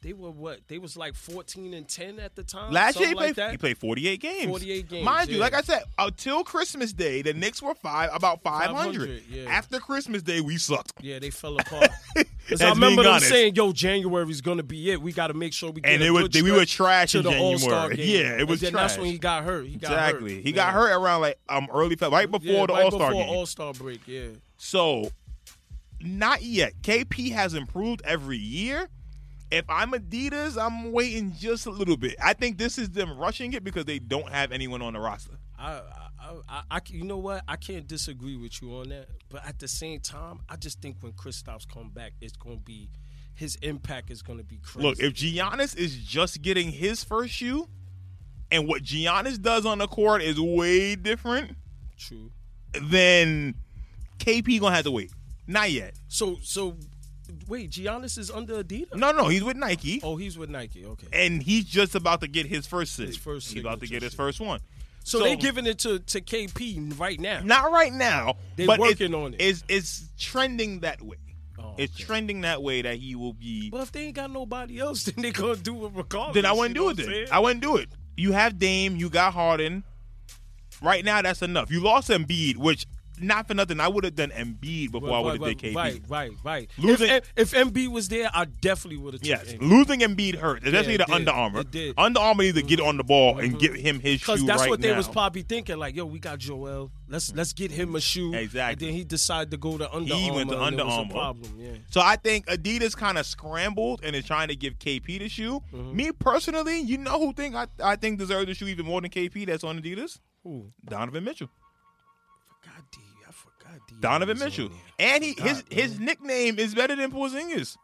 Speaker 2: They were what? They was like fourteen and ten at the time.
Speaker 1: Last year he
Speaker 2: something like
Speaker 1: played,
Speaker 2: that.
Speaker 1: he played 48 games.
Speaker 2: 48 games,
Speaker 1: Mind you,
Speaker 2: yeah.
Speaker 1: like I said, until Christmas Day, the Knicks were five about 500.
Speaker 2: 500, yeah.
Speaker 1: After Christmas Day, we sucked.
Speaker 2: Yeah, they fell apart. 'Cause I
Speaker 1: That's
Speaker 2: remember
Speaker 1: being
Speaker 2: them
Speaker 1: honest.
Speaker 2: saying, "Yo, January's gonna be it. We got to make sure we." Get
Speaker 1: And
Speaker 2: a
Speaker 1: it was-
Speaker 2: good
Speaker 1: they- we were
Speaker 2: stretch
Speaker 1: trash
Speaker 2: to
Speaker 1: in
Speaker 2: the All-Star
Speaker 1: January.
Speaker 2: game.
Speaker 1: Yeah, it
Speaker 2: And
Speaker 1: was
Speaker 2: then That's
Speaker 1: trash.
Speaker 2: when he got hurt. He got
Speaker 1: exactly.
Speaker 2: Hurt.
Speaker 1: he got hurt around like um early February, right before the All Star game.
Speaker 2: All Star break. Yeah,
Speaker 1: So, not yet. KP has improved every year. If I'm Adidas, I'm waiting just a little bit. I think this is them rushing it because they don't have anyone on the roster.
Speaker 2: I, I, I, I, you know what? I can't disagree with you on that. But at the same time, I just think when Chris Stops come back, it's going to be his impact is going to be crazy.
Speaker 1: Look, if Giannis is just getting his first shoe, and what Giannis does on the court is way different,
Speaker 2: true.
Speaker 1: then KP gonna have to wait. Not yet.
Speaker 2: So, so wait, Giannis is under Adidas.
Speaker 1: No, no, he's with Nike,
Speaker 2: Oh, he's with Nike. Okay.
Speaker 1: and he's just about to get his first six.
Speaker 2: His first
Speaker 1: he's about to
Speaker 2: signature
Speaker 1: get his
Speaker 2: six.
Speaker 1: first one.
Speaker 2: So,
Speaker 1: so-
Speaker 2: they giving it to, to KP right now.
Speaker 1: Not right now.
Speaker 2: They
Speaker 1: but
Speaker 2: working
Speaker 1: it's,
Speaker 2: on it.
Speaker 1: It's it's trending that way.
Speaker 2: Oh,
Speaker 1: It's
Speaker 2: okay.
Speaker 1: trending that way that he will be.
Speaker 2: But if they ain't got nobody else, then they gonna do it regardless.
Speaker 1: then I wouldn't
Speaker 2: you know
Speaker 1: do it.
Speaker 2: what I'm
Speaker 1: Then
Speaker 2: saying?
Speaker 1: I wouldn't do it. You have Dame. You got Harden. Right now, that's enough. You lost Embiid, which not for nothing. I would have done Embiid before I
Speaker 2: Right,
Speaker 1: would have
Speaker 2: right,
Speaker 1: did KD.
Speaker 2: Right, right, right.
Speaker 1: Losing-
Speaker 2: If, if MB was there, I definitely would have.
Speaker 1: Yes, losing Embiid hurt, especially
Speaker 2: it
Speaker 1: the
Speaker 2: did.
Speaker 1: Under Armour.
Speaker 2: It did.
Speaker 1: Under Armour needs to get on the ball and give him his shoe
Speaker 2: because that's
Speaker 1: right
Speaker 2: what they
Speaker 1: now.
Speaker 2: was probably thinking. Like, yo, we got Joel. Let's let's get him a shoe.
Speaker 1: Exactly.
Speaker 2: And then he decided to go to Under Armour.
Speaker 1: He went to
Speaker 2: and there
Speaker 1: Under
Speaker 2: was a
Speaker 1: Armour.
Speaker 2: Problem. Yeah.
Speaker 1: so I think Adidas kind of scrambled and is trying to give KP the shoe.
Speaker 2: Mm-hmm.
Speaker 1: Me personally, you know who think I, I think deserves the shoe even more than KP that's on Adidas?
Speaker 2: Who?
Speaker 1: Donovan Mitchell.
Speaker 2: God, D. I forgot. D
Speaker 1: Donovan
Speaker 2: was on
Speaker 1: Mitchell.
Speaker 2: there.
Speaker 1: And he his
Speaker 2: God,
Speaker 1: his nickname is better than Porzingis.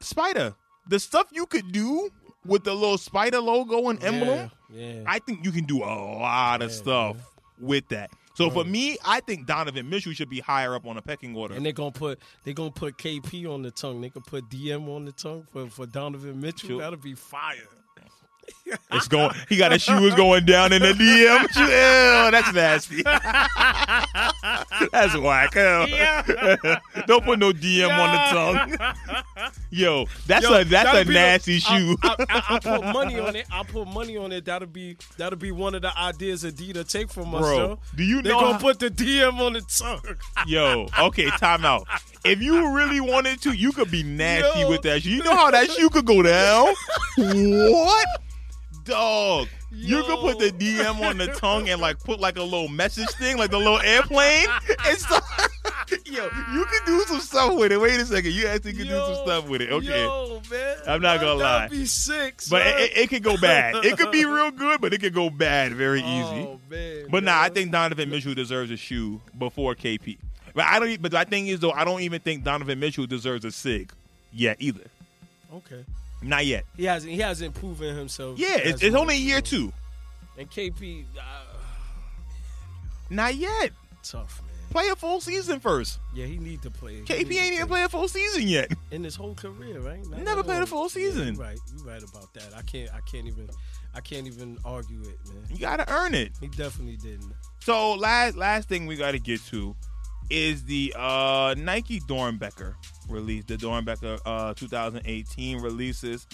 Speaker 1: Spider. The stuff you could do with the little spider logo and emblem.
Speaker 2: Yeah. yeah.
Speaker 1: I think you can do a lot of stuff with that. So for me, I think Donovan Mitchell should be higher up on the pecking order.
Speaker 2: and they're gonna put they gonna put KP on the tongue. They could put DM on the tongue for, for Donovan Mitchell.
Speaker 1: Sure.
Speaker 2: That'll be fire.
Speaker 1: it's going. He got his shoes going down in the DM. Ew, that's nasty. that's whack. Ew. Don't put no DM on the tongue. Yo, that's
Speaker 2: Yo,
Speaker 1: a that's a
Speaker 2: that'd be the-
Speaker 1: nasty shoe.
Speaker 2: I, I, I put money on it. I put money on it. That'll be that'll be one of the ideas Adidas take from us.
Speaker 1: Bro,
Speaker 2: yo.
Speaker 1: do you
Speaker 2: they
Speaker 1: know
Speaker 2: gonna
Speaker 1: how-
Speaker 2: put the DM on the tongue?
Speaker 1: Yo, okay, time out. If you really wanted to, you could be nasty
Speaker 2: Yo.
Speaker 1: with that shoe. You know how that shoe could go down? what? Dog. You could put the DM on the tongue and like put like a little message thing, like the little airplane. And stuff. yo, you could do some stuff with it. Wait a second. You actually could do some stuff with it. Okay.
Speaker 2: Yo, man,
Speaker 1: I'm not gonna lie.
Speaker 2: That'd be sick. son.
Speaker 1: But it, it, it could go bad. It could be real good, but it could go bad very easy.
Speaker 2: Oh, man,
Speaker 1: But nah, I
Speaker 2: man.
Speaker 1: think Donovan Mitchell deserves a shoe before KP. But I don't. e- But the thing is, though, I don't even think Donovan Mitchell deserves a sig yet either.
Speaker 2: okay.
Speaker 1: Not yet.
Speaker 2: He hasn't he hasn't proven himself.
Speaker 1: Yeah,
Speaker 2: as
Speaker 1: it's, it's
Speaker 2: well.
Speaker 1: only year two.
Speaker 2: and KP uh,
Speaker 1: Not yet.
Speaker 2: tough man.
Speaker 1: Play a full season first.
Speaker 2: Yeah, he need to play. He need
Speaker 1: KP
Speaker 2: to
Speaker 1: ain't even played a full season yet.
Speaker 2: in his whole career, right? Not
Speaker 1: Never
Speaker 2: at
Speaker 1: played a
Speaker 2: all.
Speaker 1: full
Speaker 2: Yeah,
Speaker 1: season.
Speaker 2: you right, you right about that. I can't I can't even I can't even argue it, man.
Speaker 1: You gotta earn it.
Speaker 2: He definitely didn't.
Speaker 1: So last last thing we gotta get to is the uh, Nike Dornbecker release. The Dornbecker uh, 2018 releases.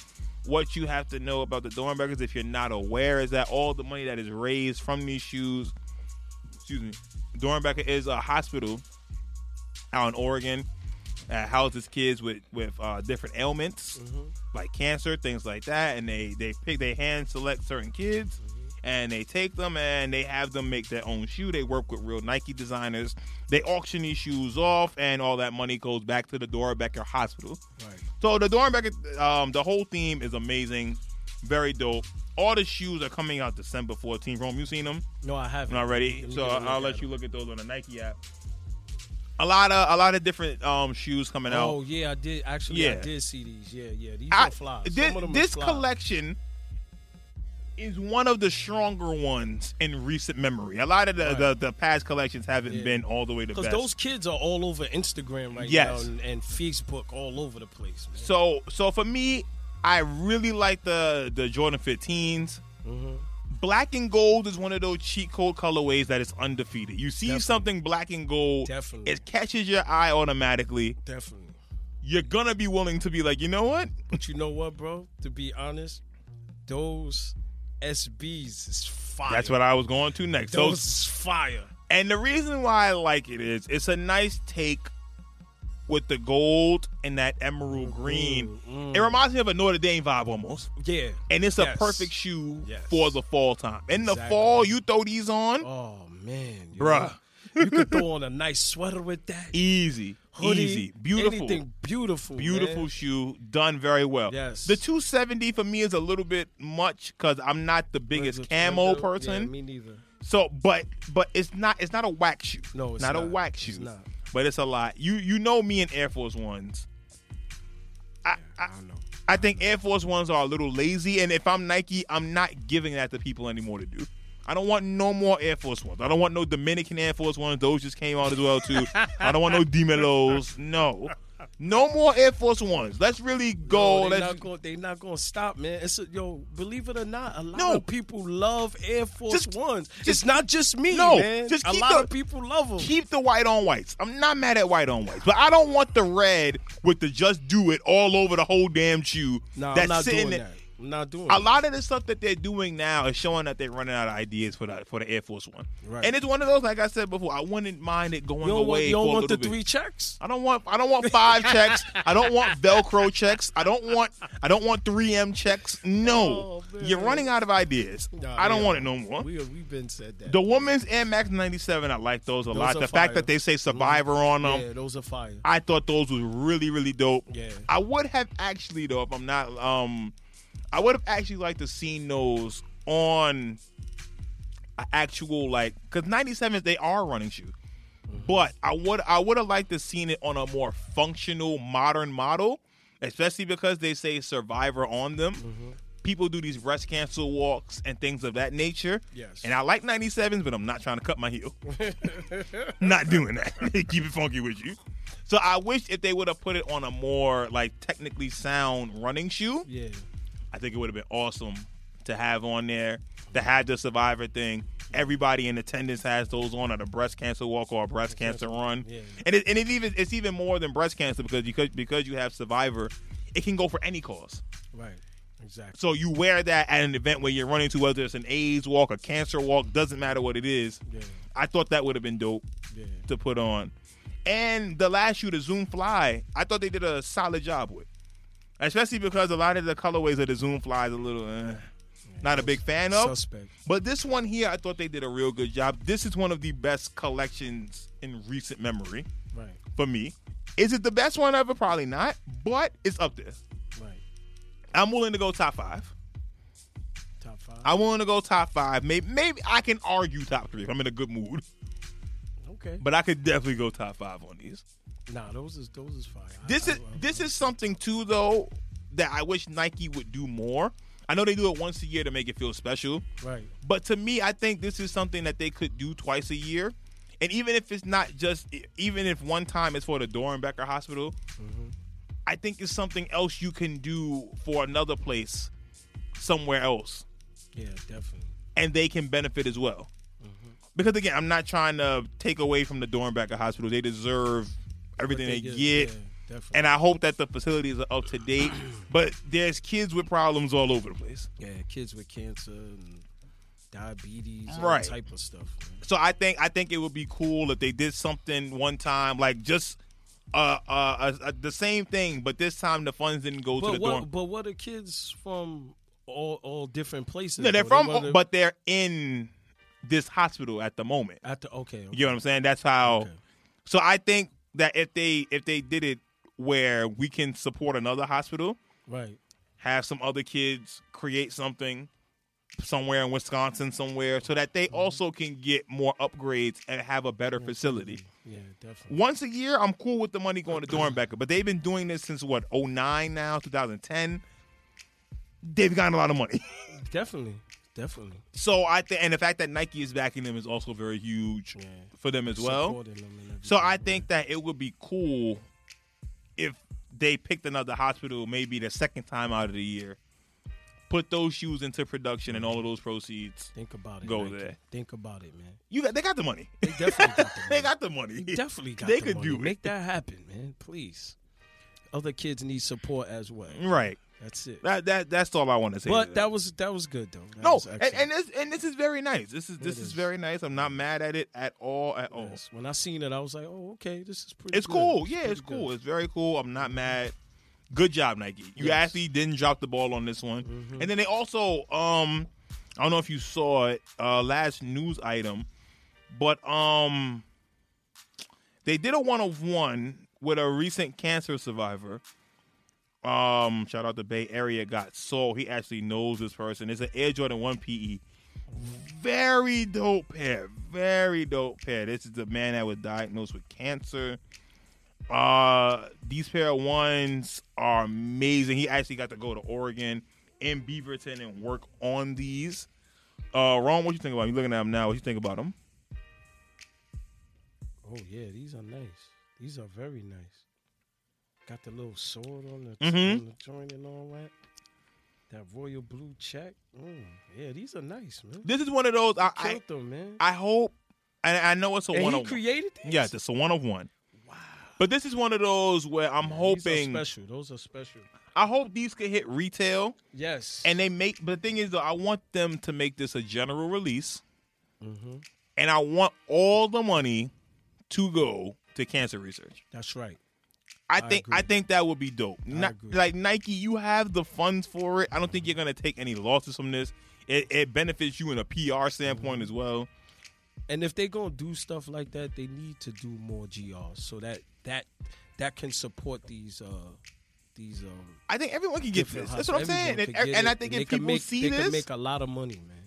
Speaker 1: What you have to know about the Dornbeckers, if you're not aware, is that all the money that is raised from these shoes, excuse me, Dornbecker is a hospital out in Oregon that houses kids with with uh, different ailments like cancer, things like that, and they they pick they hand select certain kids, and they take them and they have them make their own shoe. They work with real Nike designers. They auction these shoes off, and all that money goes back to the Dorbecker Hospital.
Speaker 2: Right.
Speaker 1: So the Dornbecker, um, the whole theme is amazing, very dope. All the shoes are coming out December 14th. Rome, you seen them?
Speaker 2: No, I haven't.
Speaker 1: already.
Speaker 2: Let me
Speaker 1: So
Speaker 2: get a look
Speaker 1: I'll
Speaker 2: at
Speaker 1: let you
Speaker 2: him.
Speaker 1: look at those on the Nike app. A lot of a lot of different um, shoes coming out.
Speaker 2: Oh yeah, I did actually. I
Speaker 1: Yeah.
Speaker 2: did see these. Yeah, yeah. These
Speaker 1: I-
Speaker 2: are fly. Some
Speaker 1: thi-
Speaker 2: of them
Speaker 1: this
Speaker 2: are fly.
Speaker 1: collection is one of the stronger ones in recent memory. A lot of the,
Speaker 2: Right.
Speaker 1: the, the past collections haven't
Speaker 2: Yeah.
Speaker 1: been all the way the
Speaker 2: because
Speaker 1: best.
Speaker 2: those kids are all over Instagram right
Speaker 1: Yes.
Speaker 2: now and, and Facebook all over the place. Man.
Speaker 1: so so for me, I really like the the Jordan 15s.
Speaker 2: Mm-hmm.
Speaker 1: Black and gold is one of those cheat code colorways that is undefeated. You see
Speaker 2: Definitely.
Speaker 1: something black and gold,
Speaker 2: Definitely.
Speaker 1: it catches your eye automatically.
Speaker 2: Definitely.
Speaker 1: You're gonna be willing to be like, you know what?
Speaker 2: But you know what, bro? To be honest, those SBs is fire.
Speaker 1: That's what I was going to next. So-
Speaker 2: Those is fire.
Speaker 1: And the reason why I like it is it's a nice take with the gold and that emerald
Speaker 2: Mm-hmm.
Speaker 1: green. It reminds me of a Notre Dame vibe almost.
Speaker 2: Yeah.
Speaker 1: And it's
Speaker 2: Yes.
Speaker 1: a perfect shoe
Speaker 2: Yes.
Speaker 1: for the fall time. In the
Speaker 2: Exactly.
Speaker 1: fall, you throw these on.
Speaker 2: Oh man, yo.
Speaker 1: Bruh. E-
Speaker 2: you could throw on a nice sweater with that.
Speaker 1: Easy,
Speaker 2: Hoodie,
Speaker 1: easy, beautiful,
Speaker 2: Anything beautiful.
Speaker 1: beautiful
Speaker 2: man.
Speaker 1: shoe, done very well.
Speaker 2: Yes.
Speaker 1: the 270 for me is a little bit much because I'm not the biggest
Speaker 2: With the-
Speaker 1: camo
Speaker 2: with the-
Speaker 1: person.
Speaker 2: Yeah, me neither.
Speaker 1: So, but but it's not it's not a whack shoe.
Speaker 2: No, it's
Speaker 1: a
Speaker 2: not.
Speaker 1: whack
Speaker 2: It's
Speaker 1: shoe.
Speaker 2: not.
Speaker 1: But it's a lot. You you know me and Air Force Ones. I I,
Speaker 2: I know.
Speaker 1: I think Air Force Ones are a little lazy, and if I'm Nike, I'm not giving that to people anymore to do. I don't want no more Air Force Ones. I don't want no Dominican Air Force Ones. Those just came out as well too. I don't want no D'Melos. No, no more Air Force Ones. Let's really go.
Speaker 2: No, they
Speaker 1: Let's
Speaker 2: not gonna, they not gonna stop, man. It's a, yo, believe it or not, a lot
Speaker 1: No.
Speaker 2: of people love Air Force
Speaker 1: Just-
Speaker 2: Ones.
Speaker 1: just-
Speaker 2: it's not just me,
Speaker 1: No,
Speaker 2: man.
Speaker 1: just
Speaker 2: a
Speaker 1: keep
Speaker 2: lot
Speaker 1: the-
Speaker 2: of people love them.
Speaker 1: keep the white on whites. I'm not mad at white on whites, but I don't want the red with the just do it all over the whole damn shoe.
Speaker 2: nah,
Speaker 1: that's
Speaker 2: I'm not
Speaker 1: sitting
Speaker 2: doing
Speaker 1: there.
Speaker 2: that. I'm not doing
Speaker 1: A lot of the stuff that they're doing now is showing that they're running out of ideas for the for the Air Force One.
Speaker 2: Right.
Speaker 1: And it's one of those, like I said before, I wouldn't mind it going
Speaker 2: You don't want,
Speaker 1: away
Speaker 2: you don't
Speaker 1: for a
Speaker 2: want
Speaker 1: little
Speaker 2: the
Speaker 1: bit.
Speaker 2: three checks.
Speaker 1: I don't want I don't want five checks. I don't want Velcro checks. I don't want I don't want 3M checks. No,
Speaker 2: Oh, man.
Speaker 1: you're running out of ideas.
Speaker 2: Nah,
Speaker 1: I don't
Speaker 2: yeah.
Speaker 1: want it no more.
Speaker 2: We we've been said that.
Speaker 1: The woman's Air Max 97, I like those a lot.
Speaker 2: are
Speaker 1: The fact
Speaker 2: fire. Mm-hmm.
Speaker 1: that they say Survivor on them,
Speaker 2: yeah, those are fire.
Speaker 1: I thought those was really, really dope.
Speaker 2: Yeah.
Speaker 1: I would have actually though, if I'm not um I would have actually liked to seen those on a actual like because 97s they are running shoe.
Speaker 2: Mm-hmm.
Speaker 1: But I would I would have liked to seen it on a more functional modern model, especially because they say survivor on them.
Speaker 2: Mm-hmm.
Speaker 1: People do these breast cancer walks and things of that nature.
Speaker 2: Yes.
Speaker 1: And I like 97s, but I'm not trying to cut my heel. not doing that. Keep it funky with you. So I wish if they would have put it on a more like technically sound running shoe,
Speaker 2: Yeah,
Speaker 1: I think it would have been awesome to have on there. To have the survivor thing, everybody in attendance has those on at a breast cancer walk or a breast cancer run,
Speaker 2: Yeah.
Speaker 1: and it, and it's even it's even more than breast cancer because you could, because you have survivor, it can go for any cause.
Speaker 2: right. Exactly.
Speaker 1: So you wear that at an event where you're running to whether it's an AIDS walk, a cancer walk, doesn't matter what it is.
Speaker 2: Yeah,
Speaker 1: I thought that would have been dope
Speaker 2: yeah.
Speaker 1: to put on. And the last shoe, the Zoom Fly, I thought they did a solid job with. Especially because a lot of the colorways of the Zoom Fly is a little, eh, not a big fan of.
Speaker 2: Suspect.
Speaker 1: But this one here, I thought they did a real good job. This is one of the best collections in recent memory
Speaker 2: Right,
Speaker 1: for me. Is it the best one ever? Probably not, but it's up there.
Speaker 2: right.
Speaker 1: I'm willing to go top five.
Speaker 2: Top five.
Speaker 1: I'm willing to go top five. Maybe, maybe I can argue top three if I'm in a good mood,
Speaker 2: okay.
Speaker 1: but I could definitely go top five on these.
Speaker 2: Nah, those is those is fire. I-
Speaker 1: This
Speaker 2: I-
Speaker 1: is
Speaker 2: I-
Speaker 1: this is something too though that I wish Nike would do more. I know they do it once a year to make it feel special,
Speaker 2: right.
Speaker 1: but to me, I think this is something that they could do twice a year. And even if it's not just, e, even if one time it's for the Dorenbecker Hospital, I think it's something else you can do for another place somewhere else,
Speaker 2: Yeah, definitely.
Speaker 1: and they can benefit as well. Because again, I'm not trying to take away from the Dorenbecker Hospital; they deserve
Speaker 2: What
Speaker 1: everything they,
Speaker 2: give-
Speaker 1: get
Speaker 2: yeah, definitely.
Speaker 1: and I hope that the facilities are up to date. But there's kids with problems all over the place.
Speaker 2: Yeah, kids with cancer and diabetes, all
Speaker 1: Right.
Speaker 2: type of stuff. Man.
Speaker 1: So I think I think it would be cool if they did something one time, like just uh, uh, uh, uh the same thing, but this time the funds didn't go to
Speaker 2: But
Speaker 1: the
Speaker 2: what?
Speaker 1: dorm.
Speaker 2: But what are kids from all all different places?
Speaker 1: No, they're
Speaker 2: though? They
Speaker 1: from,
Speaker 2: wanna-
Speaker 1: but they're in this hospital at the moment.
Speaker 2: at the okay, okay,
Speaker 1: You know what I'm saying? That's how.
Speaker 2: Okay.
Speaker 1: So I think that if they if they did it where we can support another hospital,
Speaker 2: right,
Speaker 1: have some other kids create something somewhere in Wisconsin somewhere so that they also can get more upgrades and have a better facility.
Speaker 2: yeah, definitely,
Speaker 1: Once a year, I'm cool with the money going to Dornbecker, but they've been doing this since what, 09 now, 2010. They've gotten a lot of money.
Speaker 2: definitely, definitely.
Speaker 1: So I think and the fact that Nike is backing them is also very huge
Speaker 2: Yeah.
Speaker 1: for them as well.
Speaker 2: Supporting them and
Speaker 1: So I
Speaker 2: everything,
Speaker 1: think that it would be cool if they picked another hospital, maybe the second time out of the year, put those shoes into production and all of those proceeds.
Speaker 2: yeah. think about it.
Speaker 1: Go
Speaker 2: Nike.
Speaker 1: there.
Speaker 2: Think about it, man.
Speaker 1: You got, they got the money.
Speaker 2: They definitely got the
Speaker 1: they
Speaker 2: money.
Speaker 1: got the money.
Speaker 2: definitely got
Speaker 1: They
Speaker 2: the
Speaker 1: could
Speaker 2: money.
Speaker 1: do it.
Speaker 2: Make that happen, man. Please. Other kids need support as well.
Speaker 1: Right.
Speaker 2: That's it.
Speaker 1: Mm. That that that's all I want to say. to
Speaker 2: But that was that was good though. That
Speaker 1: no,
Speaker 2: was
Speaker 1: and,
Speaker 2: excellent.
Speaker 1: and this and this is very nice. This is this
Speaker 2: It
Speaker 1: is
Speaker 2: is.
Speaker 1: very nice. I'm not mad at it at all. At all.
Speaker 2: Yes. When I seen it, I was like, "Oh, okay, this is pretty."
Speaker 1: Oh. It's
Speaker 2: good.
Speaker 1: cool. Yeah,
Speaker 2: pretty
Speaker 1: it's cool.
Speaker 2: good.
Speaker 1: It's very cool. I'm not mad. Good job, Nike. You
Speaker 2: Yes. Mm-hmm.
Speaker 1: actually didn't drop the ball on this one. And then they also, um, I don't know if you saw it, uh, last news item, but um, They did a one of one with a recent cancer survivor. Um, shout out the Bay Area got Soul. He actually knows this person. It's an Air Jordan One PE. Very dope pair. Very dope pair. This is the man that was diagnosed with cancer. Uh, these pair of ones are amazing. He actually got to go to Oregon in Beaverton and work on these. Uh, Ron, what you think about? 'em? You looking at them now? What you think about them?
Speaker 2: Oh yeah, these are nice. These are very nice. Got the little sword on the,
Speaker 1: Mhm.
Speaker 2: on the joint and all that. That royal blue check. Mm, yeah, these are nice, man.
Speaker 1: This is one of those. I I,
Speaker 2: Killed them, man.
Speaker 1: I hope. And I know it's a
Speaker 2: and
Speaker 1: one
Speaker 2: he
Speaker 1: of one.
Speaker 2: created these.
Speaker 1: Yes, it's a one of one. But this is one of those where I'm
Speaker 2: Yeah, these are
Speaker 1: hoping.
Speaker 2: special. Those are special.
Speaker 1: I hope these could hit retail,
Speaker 2: Yes.
Speaker 1: and they make. But the thing is, though, I want them to make this a general release,
Speaker 2: Mhm.
Speaker 1: and I want all the money to go to cancer research.
Speaker 2: that's right.
Speaker 1: I
Speaker 2: I
Speaker 1: think
Speaker 2: agree.
Speaker 1: I think that would be dope. Ni-
Speaker 2: agree.
Speaker 1: like Nike, you have the funds for it. I don't think you're gonna take any losses from this. It, it benefits you in a PR standpoint
Speaker 2: Mm-hmm.
Speaker 1: as well.
Speaker 2: And if they gonna do stuff like that, they need to do more GRs so that that that can support these uh these um
Speaker 1: I think everyone can get
Speaker 2: different
Speaker 1: this. That's what I'm
Speaker 2: hustles.
Speaker 1: saying.
Speaker 2: Everyone
Speaker 1: And, er,
Speaker 2: could get
Speaker 1: and I
Speaker 2: it,
Speaker 1: think
Speaker 2: and
Speaker 1: if
Speaker 2: they could
Speaker 1: people
Speaker 2: make,
Speaker 1: see
Speaker 2: they could
Speaker 1: this,
Speaker 2: make a lot of money, man.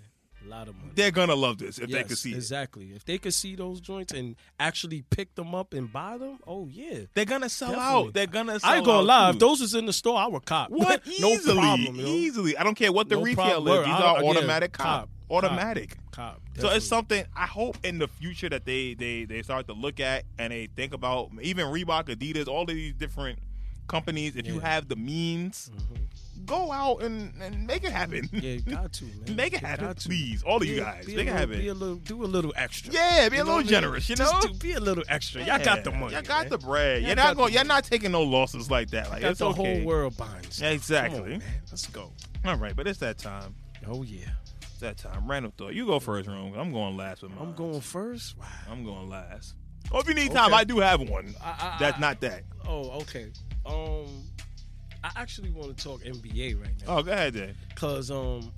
Speaker 2: A lot of money.
Speaker 1: they're gonna love this if they
Speaker 2: Yes,
Speaker 1: can see it.
Speaker 2: exactly. If they could see those joints and actually pick them up and buy them, oh yeah.
Speaker 1: They're gonna sell
Speaker 2: Definitely.
Speaker 1: out. They're gonna. Sell
Speaker 2: I ain't gonna
Speaker 1: out,
Speaker 2: lie. If
Speaker 1: too.
Speaker 2: those was in the store, I would cop.
Speaker 1: What
Speaker 2: no
Speaker 1: easily, E-
Speaker 2: problem. yo.
Speaker 1: easily. I don't care what the
Speaker 2: No
Speaker 1: retail
Speaker 2: problem.
Speaker 1: is.
Speaker 2: Word.
Speaker 1: These
Speaker 2: I-
Speaker 1: are
Speaker 2: I- yeah,
Speaker 1: automatic cop,
Speaker 2: cop,
Speaker 1: automatic.
Speaker 2: Cop.
Speaker 1: So it's
Speaker 2: definitely.
Speaker 1: something I hope in the future that they they they start to look at and they think about even Reebok, Adidas, all of these different companies. If you
Speaker 2: Yeah. Mm-hmm.
Speaker 1: have the means, go out and and make it happen.
Speaker 2: Yeah, you got to man.
Speaker 1: Make it
Speaker 2: You
Speaker 1: happen,
Speaker 2: got to.
Speaker 1: please. All of you
Speaker 2: Be a-
Speaker 1: guys,
Speaker 2: be a
Speaker 1: make it
Speaker 2: little-
Speaker 1: happen.
Speaker 2: Be a little, do a little extra.
Speaker 1: yeah, be
Speaker 2: You
Speaker 1: a
Speaker 2: know what
Speaker 1: little
Speaker 2: I mean?
Speaker 1: generous, you know.
Speaker 2: Just do, be a little extra. Y'all got the money.
Speaker 1: Y'all got
Speaker 2: man.
Speaker 1: the bread. You're
Speaker 2: Y'all
Speaker 1: not
Speaker 2: got
Speaker 1: going.
Speaker 2: the
Speaker 1: You're not taking no losses like that. Like
Speaker 2: Got
Speaker 1: it's
Speaker 2: the
Speaker 1: okay.
Speaker 2: whole world binds.
Speaker 1: Exactly.
Speaker 2: Let's go.
Speaker 1: All right, but it's that time.
Speaker 2: Oh yeah.
Speaker 1: It's that time. Random thought. You go first, room. I'm going last with mine.
Speaker 2: I'm going first. Wow.
Speaker 1: I'm going last. Oh, if you need time,
Speaker 2: Okay.
Speaker 1: I do have one.
Speaker 2: I- I-
Speaker 1: That's
Speaker 2: I-
Speaker 1: not that.
Speaker 2: Oh, okay. Um, I actually want to talk NBA right now
Speaker 1: Oh, go ahead then.
Speaker 2: because um,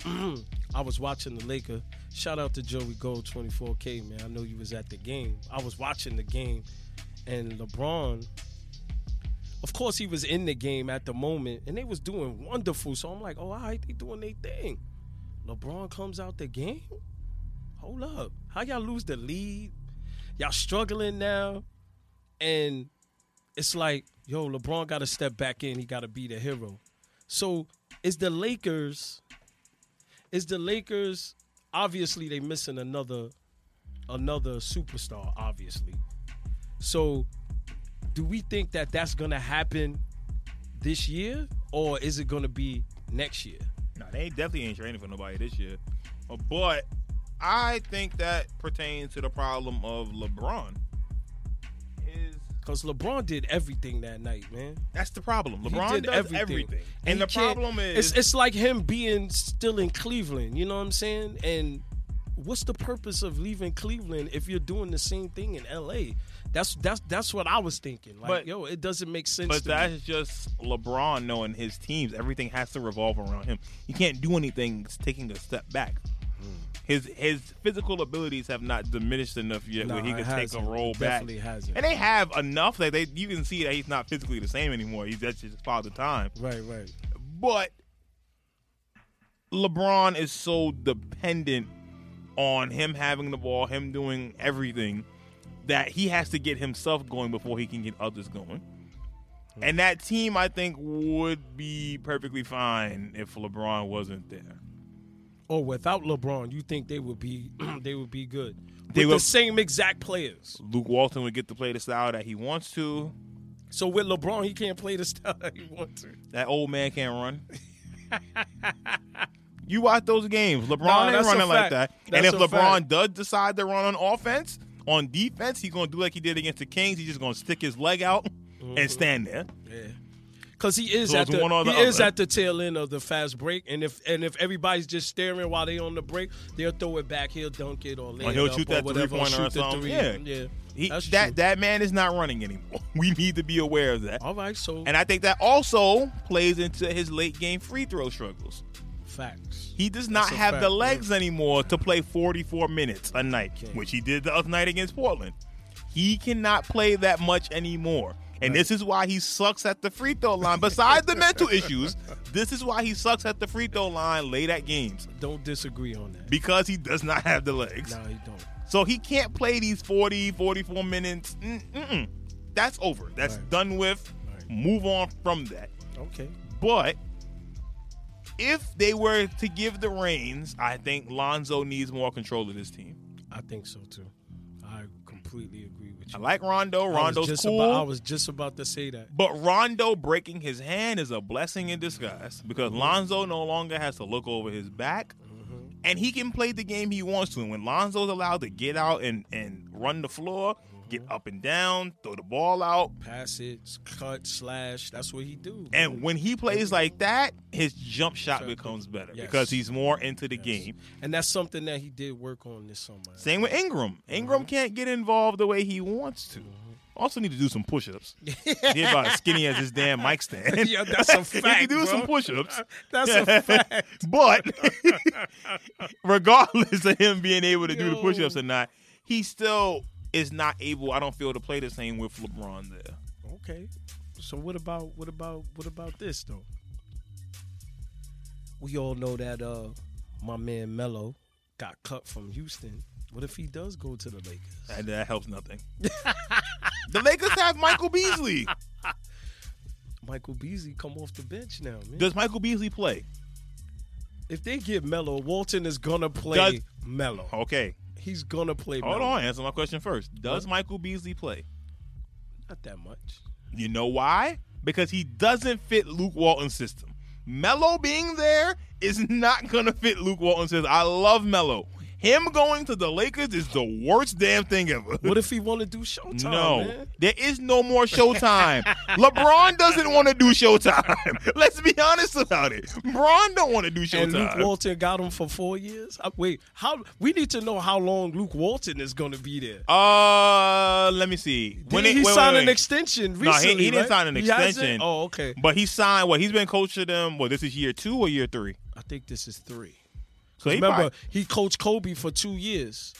Speaker 2: I was watching the Laker. Shout out to Joey Gold, 24K man. I know you was at the game. I was watching the game, and LeBron. Of course, he was in the game at the moment, and they was doing wonderful. So I'm like, oh, all right, they doing their thing. LeBron comes out the game. Hold up, how y'all lose the lead? Y'all struggling now, and it's like, yo, LeBron got to step back in. He got to be the hero. So it's the Lakers. It's the Lakers. Obviously, they missing another, another superstar. Obviously, so do we think that that's gonna happen this year, or is it gonna be next year?
Speaker 1: No, they definitely ain't training for nobody this year. Uh, But I think that pertains to the problem of LeBron. Is
Speaker 2: Because LeBron did everything that night, man.
Speaker 1: that's the problem.
Speaker 2: He
Speaker 1: LeBron
Speaker 2: did
Speaker 1: does everything. And,
Speaker 2: he
Speaker 1: the
Speaker 2: can't-
Speaker 1: problem is
Speaker 2: it's, it's like him being still in Cleveland. You know what I'm saying? And what's the purpose of leaving Cleveland if you're doing the same thing in LA? That's that's that's what I was thinking. Like,
Speaker 1: But-
Speaker 2: yo, it doesn't make sense.
Speaker 1: but
Speaker 2: to me.
Speaker 1: that's just LeBron knowing his teams. Everything has to revolve around him. He can't do anything taking a step back.
Speaker 2: Hmm.
Speaker 1: His his physical abilities have not diminished enough yet
Speaker 2: Nah,
Speaker 1: where he
Speaker 2: it
Speaker 1: can take a
Speaker 2: hasn't.
Speaker 1: roll
Speaker 2: It
Speaker 1: back.
Speaker 2: definitely hasn't.
Speaker 1: And they have enough that they you can see that he's not physically the same anymore. He's that's just father time.
Speaker 2: right, right.
Speaker 1: But LeBron is so dependent on him having the ball, him doing everything, that he has to get himself going before he can get others going. And that team, I think, would be perfectly fine if LeBron wasn't there.
Speaker 2: Or without LeBron, you think they would be they would be good?
Speaker 1: They
Speaker 2: with
Speaker 1: will-
Speaker 2: the same exact players.
Speaker 1: Luke Walton would get to play the style that he wants to.
Speaker 2: So with LeBron, he can't play the style that he wants to.
Speaker 1: That old man can't run. you watch those games. LeBron
Speaker 2: Nah,
Speaker 1: ain't
Speaker 2: that's a
Speaker 1: running
Speaker 2: fact.
Speaker 1: like that. and
Speaker 2: That's
Speaker 1: if
Speaker 2: a
Speaker 1: LeBron
Speaker 2: fact.
Speaker 1: does decide to run on offense, on defense, he's gonna do like he did against the Kings. He's just gonna stick his leg out
Speaker 2: Mm-hmm.
Speaker 1: and stand there.
Speaker 2: Yeah. Cause he is
Speaker 1: So
Speaker 2: at
Speaker 1: it's
Speaker 2: the,
Speaker 1: one or the
Speaker 2: he is
Speaker 1: other.
Speaker 2: at the tail end of the fast break, and if and if everybody's just staring while they on the break, they'll throw it back. He'll dunk it or, lay
Speaker 1: Or
Speaker 2: it
Speaker 1: he'll
Speaker 2: up
Speaker 1: shoot that
Speaker 2: whatever,
Speaker 1: three-pointer or
Speaker 2: shoot the
Speaker 1: something.
Speaker 2: three.
Speaker 1: Yeah.
Speaker 2: yeah.
Speaker 1: He,
Speaker 2: That's
Speaker 1: that
Speaker 2: true.
Speaker 1: that man is not running anymore. We need to be aware of that.
Speaker 2: All right, so
Speaker 1: And I think that also plays into his late game free throw struggles.
Speaker 2: facts.
Speaker 1: He does not
Speaker 2: That's a
Speaker 1: have the
Speaker 2: fact,
Speaker 1: legs anymore to play 44 minutes a night,
Speaker 2: Okay.
Speaker 1: which he did the other night against Portland. He cannot play that much anymore. And this is why he sucks at the free throw line. Besides the mental issues, this is why he sucks at the free throw line late at games
Speaker 2: Don't disagree on that.
Speaker 1: because he does not have the legs.
Speaker 2: No, you don't.
Speaker 1: So he can't play these 40, 44 minutes. Mm, Mm-mm. That's over. That's
Speaker 2: Right.
Speaker 1: done with.
Speaker 2: Right.
Speaker 1: Move on from that.
Speaker 2: Okay.
Speaker 1: But if they were to give the reins, I think Lonzo needs more control of this team.
Speaker 2: I think so too. I completely agree with you.
Speaker 1: I like Rondo.
Speaker 2: I was
Speaker 1: Rondo's
Speaker 2: just
Speaker 1: cool.
Speaker 2: About, I was just about to say that.
Speaker 1: But Rondo breaking his hand is a blessing in disguise because
Speaker 2: Mm-hmm.
Speaker 1: Lonzo no longer has to look over his back and he can play the game he wants to. And when Lonzo's allowed to get out and, and run the floor, get
Speaker 2: Mm-hmm.
Speaker 1: up and down, throw the ball out,
Speaker 2: Pass it, cut, slash. That's what he do.
Speaker 1: and when he plays like that, his jump shot becomes better
Speaker 2: Yes.
Speaker 1: because he's more into the game.
Speaker 2: and that's something that he did work on this summer.
Speaker 1: Same with Ingram.
Speaker 2: Mm-hmm.
Speaker 1: Ingram can't get involved the way he wants to. Also need to do some push-ups. He's about as skinny as his damn mic stand.
Speaker 2: Yeah, that's a
Speaker 1: he can
Speaker 2: fact,
Speaker 1: do
Speaker 2: bro.
Speaker 1: some push-ups.
Speaker 2: That's a fact.
Speaker 1: But regardless of him being able to do the push-ups or not, he still is not able. I don't feel to play the same with LeBron there.
Speaker 2: Okay. So what about what about what about this though? We all know that uh my man Mello got cut from Houston. What if he does go to the Lakers?
Speaker 1: And that helps nothing. the Lakers have Michael Beasley.
Speaker 2: Michael Beasley come off the bench now, man.
Speaker 1: Does Michael Beasley play?
Speaker 2: if they get Mello, Walton is gonna play
Speaker 1: Does-
Speaker 2: Mello.
Speaker 1: Okay.
Speaker 2: He's gonna play
Speaker 1: Hold
Speaker 2: Melo.
Speaker 1: on. Answer my question first. Does Michael Beasley play?
Speaker 2: Not that much.
Speaker 1: You know why? Because he doesn't fit Luke Walton's system. Melo being there is not gonna fit Luke Walton's system. I love Melo. Him going to the Lakers is the worst damn thing ever.
Speaker 2: What if he wanna do Showtime?
Speaker 1: no,
Speaker 2: man?
Speaker 1: there is no more Showtime. LeBron doesn't want to do Showtime. Let's be honest about it. Bron don't want to do
Speaker 2: And Luke
Speaker 1: Showtime.
Speaker 2: Walton got him for four years. Uh, Wait, how? We need to know how long Luke Walton is going to be there.
Speaker 1: Uh, let me see.
Speaker 2: When
Speaker 1: it-
Speaker 2: he
Speaker 1: wait, wait,
Speaker 2: signed
Speaker 1: wait.
Speaker 2: an extension recently.
Speaker 1: No, he, he didn't
Speaker 2: right?
Speaker 1: sign an
Speaker 2: He hasn't?
Speaker 1: extension.
Speaker 2: Oh, okay.
Speaker 1: But he signed what? He's been coaching them. Well, this is year two or year three.
Speaker 2: I think this is three.
Speaker 1: So he
Speaker 2: Remember,
Speaker 1: probably-
Speaker 2: he coached Kobe for two years,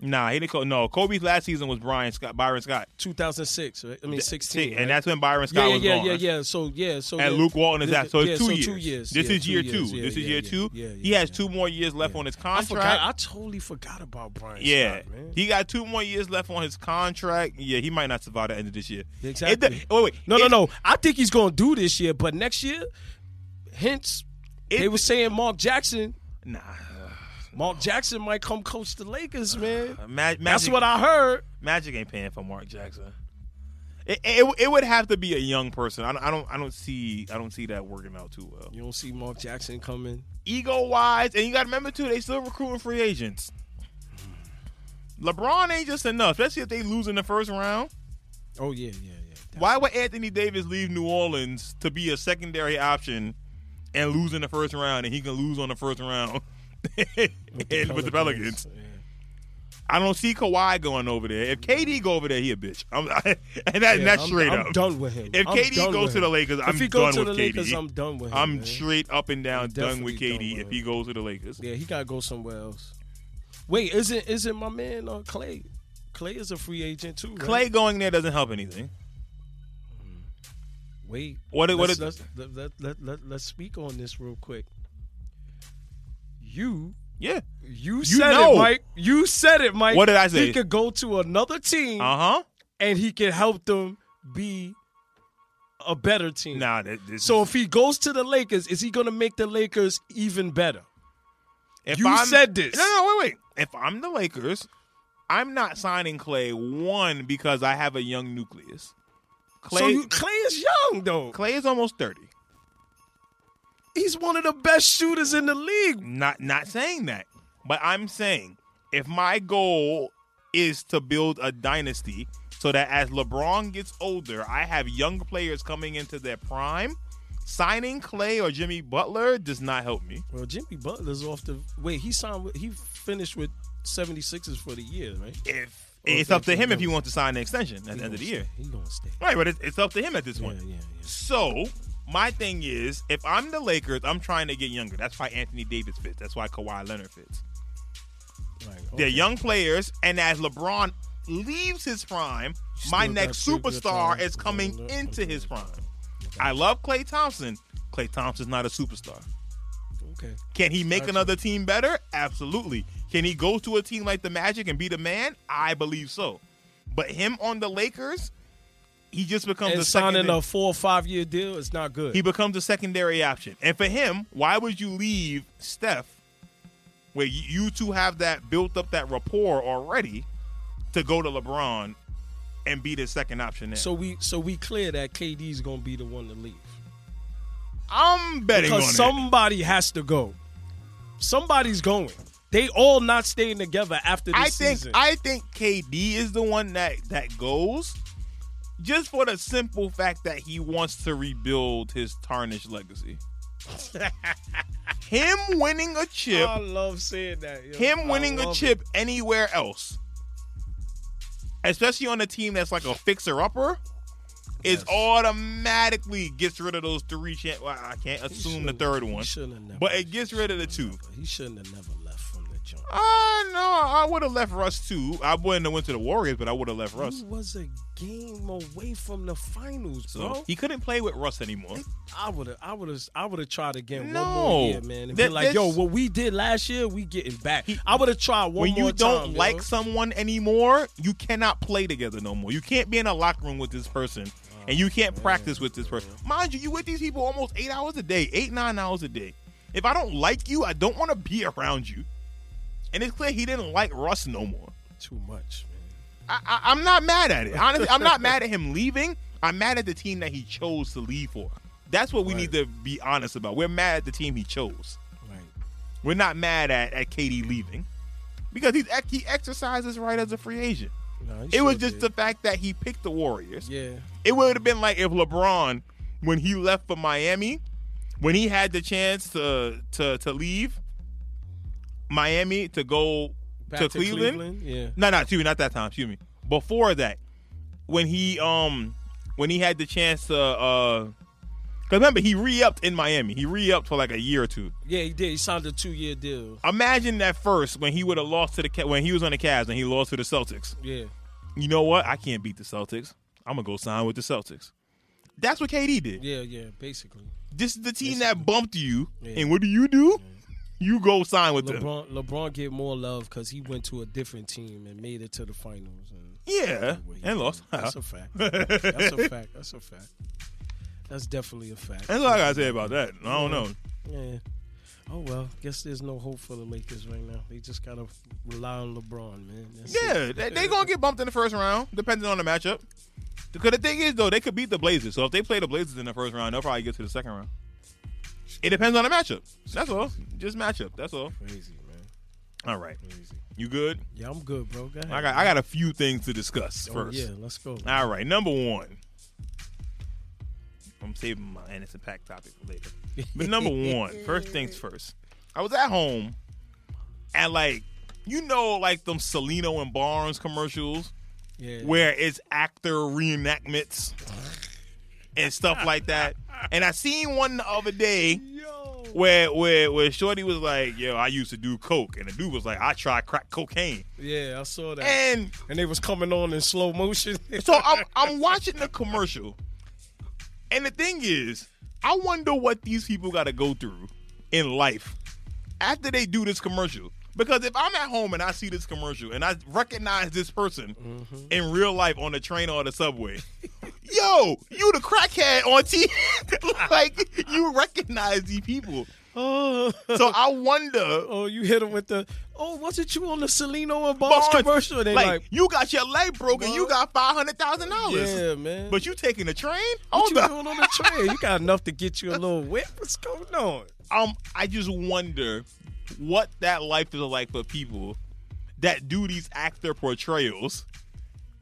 Speaker 1: Nah, he didn't. Co- no, Kobe's last season was Brian Scott, Byron Scott,
Speaker 2: 2006. Right? I mean, 16.
Speaker 1: and
Speaker 2: right?
Speaker 1: that's when Byron
Speaker 2: yeah,
Speaker 1: Scott
Speaker 2: yeah,
Speaker 1: was
Speaker 2: yeah,
Speaker 1: gone.
Speaker 2: yeah, yeah. So yeah, so
Speaker 1: And
Speaker 2: yeah.
Speaker 1: Luke Walton is
Speaker 2: This-
Speaker 1: that. So it's
Speaker 2: yeah,
Speaker 1: two,
Speaker 2: so
Speaker 1: years.
Speaker 2: two years.
Speaker 1: This
Speaker 2: Yeah,
Speaker 1: is
Speaker 2: two
Speaker 1: year
Speaker 2: years.
Speaker 1: two.
Speaker 2: Yeah,
Speaker 1: this is
Speaker 2: yeah,
Speaker 1: year
Speaker 2: yeah.
Speaker 1: two.
Speaker 2: Yeah, yeah,
Speaker 1: he has
Speaker 2: yeah.
Speaker 1: two more years left on his
Speaker 2: I
Speaker 1: contract.
Speaker 2: forgot. I totally forgot about Brian.
Speaker 1: yeah,
Speaker 2: Scott, man.
Speaker 1: he got two more years left on his contract. Yeah, he might not survive the end of this year. It
Speaker 2: Exactly.
Speaker 1: do- oh, wait, wait.
Speaker 2: no, no,
Speaker 1: It-
Speaker 2: no. I think he's going to do this year, but next year, hence they
Speaker 1: It-
Speaker 2: were saying Mark Jackson.
Speaker 1: Nah,
Speaker 2: Mark Jackson might come coach the Lakers, man.
Speaker 1: Ma- Uh, Magic,
Speaker 2: That's what I heard.
Speaker 1: Magic ain't paying for Mark Jackson. It, it, it would have to be a young person. I don't, I don't I don't see I don't see that working out too well.
Speaker 2: You don't see Mark Jackson coming.
Speaker 1: ego wise, and you got to remember too, they still recruiting free agents. LeBron ain't just enough, especially if they lose in the first round.
Speaker 2: Oh yeah, yeah, yeah. That-
Speaker 1: Why would Anthony Davis leave New Orleans to be a secondary option and lose in the first round, and he can lose on the first round and with the Pelicans?
Speaker 2: Yeah.
Speaker 1: I don't see Kawhi going over there. If KD go over there, he a bitch. I'm, and, that, and
Speaker 2: Yeah,
Speaker 1: that's
Speaker 2: I'm-
Speaker 1: straight
Speaker 2: I'm
Speaker 1: up.
Speaker 2: done with him.
Speaker 1: If
Speaker 2: I'm
Speaker 1: KD
Speaker 2: done
Speaker 1: goes
Speaker 2: with
Speaker 1: to the
Speaker 2: him.
Speaker 1: Lakers,
Speaker 2: If
Speaker 1: I'm
Speaker 2: he goes
Speaker 1: done
Speaker 2: to
Speaker 1: with
Speaker 2: the Lakers,
Speaker 1: KD.
Speaker 2: I'm done with him.
Speaker 1: I'm
Speaker 2: man.
Speaker 1: straight up and down done
Speaker 2: definitely
Speaker 1: with
Speaker 2: done
Speaker 1: KD
Speaker 2: with
Speaker 1: if he
Speaker 2: him.
Speaker 1: goes to the Lakers.
Speaker 2: Yeah, he gotta go somewhere else. Wait, isn't isn't my man uh, Clay? Clay is a free agent too. Right?
Speaker 1: Clay going there doesn't help anything.
Speaker 2: wait.
Speaker 1: What it- what
Speaker 2: let's,
Speaker 1: it-
Speaker 2: let's, let, let, let, let, let's speak on this real quick. You
Speaker 1: Yeah.
Speaker 2: you said
Speaker 1: know.
Speaker 2: it, Mike. You said it, Mike.
Speaker 1: What did I say?
Speaker 2: He could go to another team
Speaker 1: Uh huh.
Speaker 2: and he can help them be a better team.
Speaker 1: Nah. That, this,
Speaker 2: So if he goes to the Lakers, is he gonna make the Lakers even better?
Speaker 1: if
Speaker 2: you said this.
Speaker 1: No, no, wait, wait. If I'm the Lakers, I'm not signing Clay one because I have a young nucleus. Clay,
Speaker 2: so you, Clay is young though.
Speaker 1: Clay is almost thirty.
Speaker 2: He's one of the best shooters in the league.
Speaker 1: Not not saying that, but I'm saying if my goal is to build a dynasty so that as LeBron gets older, I have young players coming into their prime. Signing Clay or Jimmy Butler does not help me.
Speaker 2: Well, Jimmy Butler's off the wait. He signed. With, he finished with 76ers for the year, right?
Speaker 1: If
Speaker 2: Well,
Speaker 1: it's up to
Speaker 2: thanks,
Speaker 1: him if
Speaker 2: no.
Speaker 1: he wants to sign an extension at the end of the year.
Speaker 2: he gonna stay.
Speaker 1: Right, but it's, it's up to him at this
Speaker 2: Yeah,
Speaker 1: point.
Speaker 2: yeah,
Speaker 1: So my thing is, if I'm the Lakers, I'm trying to get younger. That's why Anthony Davis fits. That's why Kawhi Leonard fits.
Speaker 2: yeah. Right.
Speaker 1: They're
Speaker 2: okay.
Speaker 1: young players, and as LeBron leaves his prime, my
Speaker 2: Still
Speaker 1: next
Speaker 2: got pretty good
Speaker 1: superstar
Speaker 2: talent.
Speaker 1: is coming into his prime. I love Clay Thompson. Clay Thompson's not a superstar.
Speaker 2: Okay.
Speaker 1: Can he make
Speaker 2: Gotcha.
Speaker 1: another team better? Absolutely. Can he go to a team like the Magic and be the man? I believe so. But him on the Lakers, he just becomes
Speaker 2: And
Speaker 1: a secondary.
Speaker 2: signing a four or five year deal is not good.
Speaker 1: He becomes a secondary option. And for him, why would you leave Steph where y- you two have that built up that rapport already to go to LeBron and be the second option there?
Speaker 2: so we so we clear that KD is gonna be the one to leave
Speaker 1: I'm betting on
Speaker 2: because
Speaker 1: it.
Speaker 2: somebody has to go. Somebody's going. They all not staying together after this
Speaker 1: I think
Speaker 2: season.
Speaker 1: I think KD is the one that that goes just for the simple fact that he wants to rebuild his tarnished legacy. him winning a chip
Speaker 2: I love saying that. yo.
Speaker 1: him
Speaker 2: Oh, I
Speaker 1: winning a
Speaker 2: love
Speaker 1: chip anywhere else, especially on a team that's like a fixer upper, is automatically gets rid of those three. Chan- well, I can't
Speaker 2: it. He
Speaker 1: assume the
Speaker 2: shouldn't-
Speaker 1: third
Speaker 2: he
Speaker 1: one,
Speaker 2: shouldn't have never-
Speaker 1: but it gets rid of the two.
Speaker 2: He shouldn't have never left from the jump.
Speaker 1: Ah, no, I would have left Russ too. I wouldn't have went to the Warriors, but I would have left
Speaker 2: He
Speaker 1: Russ.
Speaker 2: was a game away from the finals,
Speaker 1: So
Speaker 2: bro.
Speaker 1: he couldn't play with Russ anymore.
Speaker 2: I would have, I would have, I would have tried again
Speaker 1: No.
Speaker 2: one more year, man, and
Speaker 1: Th-
Speaker 2: be like, yo,
Speaker 1: this-
Speaker 2: what we did last year, we getting back.
Speaker 1: He-
Speaker 2: I would have tried one
Speaker 1: when
Speaker 2: more
Speaker 1: you don't
Speaker 2: time, yo.
Speaker 1: like someone anymore, you cannot play together no more. You can't be in a locker room with this person, and you
Speaker 2: Oh,
Speaker 1: can't practice with this person. Mind you, you with these people almost eight hours a day, eight nine hours a day. If I don't like you, I don't want to be around you. And it's clear he didn't like Russ no more.
Speaker 2: too much, man.
Speaker 1: I, I, I'm not mad at it. Honestly, I'm not mad at him leaving. I'm mad at the team that he chose to leave for. That's what we
Speaker 2: Right.
Speaker 1: need to be honest about. We're mad at the team he chose.
Speaker 2: Right.
Speaker 1: We're not mad at, at Katie leaving because he's, ex- he exercises right as a free agent.
Speaker 2: Nah, he
Speaker 1: It was
Speaker 2: sure
Speaker 1: just the
Speaker 2: did.
Speaker 1: fact that he picked the Warriors.
Speaker 2: yeah.
Speaker 1: It would have been like if LeBron, when he left for Miami, when he had the chance to to to leave Miami to go
Speaker 2: Back
Speaker 1: to, Cleveland.
Speaker 2: yeah.
Speaker 1: No, no, excuse me, not that time. Excuse me. Before that, when he um when he had the chance to uh, cause remember he re upped in Miami. He re upped for like a year or two.
Speaker 2: Yeah, he did. He signed a two year deal.
Speaker 1: Imagine that first when he would have lost to the Ca- when he was on the Cavs and he lost to the Celtics.
Speaker 2: Yeah.
Speaker 1: you know what? I can't beat the Celtics. I'm gonna go sign with the Celtics. That's what KD did.
Speaker 2: Yeah, yeah, basically.
Speaker 1: This is the team that bumped you,
Speaker 2: Yeah.
Speaker 1: and what do you do? You go sign with them.
Speaker 2: LeBron LeBron get more love because he went to a different team and made it to the finals. And
Speaker 1: Yeah,
Speaker 2: Well, he-
Speaker 1: and lost.
Speaker 2: That's a fact. That's a fact. That's a fact. That's definitely a fact.
Speaker 1: That's all I gotta say about that. I don't know.
Speaker 2: Yeah. Oh well, guess there's no hope for the Lakers right now. They just gotta rely on LeBron, man. That's it.
Speaker 1: Yeah, they, they gonna get bumped in the first round, depending on the matchup. Because the thing is, though, they could beat the Blazers. So if they play the Blazers in the first round, they'll probably get to the second round. It depends on the matchup. That's all. Just matchup. That's all.
Speaker 2: Crazy, man.
Speaker 1: All right.
Speaker 2: Crazy.
Speaker 1: You good?
Speaker 2: Yeah, I'm good, bro. Go ahead.
Speaker 1: I got. I got a few things to discuss
Speaker 2: Oh,
Speaker 1: first.
Speaker 2: yeah, let's go.
Speaker 1: All right, number one. I'm saving my Anderson Pack topic for later. But number one, first things first. I was at home and like you know like them Salino and Barnes commercials
Speaker 2: Yeah.
Speaker 1: where it's actor reenactments and stuff like that. And I seen one the other day
Speaker 2: Yo.
Speaker 1: where where where Shorty was like, "Yo, I used to do coke," and the dude was like, "I tried crack cocaine."
Speaker 2: Yeah, I saw that. And,
Speaker 1: And
Speaker 2: they was coming on in slow motion.
Speaker 1: So I'm I'm watching the commercial, and the thing is, I wonder what these people got to go through in life after they do this commercial. Because if I'm at home and I see this commercial and I recognize this person
Speaker 2: Mm-hmm.
Speaker 1: in real life on the train or the subway, yo, you the crackhead on TV, like you recognize these people.
Speaker 2: oh,
Speaker 1: So I wonder.
Speaker 2: oh, you hit him with the. Oh, wasn't you on the Salino and Boss
Speaker 1: Barnes,
Speaker 2: commercial? They
Speaker 1: like,
Speaker 2: like,
Speaker 1: you got your leg broken, you got five hundred thousand dollars,
Speaker 2: yeah, man.
Speaker 1: but you taking the train?
Speaker 2: what
Speaker 1: Hold
Speaker 2: you
Speaker 1: up.
Speaker 2: doing on the train? You got enough to get you a little whip. What's going on?
Speaker 1: um, I just wonder what that life is like for people that do these actor portrayals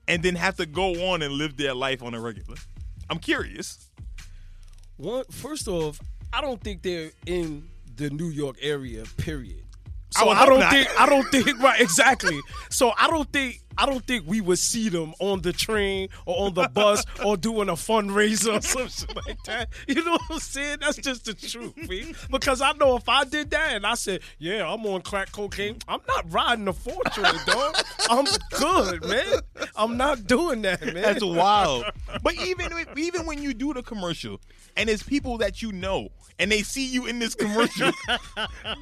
Speaker 1: and then have to go on and live their life on a regular. I'm curious.
Speaker 2: One, first off, I don't think they're in the New York area. Period. So
Speaker 1: Oh, I would
Speaker 2: I,
Speaker 1: hope
Speaker 2: don't
Speaker 1: not.
Speaker 2: think I don't think right exactly. So I don't think I don't think we would see them on the train or on the bus or doing a fundraiser or some shit like that. You know what I'm saying? That's just the truth, man. Because I know if I did that and I said, "Yeah, I'm on crack cocaine," I'm not riding the fortune, dog. I'm good, man. I'm not doing that, man.
Speaker 1: That's wild. but even if- even when you do the commercial, and it's people that you know, and they see you in this commercial,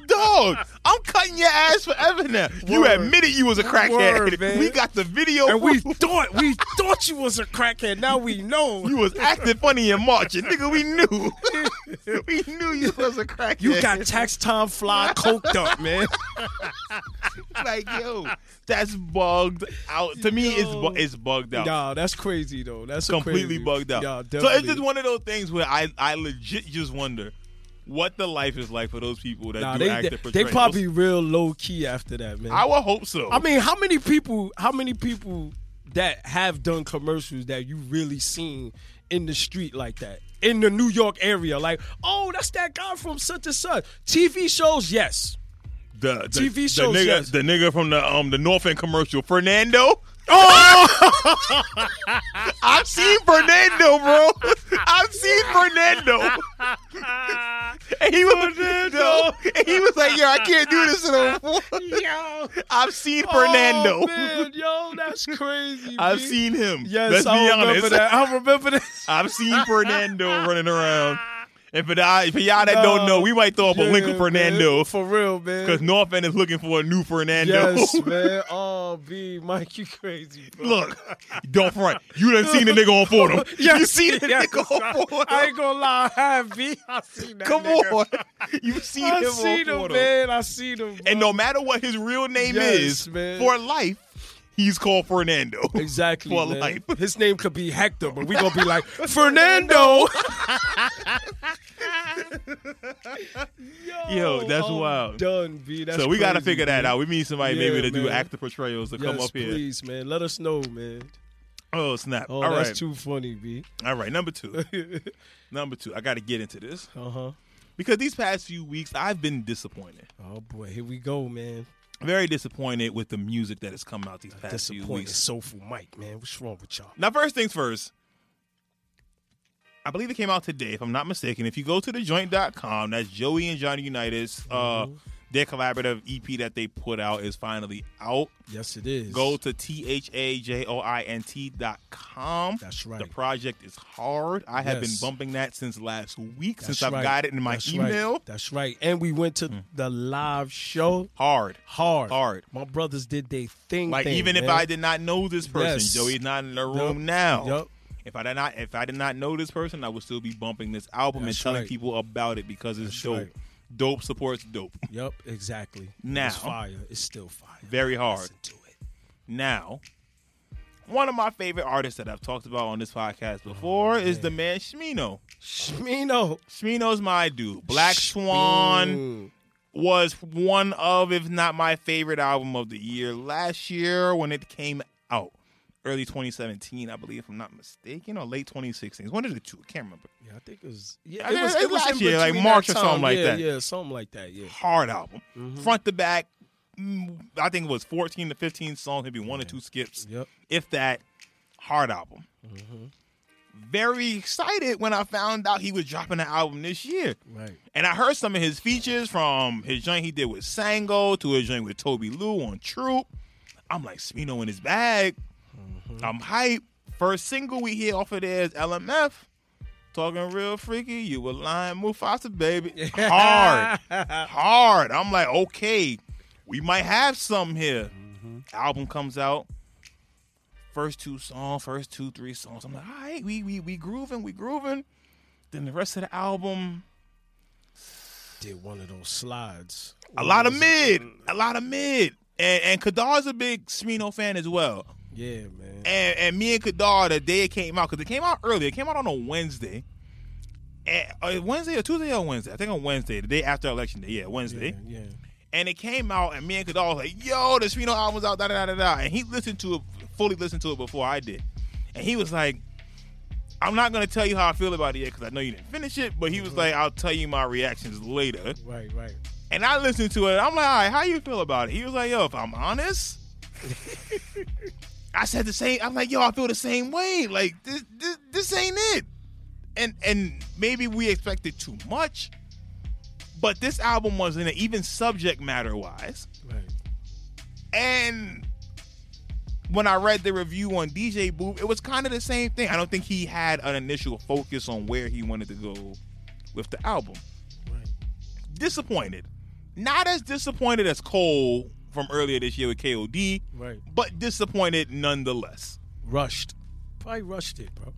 Speaker 1: dog, I'm cutting your ass forever now. You
Speaker 2: Word.
Speaker 1: admitted you was a crackhead.
Speaker 2: Word, man.
Speaker 1: we got the video,
Speaker 2: and we
Speaker 1: proof.
Speaker 2: thought we thought you was a crackhead. Now we know
Speaker 1: you was acting funny in March, and nigga, we knew, we knew you was a crackhead.
Speaker 2: you got tax time fly coked up, man.
Speaker 1: like yo, that's bugged out. To me, it's bu-
Speaker 2: Yo.
Speaker 1: it's bugged out.
Speaker 2: Nah, that's crazy though. That's a
Speaker 1: completely
Speaker 2: crazy-
Speaker 1: bugged out.
Speaker 2: Yeah,
Speaker 1: so it's
Speaker 2: definitely.
Speaker 1: just one of those things where I, I legit just wonder what the life is like for those people that
Speaker 2: Nah,
Speaker 1: do
Speaker 2: they,
Speaker 1: active
Speaker 2: they, they
Speaker 1: portrayals.
Speaker 2: probably real low key after that, man.
Speaker 1: I
Speaker 2: I,
Speaker 1: would hope so.
Speaker 2: mean, how many people? How many people that have done commercials that you really seen in the street like that in the New York area? Like, oh, that's that guy from such and such TV shows. Yes.
Speaker 1: the, the
Speaker 2: TV
Speaker 1: the
Speaker 2: shows,
Speaker 1: nigga,
Speaker 2: yes.
Speaker 1: the nigga from the um the North End commercial, Fernando.
Speaker 2: Oh!
Speaker 1: I've seen Fernando, bro. I've seen Fernando. and he was Fernando. and he was like, "Yo, I can't do this no more."
Speaker 2: Yo,
Speaker 1: I've seen Fernando.
Speaker 2: Oh, man, yo, that's crazy.
Speaker 1: I've
Speaker 2: B.
Speaker 1: seen him.
Speaker 2: Yes,
Speaker 1: Let's
Speaker 2: I
Speaker 1: be
Speaker 2: remember
Speaker 1: honest.
Speaker 2: that. I remember that.
Speaker 1: I've seen Fernando running around. And for, the, for y'all that
Speaker 2: Nah.
Speaker 1: don't know, we might throw up a link
Speaker 2: Yeah,
Speaker 1: with Fernando
Speaker 2: man, for real, man.
Speaker 1: because North End is looking for a new Fernando.
Speaker 2: Yes, man. Oh, B, Mike, you crazy, bro.
Speaker 1: Look, don't front. You done seen the nigga on Fordham.
Speaker 2: Yes,
Speaker 1: you seen the
Speaker 2: yes.
Speaker 1: nigga on Fordham.
Speaker 2: I ain't gonna lie, I have B. I seen that.
Speaker 1: Come
Speaker 2: nigga.
Speaker 1: on. You seen
Speaker 2: I
Speaker 1: him
Speaker 2: seen
Speaker 1: on
Speaker 2: him,
Speaker 1: Fordham.
Speaker 2: man. I seen him.
Speaker 1: And no matter what his real name
Speaker 2: Yes,
Speaker 1: is,
Speaker 2: man.
Speaker 1: for life, he's called Fernando.
Speaker 2: exactly
Speaker 1: for
Speaker 2: man.
Speaker 1: life.
Speaker 2: His name could be Hector, but we gonna be like Fernando.
Speaker 1: Yo, that's
Speaker 2: Oh, I'm
Speaker 1: wild.
Speaker 2: Done, B. That's
Speaker 1: so we got to
Speaker 2: crazy,
Speaker 1: figure that
Speaker 2: man.
Speaker 1: out. We need somebody
Speaker 2: Yeah,
Speaker 1: maybe to do
Speaker 2: man.
Speaker 1: active portrayals to come
Speaker 2: Yes,
Speaker 1: up here.
Speaker 2: please, man. Let us know, man.
Speaker 1: Oh, snap.
Speaker 2: Oh,
Speaker 1: All
Speaker 2: that's
Speaker 1: right.
Speaker 2: too funny, B.
Speaker 1: All right. Number two. number two. I got to get into this.
Speaker 2: Uh huh.
Speaker 1: because these past few weeks I've been disappointed,
Speaker 2: Oh boy, here we go, man.
Speaker 1: very disappointed with the music that has come out these past few
Speaker 2: Disappointed,
Speaker 1: weeks.
Speaker 2: soulful Mike, man. What's wrong with y'all?
Speaker 1: Now, first things first, I believe it came out today, if I'm not mistaken. If you go to thejoint.com, that's Joey and Johnny United's uh,
Speaker 2: Mm-hmm.
Speaker 1: their collaborative EP that they put out is finally out.
Speaker 2: Yes, it is.
Speaker 1: Go to T H A J O I N T dot com.
Speaker 2: That's right.
Speaker 1: The project is hard. I have
Speaker 2: Yes.
Speaker 1: been bumping that since last week,
Speaker 2: That's
Speaker 1: since I've
Speaker 2: right.
Speaker 1: got it in my
Speaker 2: That's right.
Speaker 1: email.
Speaker 2: That's right. And we went to the live show
Speaker 1: Hard.
Speaker 2: hard.
Speaker 1: Hard.
Speaker 2: My brothers did their thing.
Speaker 1: Like
Speaker 2: thing,
Speaker 1: even if
Speaker 2: man.
Speaker 1: I did not know this person,
Speaker 2: Yes.
Speaker 1: Joey's not in the
Speaker 2: Yup.
Speaker 1: room now.
Speaker 2: Yup.
Speaker 1: If I did not, if I did not know this person, I would still be bumping this album
Speaker 2: That's
Speaker 1: and telling
Speaker 2: right.
Speaker 1: people about it because it's
Speaker 2: That's
Speaker 1: dope.
Speaker 2: right.
Speaker 1: Dope supports dope.
Speaker 2: Yep, exactly.
Speaker 1: Now.
Speaker 2: It's fire. It's still fire.
Speaker 1: Very hard.
Speaker 2: Listen to it.
Speaker 1: Now, one of my favorite artists that I've talked about on this podcast before is the man Shmino.
Speaker 2: Shmino.
Speaker 1: Shmino's my dude. Black Swan was one of, if not my favorite album of the year last year when it came out. Early 2017, I believe, if I'm not mistaken, or late 2016. It's one of the two. I can't remember.
Speaker 2: Yeah, I think it was.
Speaker 1: I
Speaker 2: Yeah,
Speaker 1: think
Speaker 2: it was,
Speaker 1: it
Speaker 2: it was
Speaker 1: last
Speaker 2: in
Speaker 1: year, like
Speaker 2: between
Speaker 1: March
Speaker 2: that
Speaker 1: or something
Speaker 2: time.
Speaker 1: like
Speaker 2: yeah,
Speaker 1: that.
Speaker 2: Yeah, something like that. Yeah.
Speaker 1: hard album, front to back. mm, I think it was 14 to 15 songs, maybe one or two skips,
Speaker 2: Yep.
Speaker 1: if that. Hard album. Very excited when I found out he was dropping an album this year,
Speaker 2: Right.
Speaker 1: and I heard some of his features from his joint he did with Sango to his joint with Toby Lou on Troop. I'm like Smino in his bag. I'm hype. First single we hear off of there is LMF. Talking real freaky, you a lying Mufasa baby. Hard hard. I'm like, okay, we might have some here. Album comes out. First two songs, first two, three songs. I'm like, all right, we we we grooving, we grooving. Then the rest of the album,
Speaker 2: Did one of those slides.
Speaker 1: a lot of mid, a lot of mid. And and Kadar's a big Smino fan as well.
Speaker 2: Yeah, man.
Speaker 1: And and me and Kadar the day it came out, because it came out early. It came out on a Wednesday. And, uh, Wednesday or Tuesday or Wednesday? I think on Wednesday, the day after election day. Yeah, Wednesday.
Speaker 2: Yeah, yeah.
Speaker 1: and it came out, and me and Kadal was like, "Yo, the Smino album's out, da da da da da." And he listened to it, fully listened to it before I did, and he was like, "I'm not gonna tell you how I feel about it yet because I know you didn't finish it," but he was like, "I'll tell you my reactions later."
Speaker 2: Right, right.
Speaker 1: And I listened to it. I'm like, "All right, how you feel about it?" He was like, "Yo, if I'm honest, I said the same. I'm like, yo, I feel the same way. Like this, this, this ain't it. And and maybe we expected too much, but this album wasn't it, even subject matter wise.
Speaker 2: Right.
Speaker 1: And when I read the review on DJ Booth, it was kind of the same thing. I don't think he had an initial focus on where he wanted to go with the album.
Speaker 2: Right.
Speaker 1: Disappointed. Not as disappointed as Cole from earlier this year with KOD,
Speaker 2: Right.
Speaker 1: but disappointed nonetheless.
Speaker 2: Rushed. Probably rushed it, bro.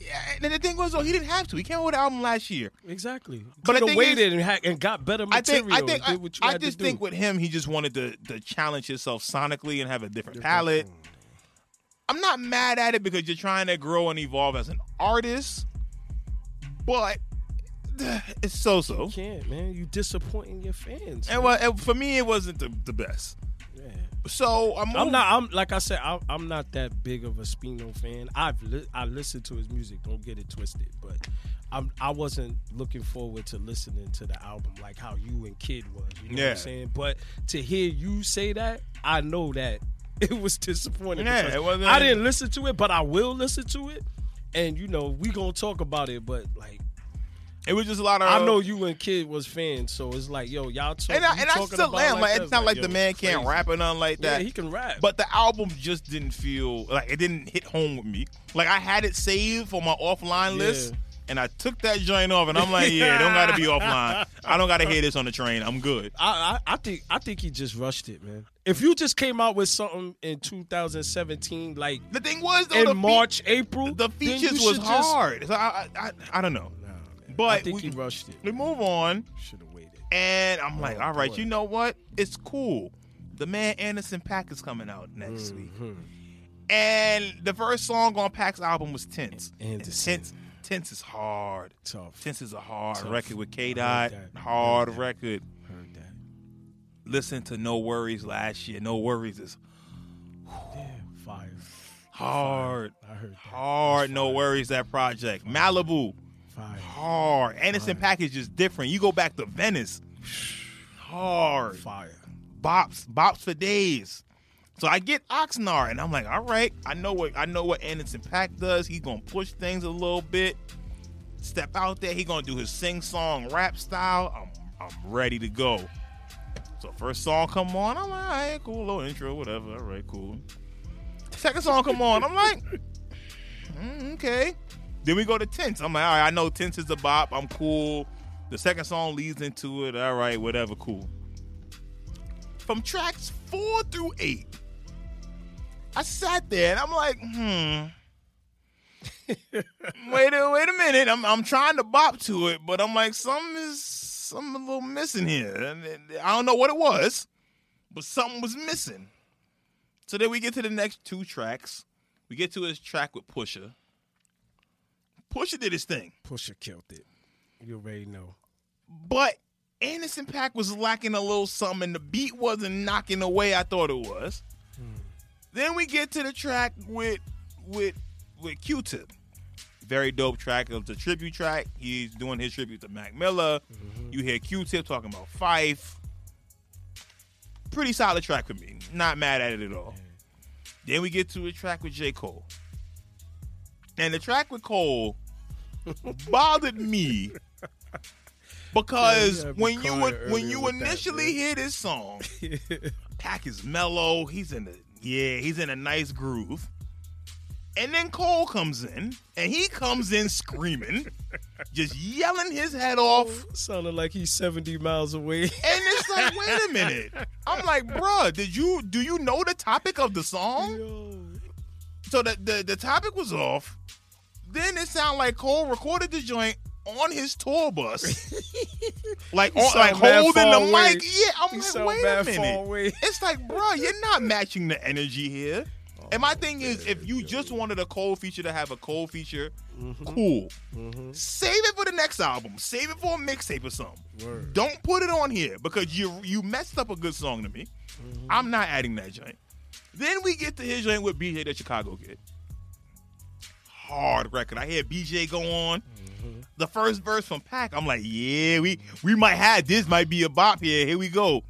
Speaker 1: Yeah, and the thing was, though, he didn't have to. He came out with an album last year.
Speaker 2: Exactly.
Speaker 1: But the
Speaker 2: Coulda
Speaker 1: thing
Speaker 2: waited and, ha- and got better
Speaker 1: I
Speaker 2: material.
Speaker 1: think, I think,
Speaker 2: and
Speaker 1: I,
Speaker 2: did what you
Speaker 1: I
Speaker 2: had to
Speaker 1: just
Speaker 2: do.
Speaker 1: think with him, he just wanted to to challenge himself sonically and have a different palette. I'm not mad at it because you're trying to grow and evolve as an artist, but it's so-so.
Speaker 2: You can't, man. You disappointing your fans.
Speaker 1: And well, and for me, it wasn't the, the best.
Speaker 2: Yeah.
Speaker 1: So I'm,
Speaker 2: I'm not. I'm like I said. I'm, I'm not that big of a Spino fan. I've li- I listened to his music. Don't get it twisted, but I'm. I wasn't looking forward to listening to the album like how you and Kid was. You know what
Speaker 1: Yeah.
Speaker 2: I'm saying? But to hear you say that, I know that it was disappointing.
Speaker 1: Yeah,
Speaker 2: because
Speaker 1: it wasn't-
Speaker 2: I didn't listen to it, but I will listen to it. And you know, we gonna talk about it. But like,
Speaker 1: It was just a lot of.
Speaker 2: I know you and Kid was fans, so it's like, yo, y'all talk,
Speaker 1: and I,
Speaker 2: you
Speaker 1: and I
Speaker 2: talking
Speaker 1: still
Speaker 2: about
Speaker 1: am. Like,
Speaker 2: that,
Speaker 1: it's not like
Speaker 2: yo,
Speaker 1: the man can't
Speaker 2: crazy.
Speaker 1: rap or nothing like
Speaker 2: Yeah,
Speaker 1: that.
Speaker 2: he can rap.
Speaker 1: But the album just didn't feel like it didn't hit home with me. Like I had it saved for my offline
Speaker 2: Yeah.
Speaker 1: list, and I took that joint off, and I'm like, yeah, it don't gotta be offline. I don't gotta hear this on the train. I'm good.
Speaker 2: I, I I think I think he just rushed it, man. If you just came out with something in 2017, like
Speaker 1: The thing was though, the
Speaker 2: in
Speaker 1: fe-
Speaker 2: March, April,
Speaker 1: the
Speaker 2: then
Speaker 1: features
Speaker 2: you
Speaker 1: was
Speaker 2: should just-
Speaker 1: hard. So I, I, I, I don't know.
Speaker 2: I
Speaker 1: But
Speaker 2: think
Speaker 1: we,
Speaker 2: he rushed it.
Speaker 1: we move on,
Speaker 2: Should have waited.
Speaker 1: and I'm like, all right,
Speaker 2: boy.
Speaker 1: you know what? It's cool. The man Anderson Pack is coming out next week.
Speaker 2: Mm-hmm.
Speaker 1: And the first song on Pac's album was Tense. And
Speaker 2: Anderson.
Speaker 1: Tense, Tense is hard.
Speaker 2: Tough.
Speaker 1: Tense is a hard
Speaker 2: Tough.
Speaker 1: record with K
Speaker 2: I
Speaker 1: Dot.
Speaker 2: heard that.
Speaker 1: Hard
Speaker 2: I heard that.
Speaker 1: record.
Speaker 2: Heard that.
Speaker 1: Listen to No Worries last year. No Worries is
Speaker 2: Yeah, fire.
Speaker 1: hard.
Speaker 2: I heard that.
Speaker 1: Hard. No Worries, that project. Malibu.
Speaker 2: Fire.
Speaker 1: Hard. Anderson Package is different. You go back to Venice. Hard.
Speaker 2: Fire.
Speaker 1: Bops. Bops for days. So I get Oxnard and I'm like, all right, I know what I know what Anderson Pack does. He gonna push things a little bit. Step out there, he gonna do his sing song rap style. I'm I'm ready to go. So first song come on, I'm like, all right, cool, little intro, whatever. All right, cool. Second song come on, I'm like, mm, okay. Then we go to tense. I'm like, all right, I know tense is a bop. I'm cool. The second song leads into it. All right, whatever, cool. From tracks four through eight, I sat there and I'm like, hmm. wait a wait a minute. I'm I'm trying to bop to it, but I'm like, something is something a little missing here. And and I don't know what it was, but something was missing. So then we get to the next two tracks. We get to his track with Pusha. Pusha did his thing,
Speaker 2: Pusher killed it. You already know.
Speaker 1: but Anderson Pack was lacking a little something. and The beat wasn't knocking the way I thought it was. Then we get to the track with with with Q-Tip. Very dope track of the tribute track. He's doing his tribute to Mac Miller.
Speaker 2: Mm-hmm.
Speaker 1: You hear Q-Tip talking about Fife. Pretty solid track for me. Not mad at it at all. Then we get to a track with J. Cole. And the track with Cole bothered me because
Speaker 2: Yeah, you had
Speaker 1: when
Speaker 2: me
Speaker 1: you
Speaker 2: crying
Speaker 1: would, when
Speaker 2: earlier
Speaker 1: you
Speaker 2: with that,
Speaker 1: initially
Speaker 2: man.
Speaker 1: hear this song, Pack is mellow. He's in a yeah, he's in a nice groove. And then Cole comes in, and he comes in screaming, just yelling his head off.
Speaker 2: Sounded like he's 70 miles away.
Speaker 1: And it's like, wait a minute. I'm like, bruh, did you do you know the topic of the song?
Speaker 2: Yo.
Speaker 1: So the the, the topic was off. Then it sounded like Cole recorded the joint on his tour bus. like on,
Speaker 2: sound
Speaker 1: like
Speaker 2: mad
Speaker 1: holding the
Speaker 2: far away.
Speaker 1: mic. Yeah, I'm
Speaker 2: He
Speaker 1: like,
Speaker 2: sound
Speaker 1: wait a
Speaker 2: bad
Speaker 1: minute.
Speaker 2: far away.
Speaker 1: It's like, bro, you're not matching the energy here. and my thing is, if you just wanted a cold feature to have a cold feature, cool. Save it for the next album. Save it for a mixtape or something.
Speaker 2: Word.
Speaker 1: Don't put it on here because you you messed up a good song to me. I'm not adding that joint. Then we get to his joint with BJ that Chicago get. Hard record. I hear BJ go on. The first verse from Pac, I'm like, yeah, we we might have this might be a bop here. Here we go.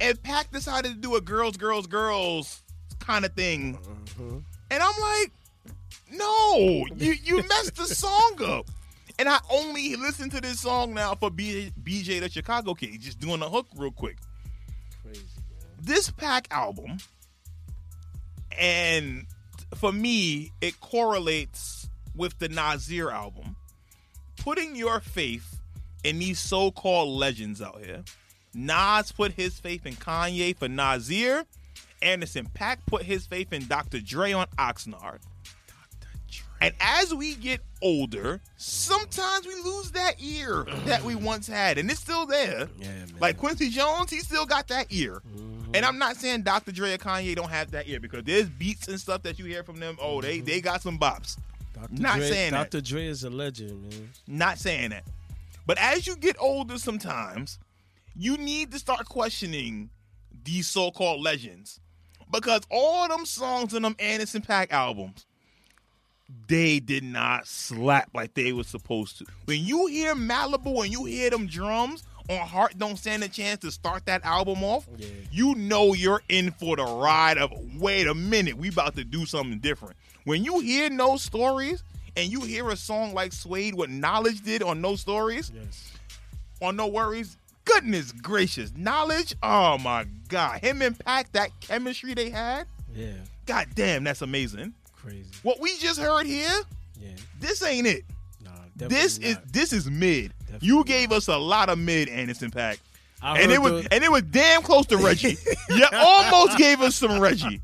Speaker 1: And Pac decided to do a girls, girls, girls kind of thing. And I'm like, no, you, you messed the song up. And I only listen to this song now for B- BJ the Chicago Kid, just doing a hook real quick.
Speaker 2: Crazy.
Speaker 1: This pack album, and for me, it correlates with the Nazir album. Putting your faith in these so called legends out here. Nas put his faith in Kanye for Nazir. Anderson Pack put his faith in Dr. Dre on Oxnard. And as we get older, sometimes we lose that ear that we once had, and it's still there.
Speaker 2: Yeah, man. Mm-hmm.
Speaker 1: Like Quincy Jones, he still got that ear. And I'm not saying Dr. Dre or Kanye don't have that ear because there's beats and stuff that you hear from them. Oh, they they got some bops.
Speaker 2: Dr.
Speaker 1: Not
Speaker 2: Dre,
Speaker 1: saying that.
Speaker 2: Dr. Dre is a legend, man.
Speaker 1: Not saying that. But as you get older, sometimes you need to start questioning these so called legends because all them songs in them Anderson Pack albums, they did not slap like they was supposed to. When you hear Malibu and you hear them drums on Heart Don't Stand a Chance to start that album off,
Speaker 2: Yeah.
Speaker 1: you know you're in for the ride of wait a minute, we about to do something different. When you hear no stories and you hear a song like Suede, what Knowledge did on No Stories,
Speaker 2: Yes.
Speaker 1: on No Worries. Goodness gracious, knowledge. Oh my God, him and Pac, that chemistry they had.
Speaker 2: Yeah.
Speaker 1: God damn, that's amazing.
Speaker 2: Crazy.
Speaker 1: What we just heard here,
Speaker 2: Yeah.
Speaker 1: this ain't it.
Speaker 2: Nah. definitely
Speaker 1: this is
Speaker 2: not.
Speaker 1: this is mid.
Speaker 2: Definitely
Speaker 1: You gave us a lot of mid, Anderson Pack,
Speaker 2: I
Speaker 1: and
Speaker 2: heard
Speaker 1: it was
Speaker 2: the-
Speaker 1: and it was damn close to Reggie. you almost gave us some Reggie.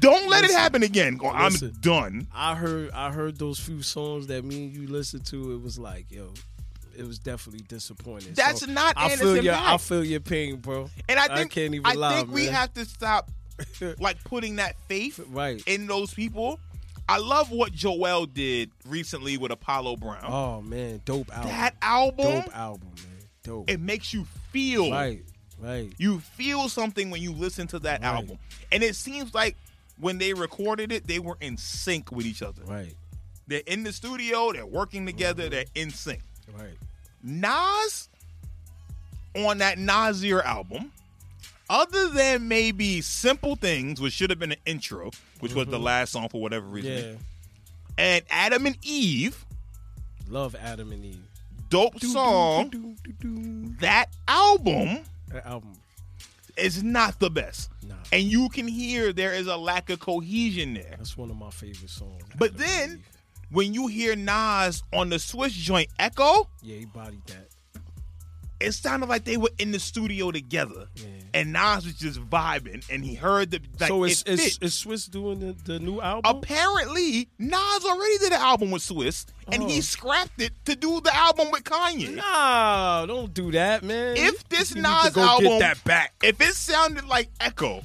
Speaker 1: Don't let it
Speaker 2: Listen.
Speaker 1: happen again. or I'm
Speaker 2: Listen.
Speaker 1: done.
Speaker 2: I heard I heard those few songs that me and you listened to. It was like, yo, it was definitely disappointing.
Speaker 1: That's
Speaker 2: So,
Speaker 1: not
Speaker 2: I
Speaker 1: Anderson
Speaker 2: feel your
Speaker 1: Paak.
Speaker 2: I feel your pain, bro.
Speaker 1: And I
Speaker 2: I
Speaker 1: think
Speaker 2: can't even
Speaker 1: I
Speaker 2: lie,
Speaker 1: think we
Speaker 2: man.
Speaker 1: have to stop like putting that faith
Speaker 2: Right.
Speaker 1: in those people. I love what Joel did recently with Apollo Brown.
Speaker 2: Oh man, dope album.
Speaker 1: that album,
Speaker 2: dope album, man. Dope.
Speaker 1: it makes you feel.
Speaker 2: Right. Right.
Speaker 1: You feel something when you listen to that
Speaker 2: Right.
Speaker 1: album. And it seems like when they recorded it, they were in sync with each other.
Speaker 2: Right.
Speaker 1: They're in the studio, they're working together, they're in sync.
Speaker 2: Right.
Speaker 1: Nas on that Nasir album, other than maybe Simple Things, which should have been an intro, which was the last song for whatever reason,
Speaker 2: Yeah.
Speaker 1: and Adam and Eve,
Speaker 2: Love Adam and Eve.
Speaker 1: dope song. That album
Speaker 2: That album.
Speaker 1: is not the best.
Speaker 2: Nah.
Speaker 1: And you can hear there is a lack of cohesion there.
Speaker 2: That's one of my favorite songs.
Speaker 1: But
Speaker 2: Adam and
Speaker 1: then
Speaker 2: Eve.
Speaker 1: when you hear Nas on the Swiss joint Echo,
Speaker 2: Yeah, he bodied that.
Speaker 1: it sounded like they were in the studio together.
Speaker 2: Yeah.
Speaker 1: And Nas was just vibing and he heard the like,
Speaker 2: so
Speaker 1: it
Speaker 2: is is,
Speaker 1: fit.
Speaker 2: is Swiss doing the, the new album?
Speaker 1: Apparently, Nas already did an album with Swiss, and he
Speaker 2: Oh.
Speaker 1: scrapped it to do the album with Kanye.
Speaker 2: Nah, don't do that, man.
Speaker 1: If this
Speaker 2: You need to
Speaker 1: Nas
Speaker 2: go
Speaker 1: album-
Speaker 2: get that back,
Speaker 1: If it sounded like Echo,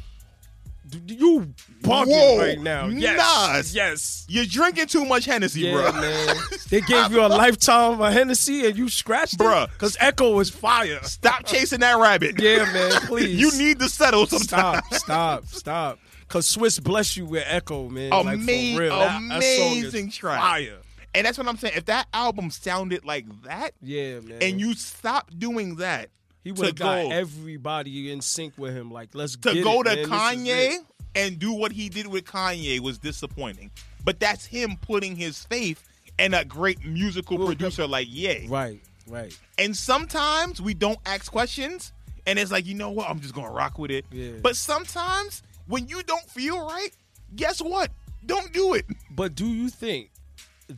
Speaker 2: D- you bugging
Speaker 1: Whoa,
Speaker 2: right now. Yes,
Speaker 1: Nas.
Speaker 2: yes.
Speaker 1: you're drinking too much Hennessy,
Speaker 2: Yeah,
Speaker 1: bro.
Speaker 2: man. They gave you a lifetime of Hennessy and you scratched
Speaker 1: Bruh.
Speaker 2: it, because Echo was fire.
Speaker 1: Stop chasing that rabbit.
Speaker 2: Yeah, man. Please,
Speaker 1: You need to settle sometime.
Speaker 2: stop, stop, stop. Cause Swiss bless you with Echo, man. like,
Speaker 1: Ama-
Speaker 2: for real. That- that song is
Speaker 1: amazing track.
Speaker 2: Fire.
Speaker 1: And that's what I'm saying. If that album sounded like that,
Speaker 2: Yeah, man.
Speaker 1: and you stop doing that
Speaker 2: he
Speaker 1: to
Speaker 2: would got
Speaker 1: go
Speaker 2: everybody in sync with him. Like, let's
Speaker 1: to
Speaker 2: get
Speaker 1: go
Speaker 2: it,
Speaker 1: to
Speaker 2: man. This is
Speaker 1: Kanye
Speaker 2: it.
Speaker 1: and do what he did with Kanye was disappointing. But that's him putting his faith in a great musical
Speaker 2: Well,
Speaker 1: producer like Ye.
Speaker 2: Right, right.
Speaker 1: And sometimes we don't ask questions, and it's like, you know what? I'm just gonna rock with it.
Speaker 2: Yeah.
Speaker 1: But sometimes when you don't feel right, guess what? Don't do it.
Speaker 2: But do you think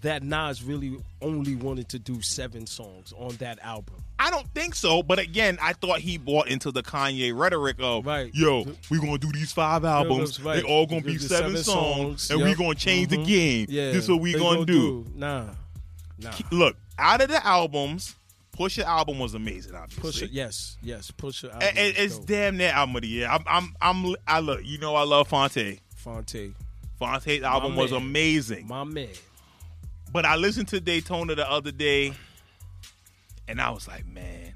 Speaker 2: that Nas really only wanted to do seven songs on that album?
Speaker 1: I don't think so. But again, I thought he bought into the Kanye rhetoric of,
Speaker 2: Right.
Speaker 1: yo, we're going to do these five albums.
Speaker 2: that's right.
Speaker 1: They all going to be
Speaker 2: There's
Speaker 1: seven,
Speaker 2: seven
Speaker 1: songs,
Speaker 2: songs,
Speaker 1: and
Speaker 2: yep.
Speaker 1: we're going to change the game.
Speaker 2: Yeah,
Speaker 1: This what we
Speaker 2: they
Speaker 1: going to do.
Speaker 2: Nah, nah.
Speaker 1: Look, out of the albums, Pusha album was amazing, obviously.
Speaker 2: Push it. Yes, yes. Push it.
Speaker 1: A- a- it's damn near album of the year. I'm, I'm, I'm, I look, you know, I love Fonte.
Speaker 2: Fonte,
Speaker 1: Fonte's album was
Speaker 2: man.
Speaker 1: amazing.
Speaker 2: my man.
Speaker 1: But I listened to Daytona the other day, and I was like, man,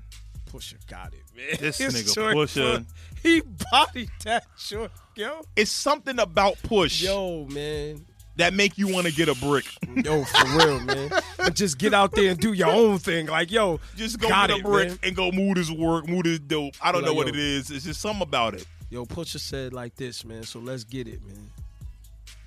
Speaker 2: Pusha got it, man.
Speaker 1: This
Speaker 2: His
Speaker 1: nigga
Speaker 2: short
Speaker 1: Pusha.
Speaker 2: foot, he bodied that short, yo,
Speaker 1: it's something about Push
Speaker 2: yo, man,
Speaker 1: that make you want to get a brick.
Speaker 2: yo, for real, man. And just get out there and do your own thing, like yo,
Speaker 1: Just go
Speaker 2: got
Speaker 1: get a
Speaker 2: it,
Speaker 1: brick
Speaker 2: man.
Speaker 1: and go move this work, move this dope. I don't
Speaker 2: Like,
Speaker 1: know what
Speaker 2: yo.
Speaker 1: it is. It's just something about it.
Speaker 2: Yo, Pusha said like this, man. So let's get it, man.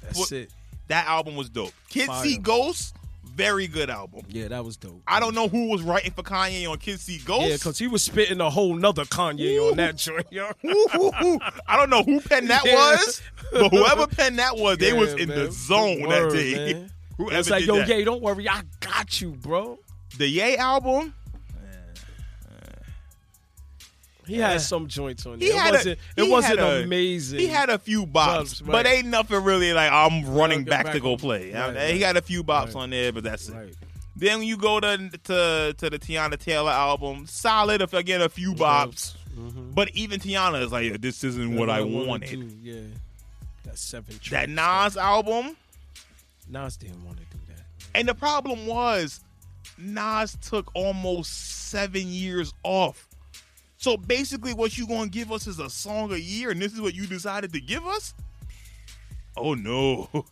Speaker 2: That's
Speaker 1: What-
Speaker 2: it.
Speaker 1: That album was dope. Kids
Speaker 2: Fire.
Speaker 1: See Ghosts, very good album.
Speaker 2: Yeah, that was dope.
Speaker 1: I don't know who was writing for Kanye on Kids See
Speaker 2: Yeah,
Speaker 1: Ghosts.
Speaker 2: because he was spitting a whole nother Kanye on that joint, yo.
Speaker 1: Ooh, ooh, ooh. I don't know who pen that
Speaker 2: Yeah.
Speaker 1: was, but whoever pen that was,
Speaker 2: Yeah,
Speaker 1: they was in
Speaker 2: man.
Speaker 1: the zone
Speaker 2: Word,
Speaker 1: that day.
Speaker 2: man.
Speaker 1: Whoever
Speaker 2: It's like,
Speaker 1: did
Speaker 2: yo,
Speaker 1: that.
Speaker 2: yeah, don't worry, I got you, bro.
Speaker 1: The Ye album,
Speaker 2: He had some joints on
Speaker 1: He
Speaker 2: there. It
Speaker 1: had a-
Speaker 2: wasn't, it
Speaker 1: he
Speaker 2: wasn't
Speaker 1: had a-
Speaker 2: amazing.
Speaker 1: he had a few bops,
Speaker 2: Bops,
Speaker 1: but
Speaker 2: right.
Speaker 1: ain't nothing really like I'm running
Speaker 2: go
Speaker 1: back,
Speaker 2: back
Speaker 1: to go
Speaker 2: on.
Speaker 1: play.
Speaker 2: Right,
Speaker 1: Uh, He
Speaker 2: right.
Speaker 1: got a few bops
Speaker 2: Right.
Speaker 1: on there, but that's it.
Speaker 2: right.
Speaker 1: Then you go to to to the Tiana Taylor album, solid if again a few bops.
Speaker 2: Mhm.
Speaker 1: But even Tiana is like, this isn't Mm-hmm. what I
Speaker 2: wanted
Speaker 1: wanted.
Speaker 2: to, Yeah, that seven.
Speaker 1: That
Speaker 2: tracks,
Speaker 1: Nas album,
Speaker 2: man. Nas didn't want to do that.
Speaker 1: and the problem was Nas took almost seven years off. So basically, what you gonna give us is a song a year, and this is what you decided to give us? Oh no!
Speaker 2: And,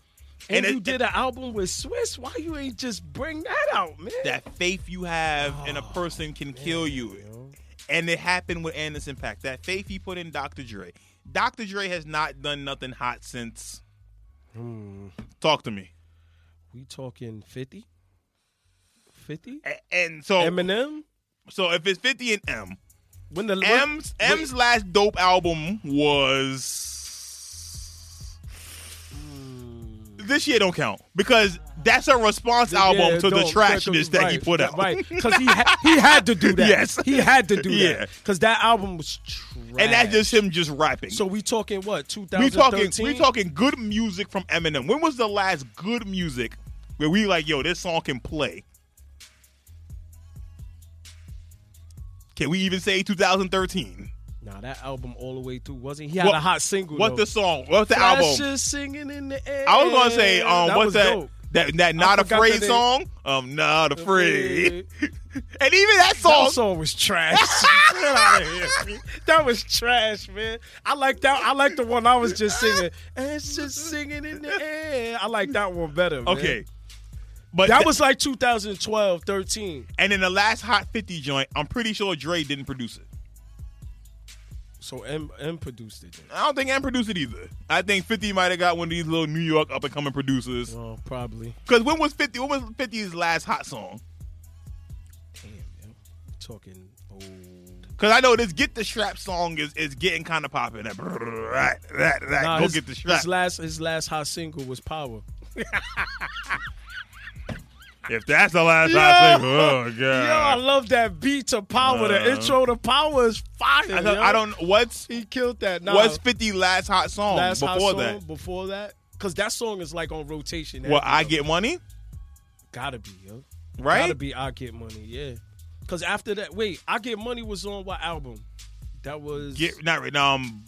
Speaker 1: And it-
Speaker 2: you did an album with Swiss. Why you ain't just bring that out, man?
Speaker 1: That faith you have in a
Speaker 2: Oh,
Speaker 1: person can kill you.
Speaker 2: Yo.
Speaker 1: And it happened with Anderson Pack. That faith he put in Dr. Dre. Dr. Dre has not done nothing hot since.
Speaker 2: Hmm.
Speaker 1: Talk to me.
Speaker 2: We talking 50? 50?
Speaker 1: A- And so,
Speaker 2: Eminem?
Speaker 1: so if it's 50 and M,
Speaker 2: When the
Speaker 1: M's
Speaker 2: when-
Speaker 1: M's last dope album was
Speaker 2: Hmm.
Speaker 1: this year. Don't count because that's a response album
Speaker 2: Yeah,
Speaker 1: to the
Speaker 2: dog,
Speaker 1: trashiness that he
Speaker 2: right,
Speaker 1: put out.
Speaker 2: Right, because he ha- he had to do that.
Speaker 1: Yes.
Speaker 2: he had to do
Speaker 1: Yeah.
Speaker 2: that because that album was trash.
Speaker 1: And that's just him just rapping.
Speaker 2: So we talking what?
Speaker 1: we
Speaker 2: 2013.
Speaker 1: talking we talking good music from Eminem. When was the last good music where we like, yo, this song can play? Can we even say 2013?
Speaker 2: Nah, that album all the way through wasn't. He had
Speaker 1: What-
Speaker 2: a hot single.
Speaker 1: What's
Speaker 2: though.
Speaker 1: the song? What's the
Speaker 2: Precious
Speaker 1: album?
Speaker 2: singing in the air.
Speaker 1: I was gonna say, um,
Speaker 2: that
Speaker 1: what's
Speaker 2: was
Speaker 1: that?
Speaker 2: Dope.
Speaker 1: That that not
Speaker 2: forgot
Speaker 1: afraid
Speaker 2: that they-
Speaker 1: song? Um, not afraid.
Speaker 2: Afraid.
Speaker 1: and even that song,
Speaker 2: That song was trash. Get out of here, man. That was trash, man. I like that. I like the one I was just singing. And it's just singing in the air. I like that one better. man.
Speaker 1: okay. But
Speaker 2: That
Speaker 1: th-
Speaker 2: was like 2012, 13.
Speaker 1: and in the last Hot 50 joint, I'm pretty sure Dre didn't produce it.
Speaker 2: So M M produced it. Then.
Speaker 1: I don't think M produced it either. I think 50 might have got one of these little New York up and coming producers.
Speaker 2: Oh, probably.
Speaker 1: Because when was 50? When was 50's last hot song?
Speaker 2: Damn, yo. Talking old.
Speaker 1: Because I know this "Get the Strap" song is, is getting kind of popping. That, that, that, that
Speaker 2: Nah,
Speaker 1: go
Speaker 2: his-
Speaker 1: get the strap.
Speaker 2: His last, his last hot single was Power.
Speaker 1: if that's the last
Speaker 2: Yo!
Speaker 1: hot single, oh god.
Speaker 2: Yo, I love that beat to Power.
Speaker 1: Uh.
Speaker 2: the intro to Power is fire.
Speaker 1: I, don't,
Speaker 2: yo.
Speaker 1: I don't. What's
Speaker 2: He killed that. Nah,
Speaker 1: what's 50 last hot song
Speaker 2: last
Speaker 1: before
Speaker 2: hot song
Speaker 1: that?
Speaker 2: Before that, because that song is like on rotation.
Speaker 1: Well,
Speaker 2: every-
Speaker 1: I get money,
Speaker 2: gotta be yo. Gotta
Speaker 1: right?
Speaker 2: be I get money. Yeah. Because after that, wait, I get money was on what album? That was
Speaker 1: Get not right now. Um,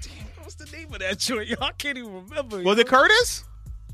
Speaker 2: Damn, what's the name of that joint? Yo, I can't even remember. yo.
Speaker 1: was it Curtis?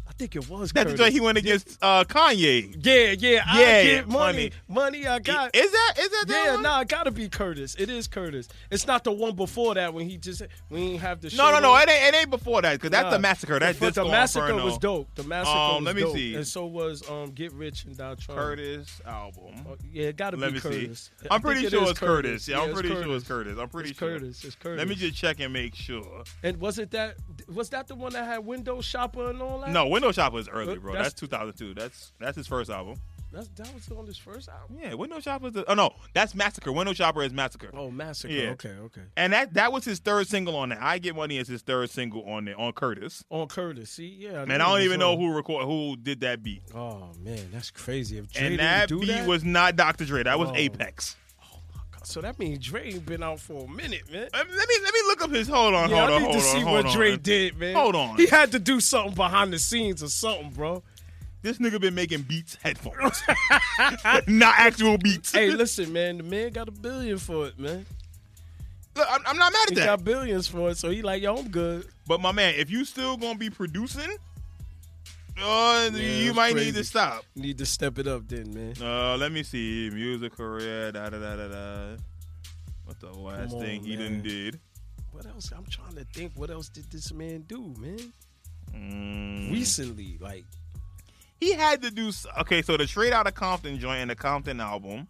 Speaker 2: I think it was.
Speaker 1: That's the
Speaker 2: Curtis.
Speaker 1: joint he went against uh, Kanye.
Speaker 2: yeah, yeah, I
Speaker 1: Yeah,
Speaker 2: get money,
Speaker 1: money.
Speaker 2: money. I got.
Speaker 1: Is that is that that
Speaker 2: yeah,
Speaker 1: one?
Speaker 2: nah, it gotta be Curtis. It is Curtis. It's not the one before that when he just we ain't have the.
Speaker 1: No, no,
Speaker 2: shirt
Speaker 1: no.
Speaker 2: on.
Speaker 1: It ain't, it ain't before that because that's
Speaker 2: Nah.
Speaker 1: the massacre. That's
Speaker 2: But
Speaker 1: Disco
Speaker 2: the massacre
Speaker 1: Inferno.
Speaker 2: was dope. The massacre
Speaker 1: Um,
Speaker 2: was
Speaker 1: let me
Speaker 2: dope.
Speaker 1: see.
Speaker 2: And so was um, Get Rich and Die Trying.
Speaker 1: Curtis album.
Speaker 2: Oh, yeah, it gotta
Speaker 1: Let
Speaker 2: be
Speaker 1: me
Speaker 2: Curtis.
Speaker 1: see.
Speaker 2: I
Speaker 1: I'm
Speaker 2: think
Speaker 1: pretty
Speaker 2: it
Speaker 1: sure
Speaker 2: is
Speaker 1: it's Curtis. Yeah, I'm
Speaker 2: it's
Speaker 1: pretty sure
Speaker 2: Curtis.
Speaker 1: it's Curtis. I'm pretty
Speaker 2: It's
Speaker 1: sure.
Speaker 2: Curtis. It's Curtis.
Speaker 1: Let me just check and make sure.
Speaker 2: And wasn't that was that the one that had window shopper and all that?
Speaker 1: No, Window Shopper is early,
Speaker 2: Uh,
Speaker 1: bro. That's,
Speaker 2: that's-
Speaker 1: 2002. That's that's his first album.
Speaker 2: That's, that was on his first album.
Speaker 1: Yeah, Window Shopper. Is the, oh no, that's Massacre. Window Shopper is Massacre.
Speaker 2: Oh, massacre.
Speaker 1: Yeah.
Speaker 2: Okay, okay.
Speaker 1: And that that was his third single on that. I Get Money is his third single on there on Curtis.
Speaker 2: On Curtis. See, yeah.
Speaker 1: Man,
Speaker 2: knew
Speaker 1: I
Speaker 2: it
Speaker 1: don't
Speaker 2: was
Speaker 1: even know
Speaker 2: on.
Speaker 1: who record who did that beat.
Speaker 2: Oh man, that's crazy. If Dre
Speaker 1: and
Speaker 2: didn't
Speaker 1: that
Speaker 2: do
Speaker 1: beat
Speaker 2: that,
Speaker 1: was not Dr. Dre. That was
Speaker 2: Oh.
Speaker 1: Apex.
Speaker 2: so that means Dre ain't been out for a minute, man.
Speaker 1: Um, Let me let me look up his. Hold on,
Speaker 2: Yeah,
Speaker 1: hold
Speaker 2: I
Speaker 1: on,
Speaker 2: need
Speaker 1: hold
Speaker 2: to
Speaker 1: on,
Speaker 2: see
Speaker 1: hold
Speaker 2: what
Speaker 1: on.
Speaker 2: Dre did, man.
Speaker 1: Hold on.
Speaker 2: He had to do something behind the scenes or something, bro.
Speaker 1: This nigga been making beats headphones, not actual beats.
Speaker 2: hey, listen, man, the man got a billion for it, man.
Speaker 1: Look, I'm, I'm not mad
Speaker 2: He
Speaker 1: at that.
Speaker 2: got billions for it, so he like, yo, I'm good.
Speaker 1: But my man, if you still gonna be producing, uh, you
Speaker 2: that's
Speaker 1: might need to
Speaker 2: crazy.
Speaker 1: stop.
Speaker 2: Need to step it up then, man.
Speaker 1: Uh, let me see. Music career, da da da da da. What the last
Speaker 2: Come
Speaker 1: thing
Speaker 2: on,
Speaker 1: he done
Speaker 2: man.
Speaker 1: did?
Speaker 2: What else? I'm trying to think. What else did this man do, man?
Speaker 1: Mm.
Speaker 2: Recently, like,
Speaker 1: he had to do s- okay. So the Straight Outta Compton joint and the Compton album.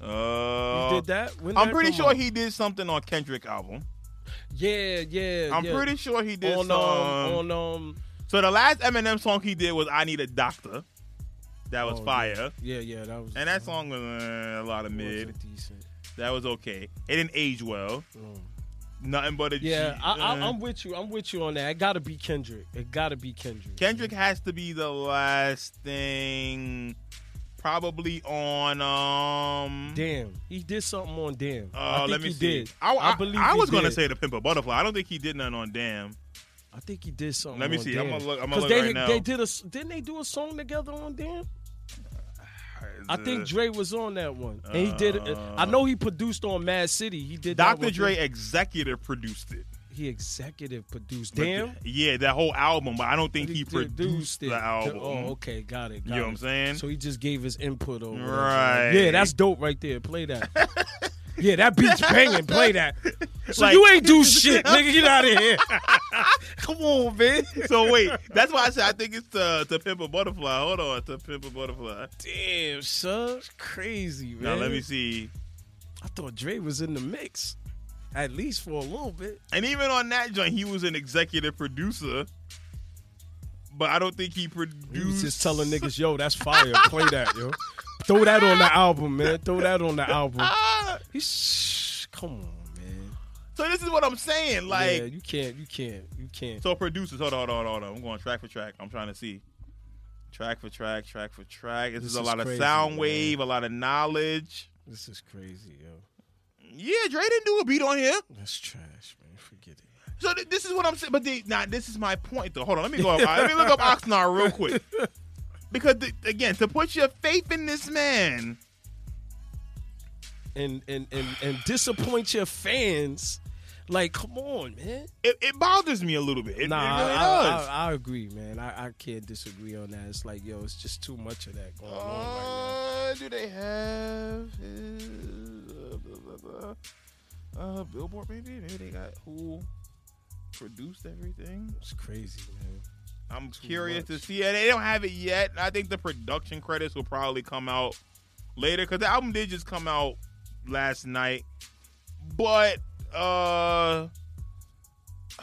Speaker 1: Uh,
Speaker 2: he did that. When
Speaker 1: I'm
Speaker 2: that
Speaker 1: Uh, pretty
Speaker 2: come
Speaker 1: sure
Speaker 2: out?
Speaker 1: he did something on Kendrick album.
Speaker 2: Yeah, yeah.
Speaker 1: I'm
Speaker 2: yeah.
Speaker 1: pretty sure he did.
Speaker 2: on um,
Speaker 1: some-
Speaker 2: on um.
Speaker 1: so the last Eminem song he did was "I Need a Doctor," that was
Speaker 2: Oh, yeah.
Speaker 1: fire,
Speaker 2: Yeah, yeah. That was.
Speaker 1: and that song was uh, a lot of
Speaker 2: was
Speaker 1: mid.
Speaker 2: decent.
Speaker 1: That was okay. It didn't age well.
Speaker 2: Mm.
Speaker 1: Nothing but a G.
Speaker 2: Yeah, I, I,
Speaker 1: uh,
Speaker 2: I'm with you. I'm with you on that. It gotta be Kendrick. It gotta be Kendrick.
Speaker 1: Kendrick has to be the last thing, probably on um.
Speaker 2: Damn, he did something on Damn.
Speaker 1: Oh,
Speaker 2: I think
Speaker 1: let me
Speaker 2: he
Speaker 1: see.
Speaker 2: Did.
Speaker 1: I, I,
Speaker 2: believe
Speaker 1: I
Speaker 2: he
Speaker 1: was gonna
Speaker 2: did.
Speaker 1: say the Pimp a Butterfly. I don't think he did nothing on Damn.
Speaker 2: I think he did something.
Speaker 1: Let me
Speaker 2: on
Speaker 1: see.
Speaker 2: Oh, Damn.
Speaker 1: I'm gonna look. I'm gonna
Speaker 2: 'Cause
Speaker 1: look
Speaker 2: they,
Speaker 1: right now.
Speaker 2: they did a s- didn't they do a song together on Damn? I think Dre was on that one, and he did.
Speaker 1: Uh,
Speaker 2: I know he produced on Mad City. He did. that
Speaker 1: Dr.
Speaker 2: one,
Speaker 1: Dre executive produced it.
Speaker 2: too. He executive produced.
Speaker 1: But
Speaker 2: Damn.
Speaker 1: th- yeah, that whole album, but I don't think he,
Speaker 2: did-
Speaker 1: produced
Speaker 2: it.
Speaker 1: the album.
Speaker 2: Oh, okay, got it. got
Speaker 1: You know
Speaker 2: it.
Speaker 1: what I'm saying?
Speaker 2: So he just gave his input over. there.
Speaker 1: Right.
Speaker 2: Yeah, that's dope right there. Play that. yeah, that beat's banging. Play that. So
Speaker 1: Like-
Speaker 2: you ain't do shit, nigga. Get out of here. Come on, man.
Speaker 1: So wait, that's why I said I think it's to, to Pimp a Butterfly. Hold on, to Pimp a Butterfly.
Speaker 2: Damn, son, It's crazy, man.
Speaker 1: Now let me see.
Speaker 2: I thought Dre was in the mix, at least for a little bit.
Speaker 1: And even on that joint, he was an executive producer, but I don't think he
Speaker 2: He
Speaker 1: produced.
Speaker 2: was just telling niggas, "Yo, that's fire. Play that, yo. Throw that on the album, man. Throw that on the album."
Speaker 1: Ah!
Speaker 2: He's, come on, man.
Speaker 1: so this is what I'm saying. Like,
Speaker 2: yeah, you can't, you can't, you can't.
Speaker 1: so producers. Hold on, hold on, hold on. I'm going track for track. I'm trying to see. Track for track, track for track. This,
Speaker 2: This
Speaker 1: is a
Speaker 2: is
Speaker 1: lot of
Speaker 2: crazy,
Speaker 1: sound
Speaker 2: man.
Speaker 1: wave, a lot of knowledge.
Speaker 2: This is crazy, yo.
Speaker 1: Yeah, Dre didn't do a beat on here.
Speaker 2: That's trash, man. Forget it.
Speaker 1: So th- this is what I'm saying. But the, nah, this is my point though. Hold on, let me go. Up, let me look up Oxnard real quick. Because th- again, to put your faith in this man,
Speaker 2: And and and and disappoint your fans. Like, come on, man.
Speaker 1: it, it bothers me a little bit. It,
Speaker 2: nah,
Speaker 1: it really
Speaker 2: I,
Speaker 1: does.
Speaker 2: I, I, I agree, man. I, I can't disagree on that. It's like, yo, it's just too much of that going on right
Speaker 1: Uh, do they have his, uh, blah, blah, blah. Uh, Billboard? Maybe maybe they got who produced everything.
Speaker 2: now. It's crazy, man.
Speaker 1: I'm curious
Speaker 2: much.
Speaker 1: to see. And they don't have it yet. I think the production credits will probably come out later because the album did just come out last night. But uh,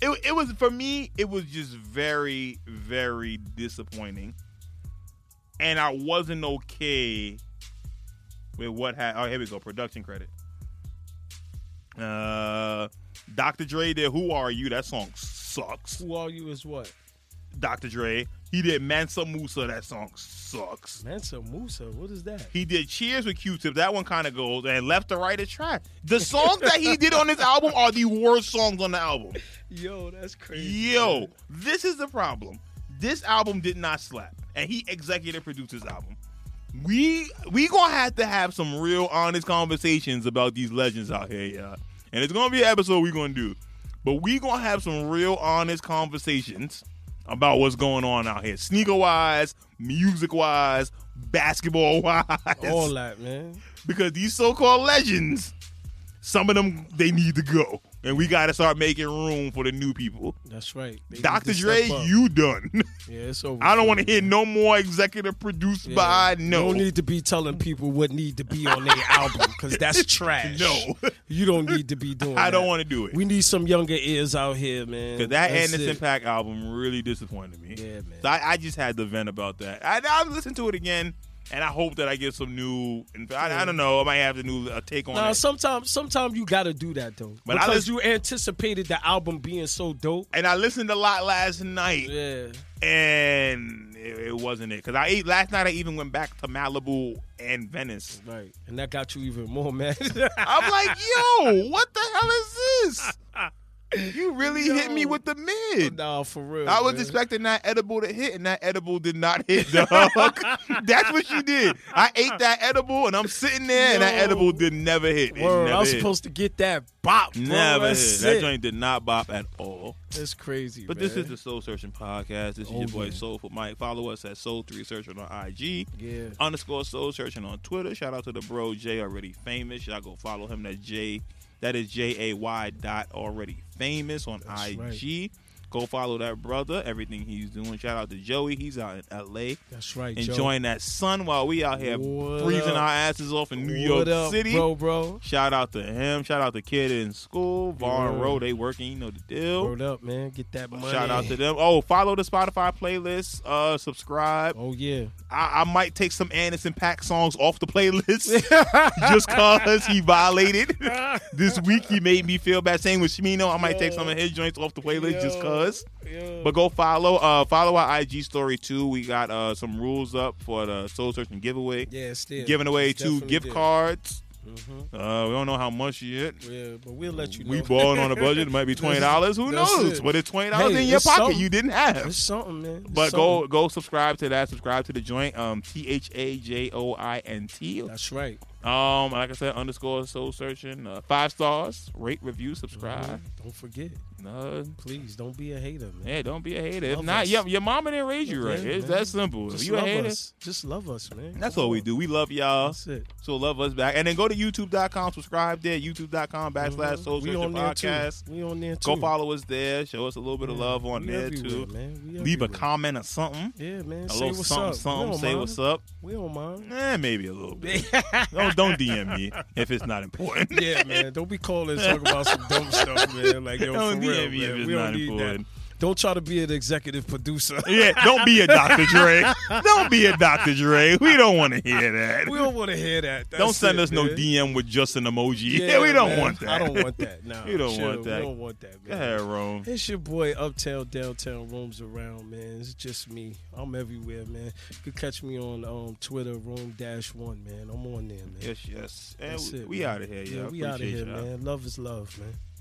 Speaker 1: it it was for me. It was just very very disappointing, and I wasn't okay with what had. Oh, here we go. Production credit. Uh, Dr. Dre did "Who Are You." That song sucks.
Speaker 2: Who are you is what?
Speaker 1: Dr. Dre. He did Mansa Musa. That song sucks.
Speaker 2: Mansa Musa, what is that?
Speaker 1: He did Cheers with Q-Tip. That one kind of goes. And Left to Right is Trash. The songs that he did on this album are the worst songs on the album.
Speaker 2: Yo, that's crazy.
Speaker 1: Yo, this is the problem. This album did not slap, and he executive produced this album. We we gonna have to have some real honest conversations about these legends out here, yeah. And it's gonna be an episode we gonna do, but we gonna have some real honest conversations about what's going on out here, sneaker wise, music wise, basketball wise,
Speaker 2: All that, man.
Speaker 1: because these so-called legends, some of them they need to go, and we gotta start making room for the new people.
Speaker 2: That's right. They need
Speaker 1: Dr.
Speaker 2: to step
Speaker 1: Dre,
Speaker 2: up.
Speaker 1: you done.
Speaker 2: Yeah, it's over.
Speaker 1: I don't
Speaker 2: for
Speaker 1: want to
Speaker 2: you,
Speaker 1: hear
Speaker 2: man.
Speaker 1: no more executive produced by no.
Speaker 2: You don't need to be telling people what need to be on their album because that's trash.
Speaker 1: No.
Speaker 2: You don't need to be doing
Speaker 1: I don't
Speaker 2: that.
Speaker 1: want to do it.
Speaker 2: We need some younger ears out here, man.
Speaker 1: Because that
Speaker 2: That's
Speaker 1: Anderson
Speaker 2: it.
Speaker 1: Pack album really disappointed me.
Speaker 2: Yeah, man.
Speaker 1: So I, I just had to vent about that. I, I'll listen to it again, and I hope that I get some new. In fact, I, I don't know. I might have a new uh, take on
Speaker 2: Nah,
Speaker 1: it.
Speaker 2: sometimes sometimes you gotta do that though.
Speaker 1: But I
Speaker 2: because
Speaker 1: listen-
Speaker 2: you anticipated the album being so dope.
Speaker 1: and I listened a lot last night,
Speaker 2: Yeah.
Speaker 1: and it, it wasn't it. Because I ate last night. I even went back to Malibu and Venice.
Speaker 2: Right. And that got you even more mad.
Speaker 1: I'm like, yo, what the hell is this? You really hit me
Speaker 2: Yo.
Speaker 1: with the mid.
Speaker 2: nah, for real.
Speaker 1: I was
Speaker 2: man.
Speaker 1: expecting that edible to hit, and that edible did not hit, dog. That's what you did. I ate that edible, and I'm sitting there, and that
Speaker 2: Yo.
Speaker 1: edible did never hit. It
Speaker 2: Word,
Speaker 1: never
Speaker 2: I was
Speaker 1: hit.
Speaker 2: supposed to get that bop. Bro.
Speaker 1: never hit.
Speaker 2: that's
Speaker 1: That
Speaker 2: it.
Speaker 1: joint did not bop at all.
Speaker 2: That's crazy.
Speaker 1: But
Speaker 2: man.
Speaker 1: this is the Soul Searching podcast. This is
Speaker 2: Oh,
Speaker 1: your boy
Speaker 2: yeah.
Speaker 1: Soulful Mike. Follow us at Soul Three Searching on IG.
Speaker 2: yeah.
Speaker 1: Underscore Soul Searching on Twitter. Shout out to the bro Jay already famous. Y'all go follow him. That J that is J A Y dot already famous on
Speaker 2: That's
Speaker 1: IG.
Speaker 2: right.
Speaker 1: Go follow that brother. Everything he's doing. Shout out to Joey. He's out in L.A.
Speaker 2: That's right. Joe.
Speaker 1: enjoying that sun while we out here
Speaker 2: What
Speaker 1: freezing
Speaker 2: up?
Speaker 1: our asses off in New
Speaker 2: What
Speaker 1: York
Speaker 2: up,
Speaker 1: City.
Speaker 2: bro, bro.
Speaker 1: Shout out to him. Shout out to kid in school. Vaughn
Speaker 2: Yeah.
Speaker 1: Rowe, they working. You know the deal.
Speaker 2: Word up, man. Get that money.
Speaker 1: Shout out to them. Oh, follow the Spotify playlist. Uh, subscribe.
Speaker 2: Oh yeah.
Speaker 1: I, I might take some Anderson Pack songs off the playlist just cause he violated. this week he made me feel bad. Same with Shmino. I might take some of his joints off the playlist just
Speaker 2: Yo.
Speaker 1: cause.
Speaker 2: Yeah.
Speaker 1: But go follow. Uh, follow our IG story too. We got uh some rules up for the Soul Searching giveaway.
Speaker 2: yeah, still
Speaker 1: Giving away two gift cards.
Speaker 2: Mm-hmm.
Speaker 1: Uh, we don't know how much yet.
Speaker 2: Yeah, but we'll let you know.
Speaker 1: We balling on a budget. It might be twenty dollars. Who
Speaker 2: That's
Speaker 1: knows?
Speaker 2: it.
Speaker 1: What is twenty dollars
Speaker 2: Hey,
Speaker 1: in your
Speaker 2: it's
Speaker 1: pocket
Speaker 2: something.
Speaker 1: you didn't
Speaker 2: It's
Speaker 1: have?
Speaker 2: something, man. It's
Speaker 1: But
Speaker 2: something.
Speaker 1: go go subscribe to that. Subscribe to the joint. Um, T H A J O I N T.
Speaker 2: That's right. Mm-hmm.
Speaker 1: Um, like I said, underscore soul searching. Uh, five stars. Rate, review, subscribe.
Speaker 2: Don't forget.
Speaker 1: No,
Speaker 2: Please don't be a hater, man.
Speaker 1: yeah, don't be a hater. If
Speaker 2: Love
Speaker 1: not,
Speaker 2: us.
Speaker 1: your, your mama didn't raise you right.
Speaker 2: Yeah,
Speaker 1: It's
Speaker 2: man.
Speaker 1: that simple.
Speaker 2: Just
Speaker 1: if you a
Speaker 2: love
Speaker 1: hater,
Speaker 2: us. Just love us, man.
Speaker 1: that's
Speaker 2: Come
Speaker 1: all we
Speaker 2: on.
Speaker 1: do. We love y'all.
Speaker 2: That's it.
Speaker 1: So love us back. And then go to youtube.com, subscribe there, youtube.com backslash
Speaker 2: Mhm.
Speaker 1: soul
Speaker 2: We
Speaker 1: searching
Speaker 2: on there,
Speaker 1: podcast.
Speaker 2: Too. We on there too.
Speaker 1: Go follow us there. Show us a little bit of love on
Speaker 2: We
Speaker 1: there
Speaker 2: everywhere,
Speaker 1: too.
Speaker 2: Man. We
Speaker 1: Leave a
Speaker 2: everywhere.
Speaker 1: comment or something.
Speaker 2: Yeah, man.
Speaker 1: A
Speaker 2: say
Speaker 1: little
Speaker 2: what's
Speaker 1: something,
Speaker 2: up. we
Speaker 1: something.
Speaker 2: don't
Speaker 1: Say
Speaker 2: mind.
Speaker 1: what's up.
Speaker 2: We don't mind.
Speaker 1: Eh, maybe a little bit. don't don't DM me if it's not important.
Speaker 2: yeah, man. Don't be calling and talking about some dumb stuff, man. Like yo,
Speaker 1: don't
Speaker 2: for real,
Speaker 1: DM me if
Speaker 2: man.
Speaker 1: it's
Speaker 2: We
Speaker 1: not
Speaker 2: don't need that.
Speaker 1: important.
Speaker 2: Don't try to be an executive producer.
Speaker 1: Yeah, don't be a Dr. Dre. don't be a Dr. Dre. We don't want to hear that.
Speaker 2: we don't want to hear that. That's
Speaker 1: don't send
Speaker 2: it,
Speaker 1: us no
Speaker 2: man.
Speaker 1: DM with just an emoji. Yeah, we don't
Speaker 2: man.
Speaker 1: want that.
Speaker 2: I don't want that. Nah,
Speaker 1: You don't
Speaker 2: chill.
Speaker 1: want that.
Speaker 2: We don't want that,
Speaker 1: Go
Speaker 2: man.
Speaker 1: ahead, Rome.
Speaker 2: It's your boy Uptown Downtown Roams Around, man. It's just me. I'm everywhere, man. You can catch me on um, Twitter, Room Dash One, man. I'm on there, man.
Speaker 1: Yes, yes. And
Speaker 2: That's
Speaker 1: we,
Speaker 2: it,
Speaker 1: we
Speaker 2: man.
Speaker 1: out of here, y'all.
Speaker 2: Yeah, we out of
Speaker 1: Appreciate
Speaker 2: here,
Speaker 1: y'all.
Speaker 2: man. Love is love, man.